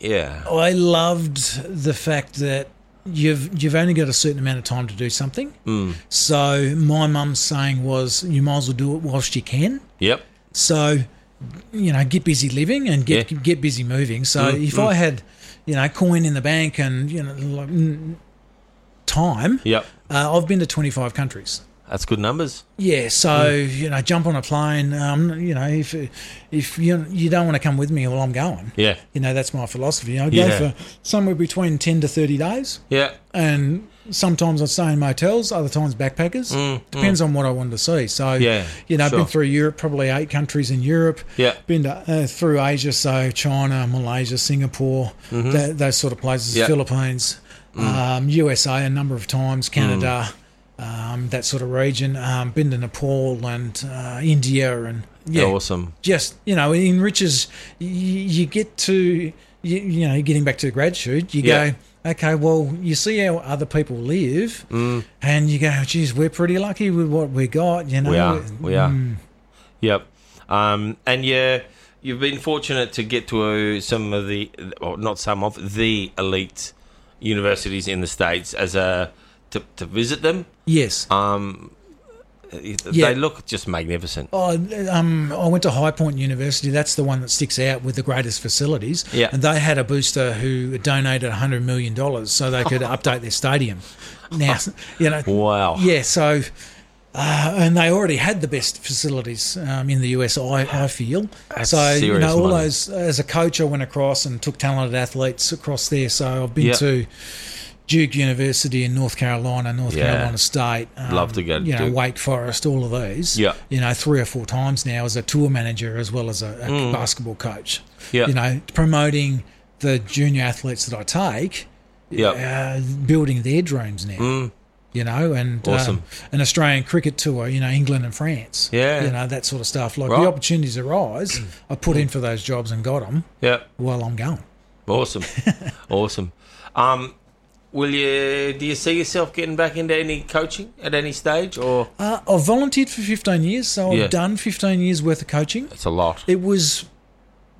[SPEAKER 1] yeah,
[SPEAKER 2] Oh, I loved the fact that you've you've only got a certain amount of time to do something.
[SPEAKER 1] Mm.
[SPEAKER 2] So my mum's saying was, you might as well do it whilst you can.
[SPEAKER 1] yep,
[SPEAKER 2] So, you know, get busy living and get
[SPEAKER 1] Yeah.
[SPEAKER 2] get busy moving. So
[SPEAKER 1] Mm,
[SPEAKER 2] if I had, you know, coin in the bank and you know, like, mm, time,
[SPEAKER 1] yep.
[SPEAKER 2] uh, I've been to twenty five countries.
[SPEAKER 1] That's good numbers.
[SPEAKER 2] Yeah, so
[SPEAKER 1] Mm.
[SPEAKER 2] you know, jump on a plane. Um, you know, if if you you don't want to come with me, well, I'm going.
[SPEAKER 1] Yeah,
[SPEAKER 2] You know, that's my philosophy. I go
[SPEAKER 1] Yeah.
[SPEAKER 2] for somewhere between ten to thirty days,
[SPEAKER 1] yeah,
[SPEAKER 2] and sometimes I stay in motels, other times backpackers. Depends on what I want to see. So
[SPEAKER 1] Mm, Yeah,
[SPEAKER 2] you know, I've
[SPEAKER 1] sure.
[SPEAKER 2] been through Europe, probably eight countries in Europe.
[SPEAKER 1] Yeah.
[SPEAKER 2] been to, uh, through Asia, so China, Malaysia, Singapore, tha- those sort of places,
[SPEAKER 1] Mm-hmm. Yeah. Mm.
[SPEAKER 2] Philippines, um, USA, a number of times, Canada. Um, that sort of region. Um, been to Nepal and uh, India and yeah,
[SPEAKER 1] awesome.
[SPEAKER 2] just you know it enriches you, you get to you, you know getting back to gratitude you
[SPEAKER 1] Yeah. Mm.
[SPEAKER 2] go okay well you see how other people live and you go geez we're pretty lucky with what we got you know
[SPEAKER 1] We are, we are. Yep. Um, and yeah, you've been fortunate to get to uh, some of the, well, not some of the elite universities in the states as a to, to visit them.
[SPEAKER 2] yes
[SPEAKER 1] Um,
[SPEAKER 2] Yeah.
[SPEAKER 1] They look just magnificent.
[SPEAKER 2] Oh, um, I went to High Point University. That's the one that sticks out with the greatest facilities.
[SPEAKER 1] Yeah.
[SPEAKER 2] And they had a booster who donated $100 million so they could update their stadium. Now, you know,
[SPEAKER 1] Oh. Wow.
[SPEAKER 2] Yeah, so uh, and they already had the best facilities um, in the US. I, I feel
[SPEAKER 1] That's
[SPEAKER 2] so. You
[SPEAKER 1] serious
[SPEAKER 2] know, all
[SPEAKER 1] money.
[SPEAKER 2] those as a coach, I went across and took talented athletes across there. So I've been
[SPEAKER 1] Yep.
[SPEAKER 2] to Duke University in North Carolina, North
[SPEAKER 1] Yeah.
[SPEAKER 2] Carolina State. Um,
[SPEAKER 1] Love to go to
[SPEAKER 2] You know,
[SPEAKER 1] Duke.
[SPEAKER 2] Wake Forest, all of these.
[SPEAKER 1] Yeah.
[SPEAKER 2] you know, three or four times now as a tour manager as well as a, a basketball coach.
[SPEAKER 1] Mm. Yeah.
[SPEAKER 2] you know, promoting the junior athletes that I take
[SPEAKER 1] Yep.
[SPEAKER 2] uh, building their dreams now. You know, and um,
[SPEAKER 1] Mm. Awesome.
[SPEAKER 2] an Australian cricket tour. You know, England and France.
[SPEAKER 1] Yeah.
[SPEAKER 2] you know that sort of stuff. Like
[SPEAKER 1] Right.
[SPEAKER 2] the opportunities arise, I put in for those jobs and got them
[SPEAKER 1] Yep.
[SPEAKER 2] while I'm going.
[SPEAKER 1] Awesome. awesome. Um, will you, do you see yourself getting back into any coaching at any stage or?
[SPEAKER 2] Uh, I volunteered for 15 years, so
[SPEAKER 1] Yeah.
[SPEAKER 2] I've done 15 years worth of coaching.
[SPEAKER 1] It's a lot.
[SPEAKER 2] It was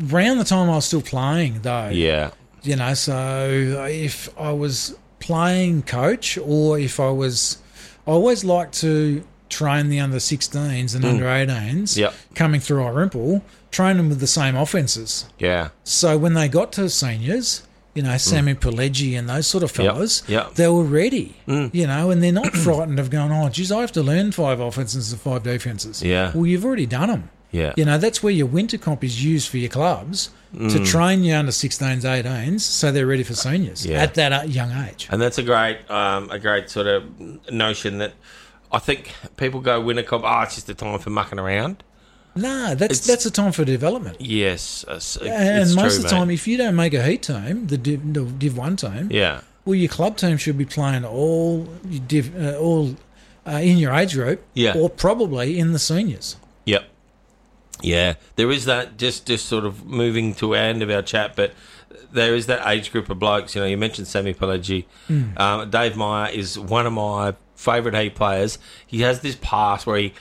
[SPEAKER 2] round the time I was still playing, though.
[SPEAKER 1] Yeah.
[SPEAKER 2] you know so if i was playing coach or if i was i always like to train the under 16s and under 18s
[SPEAKER 1] Mm. Yep.
[SPEAKER 2] coming through irimple train them with the same offenses
[SPEAKER 1] Yeah.
[SPEAKER 2] so when they got to seniors you know sammy Pileggi and those sort of fellas
[SPEAKER 1] Mm. Yep. Mm.
[SPEAKER 2] they were ready you know and they're not frightened of going oh geez i have to learn five offenses and five defenses
[SPEAKER 1] Yeah.
[SPEAKER 2] well you've already done them
[SPEAKER 1] Yeah.
[SPEAKER 2] you know, that's where your winter comp is used for your clubs to
[SPEAKER 1] Mm.
[SPEAKER 2] train your under 16s, 18s, so they're ready for seniors
[SPEAKER 1] Yeah.
[SPEAKER 2] at that uh, young age.
[SPEAKER 1] And that's a great, um, a great sort of notion that I think people go winter comp. Oh, it's just a time for mucking around.
[SPEAKER 2] No, that's
[SPEAKER 1] It's-
[SPEAKER 2] that's a time for development.
[SPEAKER 1] Yes, it's, it's
[SPEAKER 2] And
[SPEAKER 1] true,
[SPEAKER 2] most of the
[SPEAKER 1] mate.
[SPEAKER 2] time, if you don't make a heat team, the Div, the div 1 team,
[SPEAKER 1] yeah,
[SPEAKER 2] well, your club team should be playing all your div, uh, all uh, in your age group
[SPEAKER 1] Yeah.
[SPEAKER 2] or probably in the seniors.
[SPEAKER 1] yep, yeah. There is that just, just sort of moving to our end of our chat, but there is that age group of blokes. You know, you mentioned Sammy Pelleggi. Um, Dave Meyer is one of my favourite heat players. He has this pass where he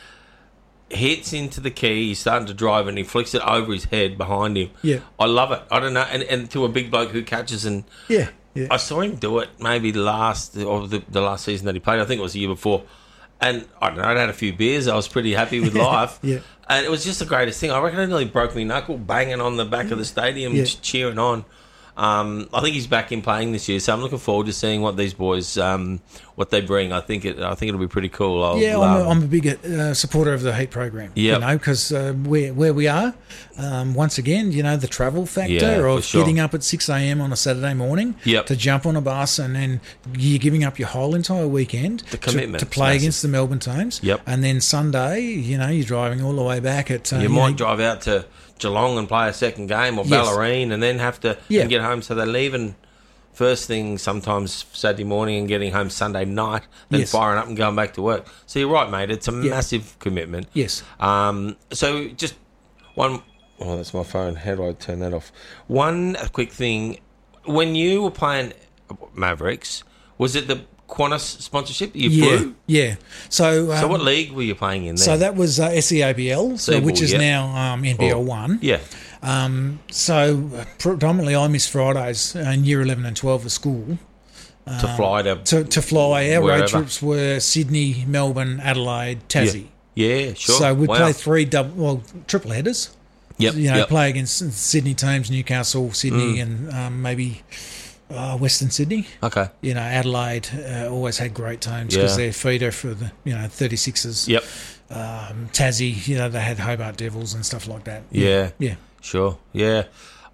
[SPEAKER 1] hits into the key, he's starting to drive, and he flicks it over his head behind him.
[SPEAKER 2] Yeah.
[SPEAKER 1] I love it. I don't know, and, and to a big bloke who catches and
[SPEAKER 2] Yeah. Yeah.
[SPEAKER 1] I saw him do it maybe last or the, the last season that he played. I think it was the year before. And I don't know, I'd had a few beers. I was pretty happy with life.
[SPEAKER 2] Yeah.
[SPEAKER 1] And it was just the greatest thing. I reckon it nearly broke me knuckle banging on the back of the stadium,
[SPEAKER 2] Yeah.
[SPEAKER 1] ch- cheering on. Um, I think he's back in playing this year, so I'm looking forward to seeing what these boys um, what they bring. I think it, I think it'll be pretty cool. I'll,
[SPEAKER 2] Yeah, I'm a,
[SPEAKER 1] um,
[SPEAKER 2] I'm a big uh, supporter of the hate program.
[SPEAKER 1] Yep.
[SPEAKER 2] you know, because uh, where where we are, um, once again, you know, the travel factor
[SPEAKER 1] Yeah, for
[SPEAKER 2] of
[SPEAKER 1] sure.
[SPEAKER 2] getting up at six a.m. on a Saturday morning
[SPEAKER 1] Yep.
[SPEAKER 2] to jump on a bus and then you're giving up your whole entire weekend
[SPEAKER 1] The
[SPEAKER 2] to-
[SPEAKER 1] commitment's
[SPEAKER 2] to, play
[SPEAKER 1] massive.
[SPEAKER 2] against the Melbourne teams.
[SPEAKER 1] Yep.
[SPEAKER 2] and then Sunday, you know, you're driving all the way back at uh,
[SPEAKER 1] you
[SPEAKER 2] know,
[SPEAKER 1] might drive out to Geelong and play a second game or
[SPEAKER 2] Yes.
[SPEAKER 1] Ballerine and then have to
[SPEAKER 2] Yeah.
[SPEAKER 1] and get home. So they're leaving first thing sometimes Saturday morning and getting home Sunday night, then
[SPEAKER 2] Yes.
[SPEAKER 1] firing up and going back to work. So you're right, mate. It's a
[SPEAKER 2] Yeah.
[SPEAKER 1] massive commitment.
[SPEAKER 2] Yes.
[SPEAKER 1] Um, so just one. Oh, that's my phone. How do I turn that off? One quick thing. When you were playing Mavericks, was it the Qantas sponsorship? You
[SPEAKER 2] yeah,
[SPEAKER 1] flew?
[SPEAKER 2] yeah. So, um,
[SPEAKER 1] So what league were you playing in there?
[SPEAKER 2] so that was uh, SEABL, so,
[SPEAKER 1] Seaball,
[SPEAKER 2] which is
[SPEAKER 1] yeah.
[SPEAKER 2] now um, NBL one.
[SPEAKER 1] yeah.
[SPEAKER 2] Um, so uh, predominantly, I miss Fridays uh, in year eleven and twelve at school.
[SPEAKER 1] To fly to,
[SPEAKER 2] Uh, to, to fly. Our
[SPEAKER 1] Wherever.
[SPEAKER 2] road trips were Sydney, Melbourne, Adelaide, Tassie.
[SPEAKER 1] Yeah, sure.
[SPEAKER 2] So we'd
[SPEAKER 1] Wow.
[SPEAKER 2] play three double, well, triple headers.
[SPEAKER 1] Yep.
[SPEAKER 2] You know,
[SPEAKER 1] yep. Mm.
[SPEAKER 2] play against Sydney teams, Newcastle, Sydney, and um, maybe uh, Western Sydney.
[SPEAKER 1] Okay.
[SPEAKER 2] You know, Adelaide uh, always had great teams because
[SPEAKER 1] Yeah.
[SPEAKER 2] they're feeder for the you know 36ers.
[SPEAKER 1] Yep.
[SPEAKER 2] Um, Tassie, you know, they had Hobart Devils and stuff like that.
[SPEAKER 1] Yeah.
[SPEAKER 2] Yeah.
[SPEAKER 1] Sure. Yeah.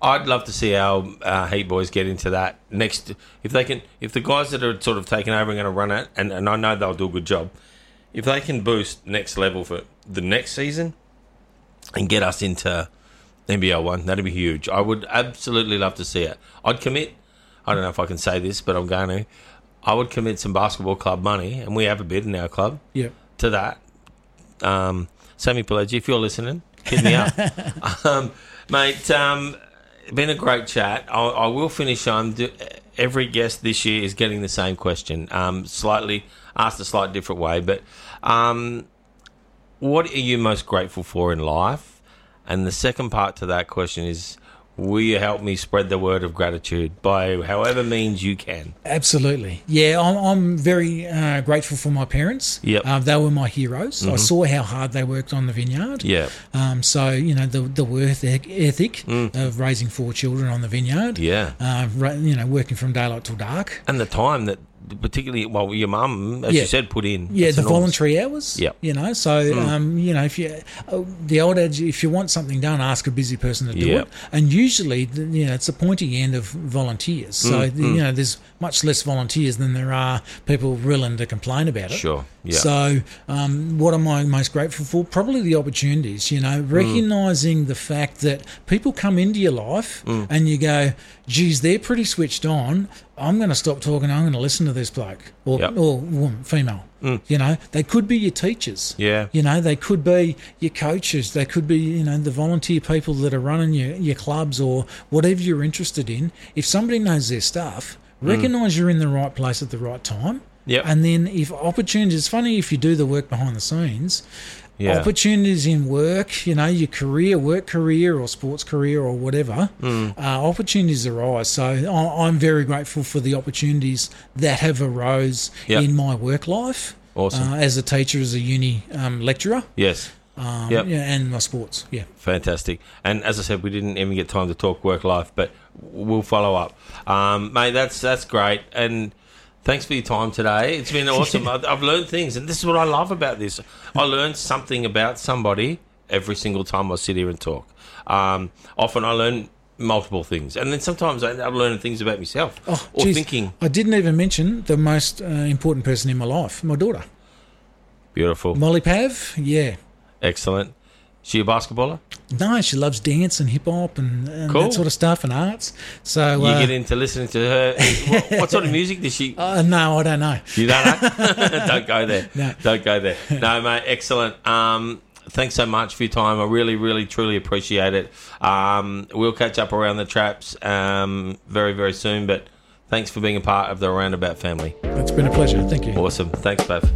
[SPEAKER 1] I'd love to see our uh, Heat boys get into that next. If they can, if the guys that are sort of taking over and going to run it, and, and I know they'll do a good job, if they can boost next level for the next season and get us into NBL one, that'd be huge. I would absolutely love to see it. I'd commit. I don't know if I can say this, but I'm going to. I would commit some basketball club money, and we have a bid in our club.
[SPEAKER 2] Yeah.
[SPEAKER 1] to that. Um, Sammy Pelleggi, if you're listening, hit me up, um, mate. Um, been a great chat. I, I will finish. on do, every guest this year is getting the same question, um, slightly asked a slight different way. But um, what are you most grateful for in life? And the second part to that question is. Will you help me spread the word of gratitude by however means you can?
[SPEAKER 2] Absolutely. Yeah, I'm, I'm very uh, grateful for my parents.
[SPEAKER 1] Yep. Mm-hmm.
[SPEAKER 2] Uh, they were my heroes. I saw how hard they worked on the vineyard.
[SPEAKER 1] Yeah,
[SPEAKER 2] Um, so, you know, the, the worth e- ethic of raising four children on the vineyard.
[SPEAKER 1] Mm. yeah.
[SPEAKER 2] Uh, ra- you know, working from daylight till dark.
[SPEAKER 1] and the time that particularly well your mum as
[SPEAKER 2] Yeah.
[SPEAKER 1] you said put in
[SPEAKER 2] Yeah,
[SPEAKER 1] It's
[SPEAKER 2] the
[SPEAKER 1] enormous.
[SPEAKER 2] voluntary hours.
[SPEAKER 1] Yep. Hmm.
[SPEAKER 2] You know, so, um, you know, if you, uh, the old adage, if you want something done, ask a busy person to do
[SPEAKER 1] Yep.
[SPEAKER 2] it. And usually, the- you know, it's the pointy end of volunteers. So,
[SPEAKER 1] Hmm,
[SPEAKER 2] you know, there's much less volunteers than there are people willing to complain about it.
[SPEAKER 1] sure yeah
[SPEAKER 2] So, um, what am I most grateful for? Probably the opportunities, you know, recognizing the fact that people come into your life
[SPEAKER 1] Mm.
[SPEAKER 2] and you go, geez, they're pretty switched on. I'm going to stop talking. I'm going to listen to this bloke or,
[SPEAKER 1] Yep. Mm.
[SPEAKER 2] or woman, female. You know, they could be your teachers.
[SPEAKER 1] Yeah.
[SPEAKER 2] You know, they could be your coaches. They could be, you know, the volunteer people that are running your, your clubs or whatever you're interested in. If somebody knows their stuff, recognize you're in the right place at the right time.
[SPEAKER 1] Mm. Yep.
[SPEAKER 2] And then if opportunities, it's funny if you do the work behind the scenes,
[SPEAKER 1] yeah
[SPEAKER 2] opportunities in work, you know, your career, work career or sports career or whatever,
[SPEAKER 1] Mm.
[SPEAKER 2] uh, opportunities arise. So I, I'm very grateful for the opportunities that have arose
[SPEAKER 1] Yep.
[SPEAKER 2] in my work life.
[SPEAKER 1] Awesome.
[SPEAKER 2] Uh, as a teacher, as a uni um, lecturer,
[SPEAKER 1] yes
[SPEAKER 2] um,
[SPEAKER 1] Yep.
[SPEAKER 2] yeah, and my sports, yeah.
[SPEAKER 1] fantastic and as i said we didn't even get time to talk work life but we'll follow up um mate that's that's great and thanks for your time today it's been awesome I've, I've learned things and this is what i love about this i learn something about somebody every single time i sit here and talk um often i learn multiple things and then sometimes I, i'm learning things about myself or
[SPEAKER 2] Oh, geez,
[SPEAKER 1] thinking
[SPEAKER 2] I didn't even mention the most uh, important person in my life, my daughter,
[SPEAKER 1] beautiful
[SPEAKER 2] Molly Pav. Yeah,
[SPEAKER 1] excellent she a basketballer
[SPEAKER 2] No, she loves dance and hip hop and, and
[SPEAKER 1] Cool.
[SPEAKER 2] that sort of stuff and arts. So
[SPEAKER 1] you
[SPEAKER 2] uh,
[SPEAKER 1] get into listening to her. What, what sort of music does she?
[SPEAKER 2] uh, no, I don't know.
[SPEAKER 1] You don't know? don't go there.
[SPEAKER 2] No.
[SPEAKER 1] Don't go there. No, mate. Excellent. Um, thanks so much for your time. I really, really, truly appreciate it. Um, we'll catch up around the traps um, very, very soon. But thanks for being a part of the Roundabout family.
[SPEAKER 2] It's been a pleasure. Thank you.
[SPEAKER 1] Awesome. Thanks, Bev.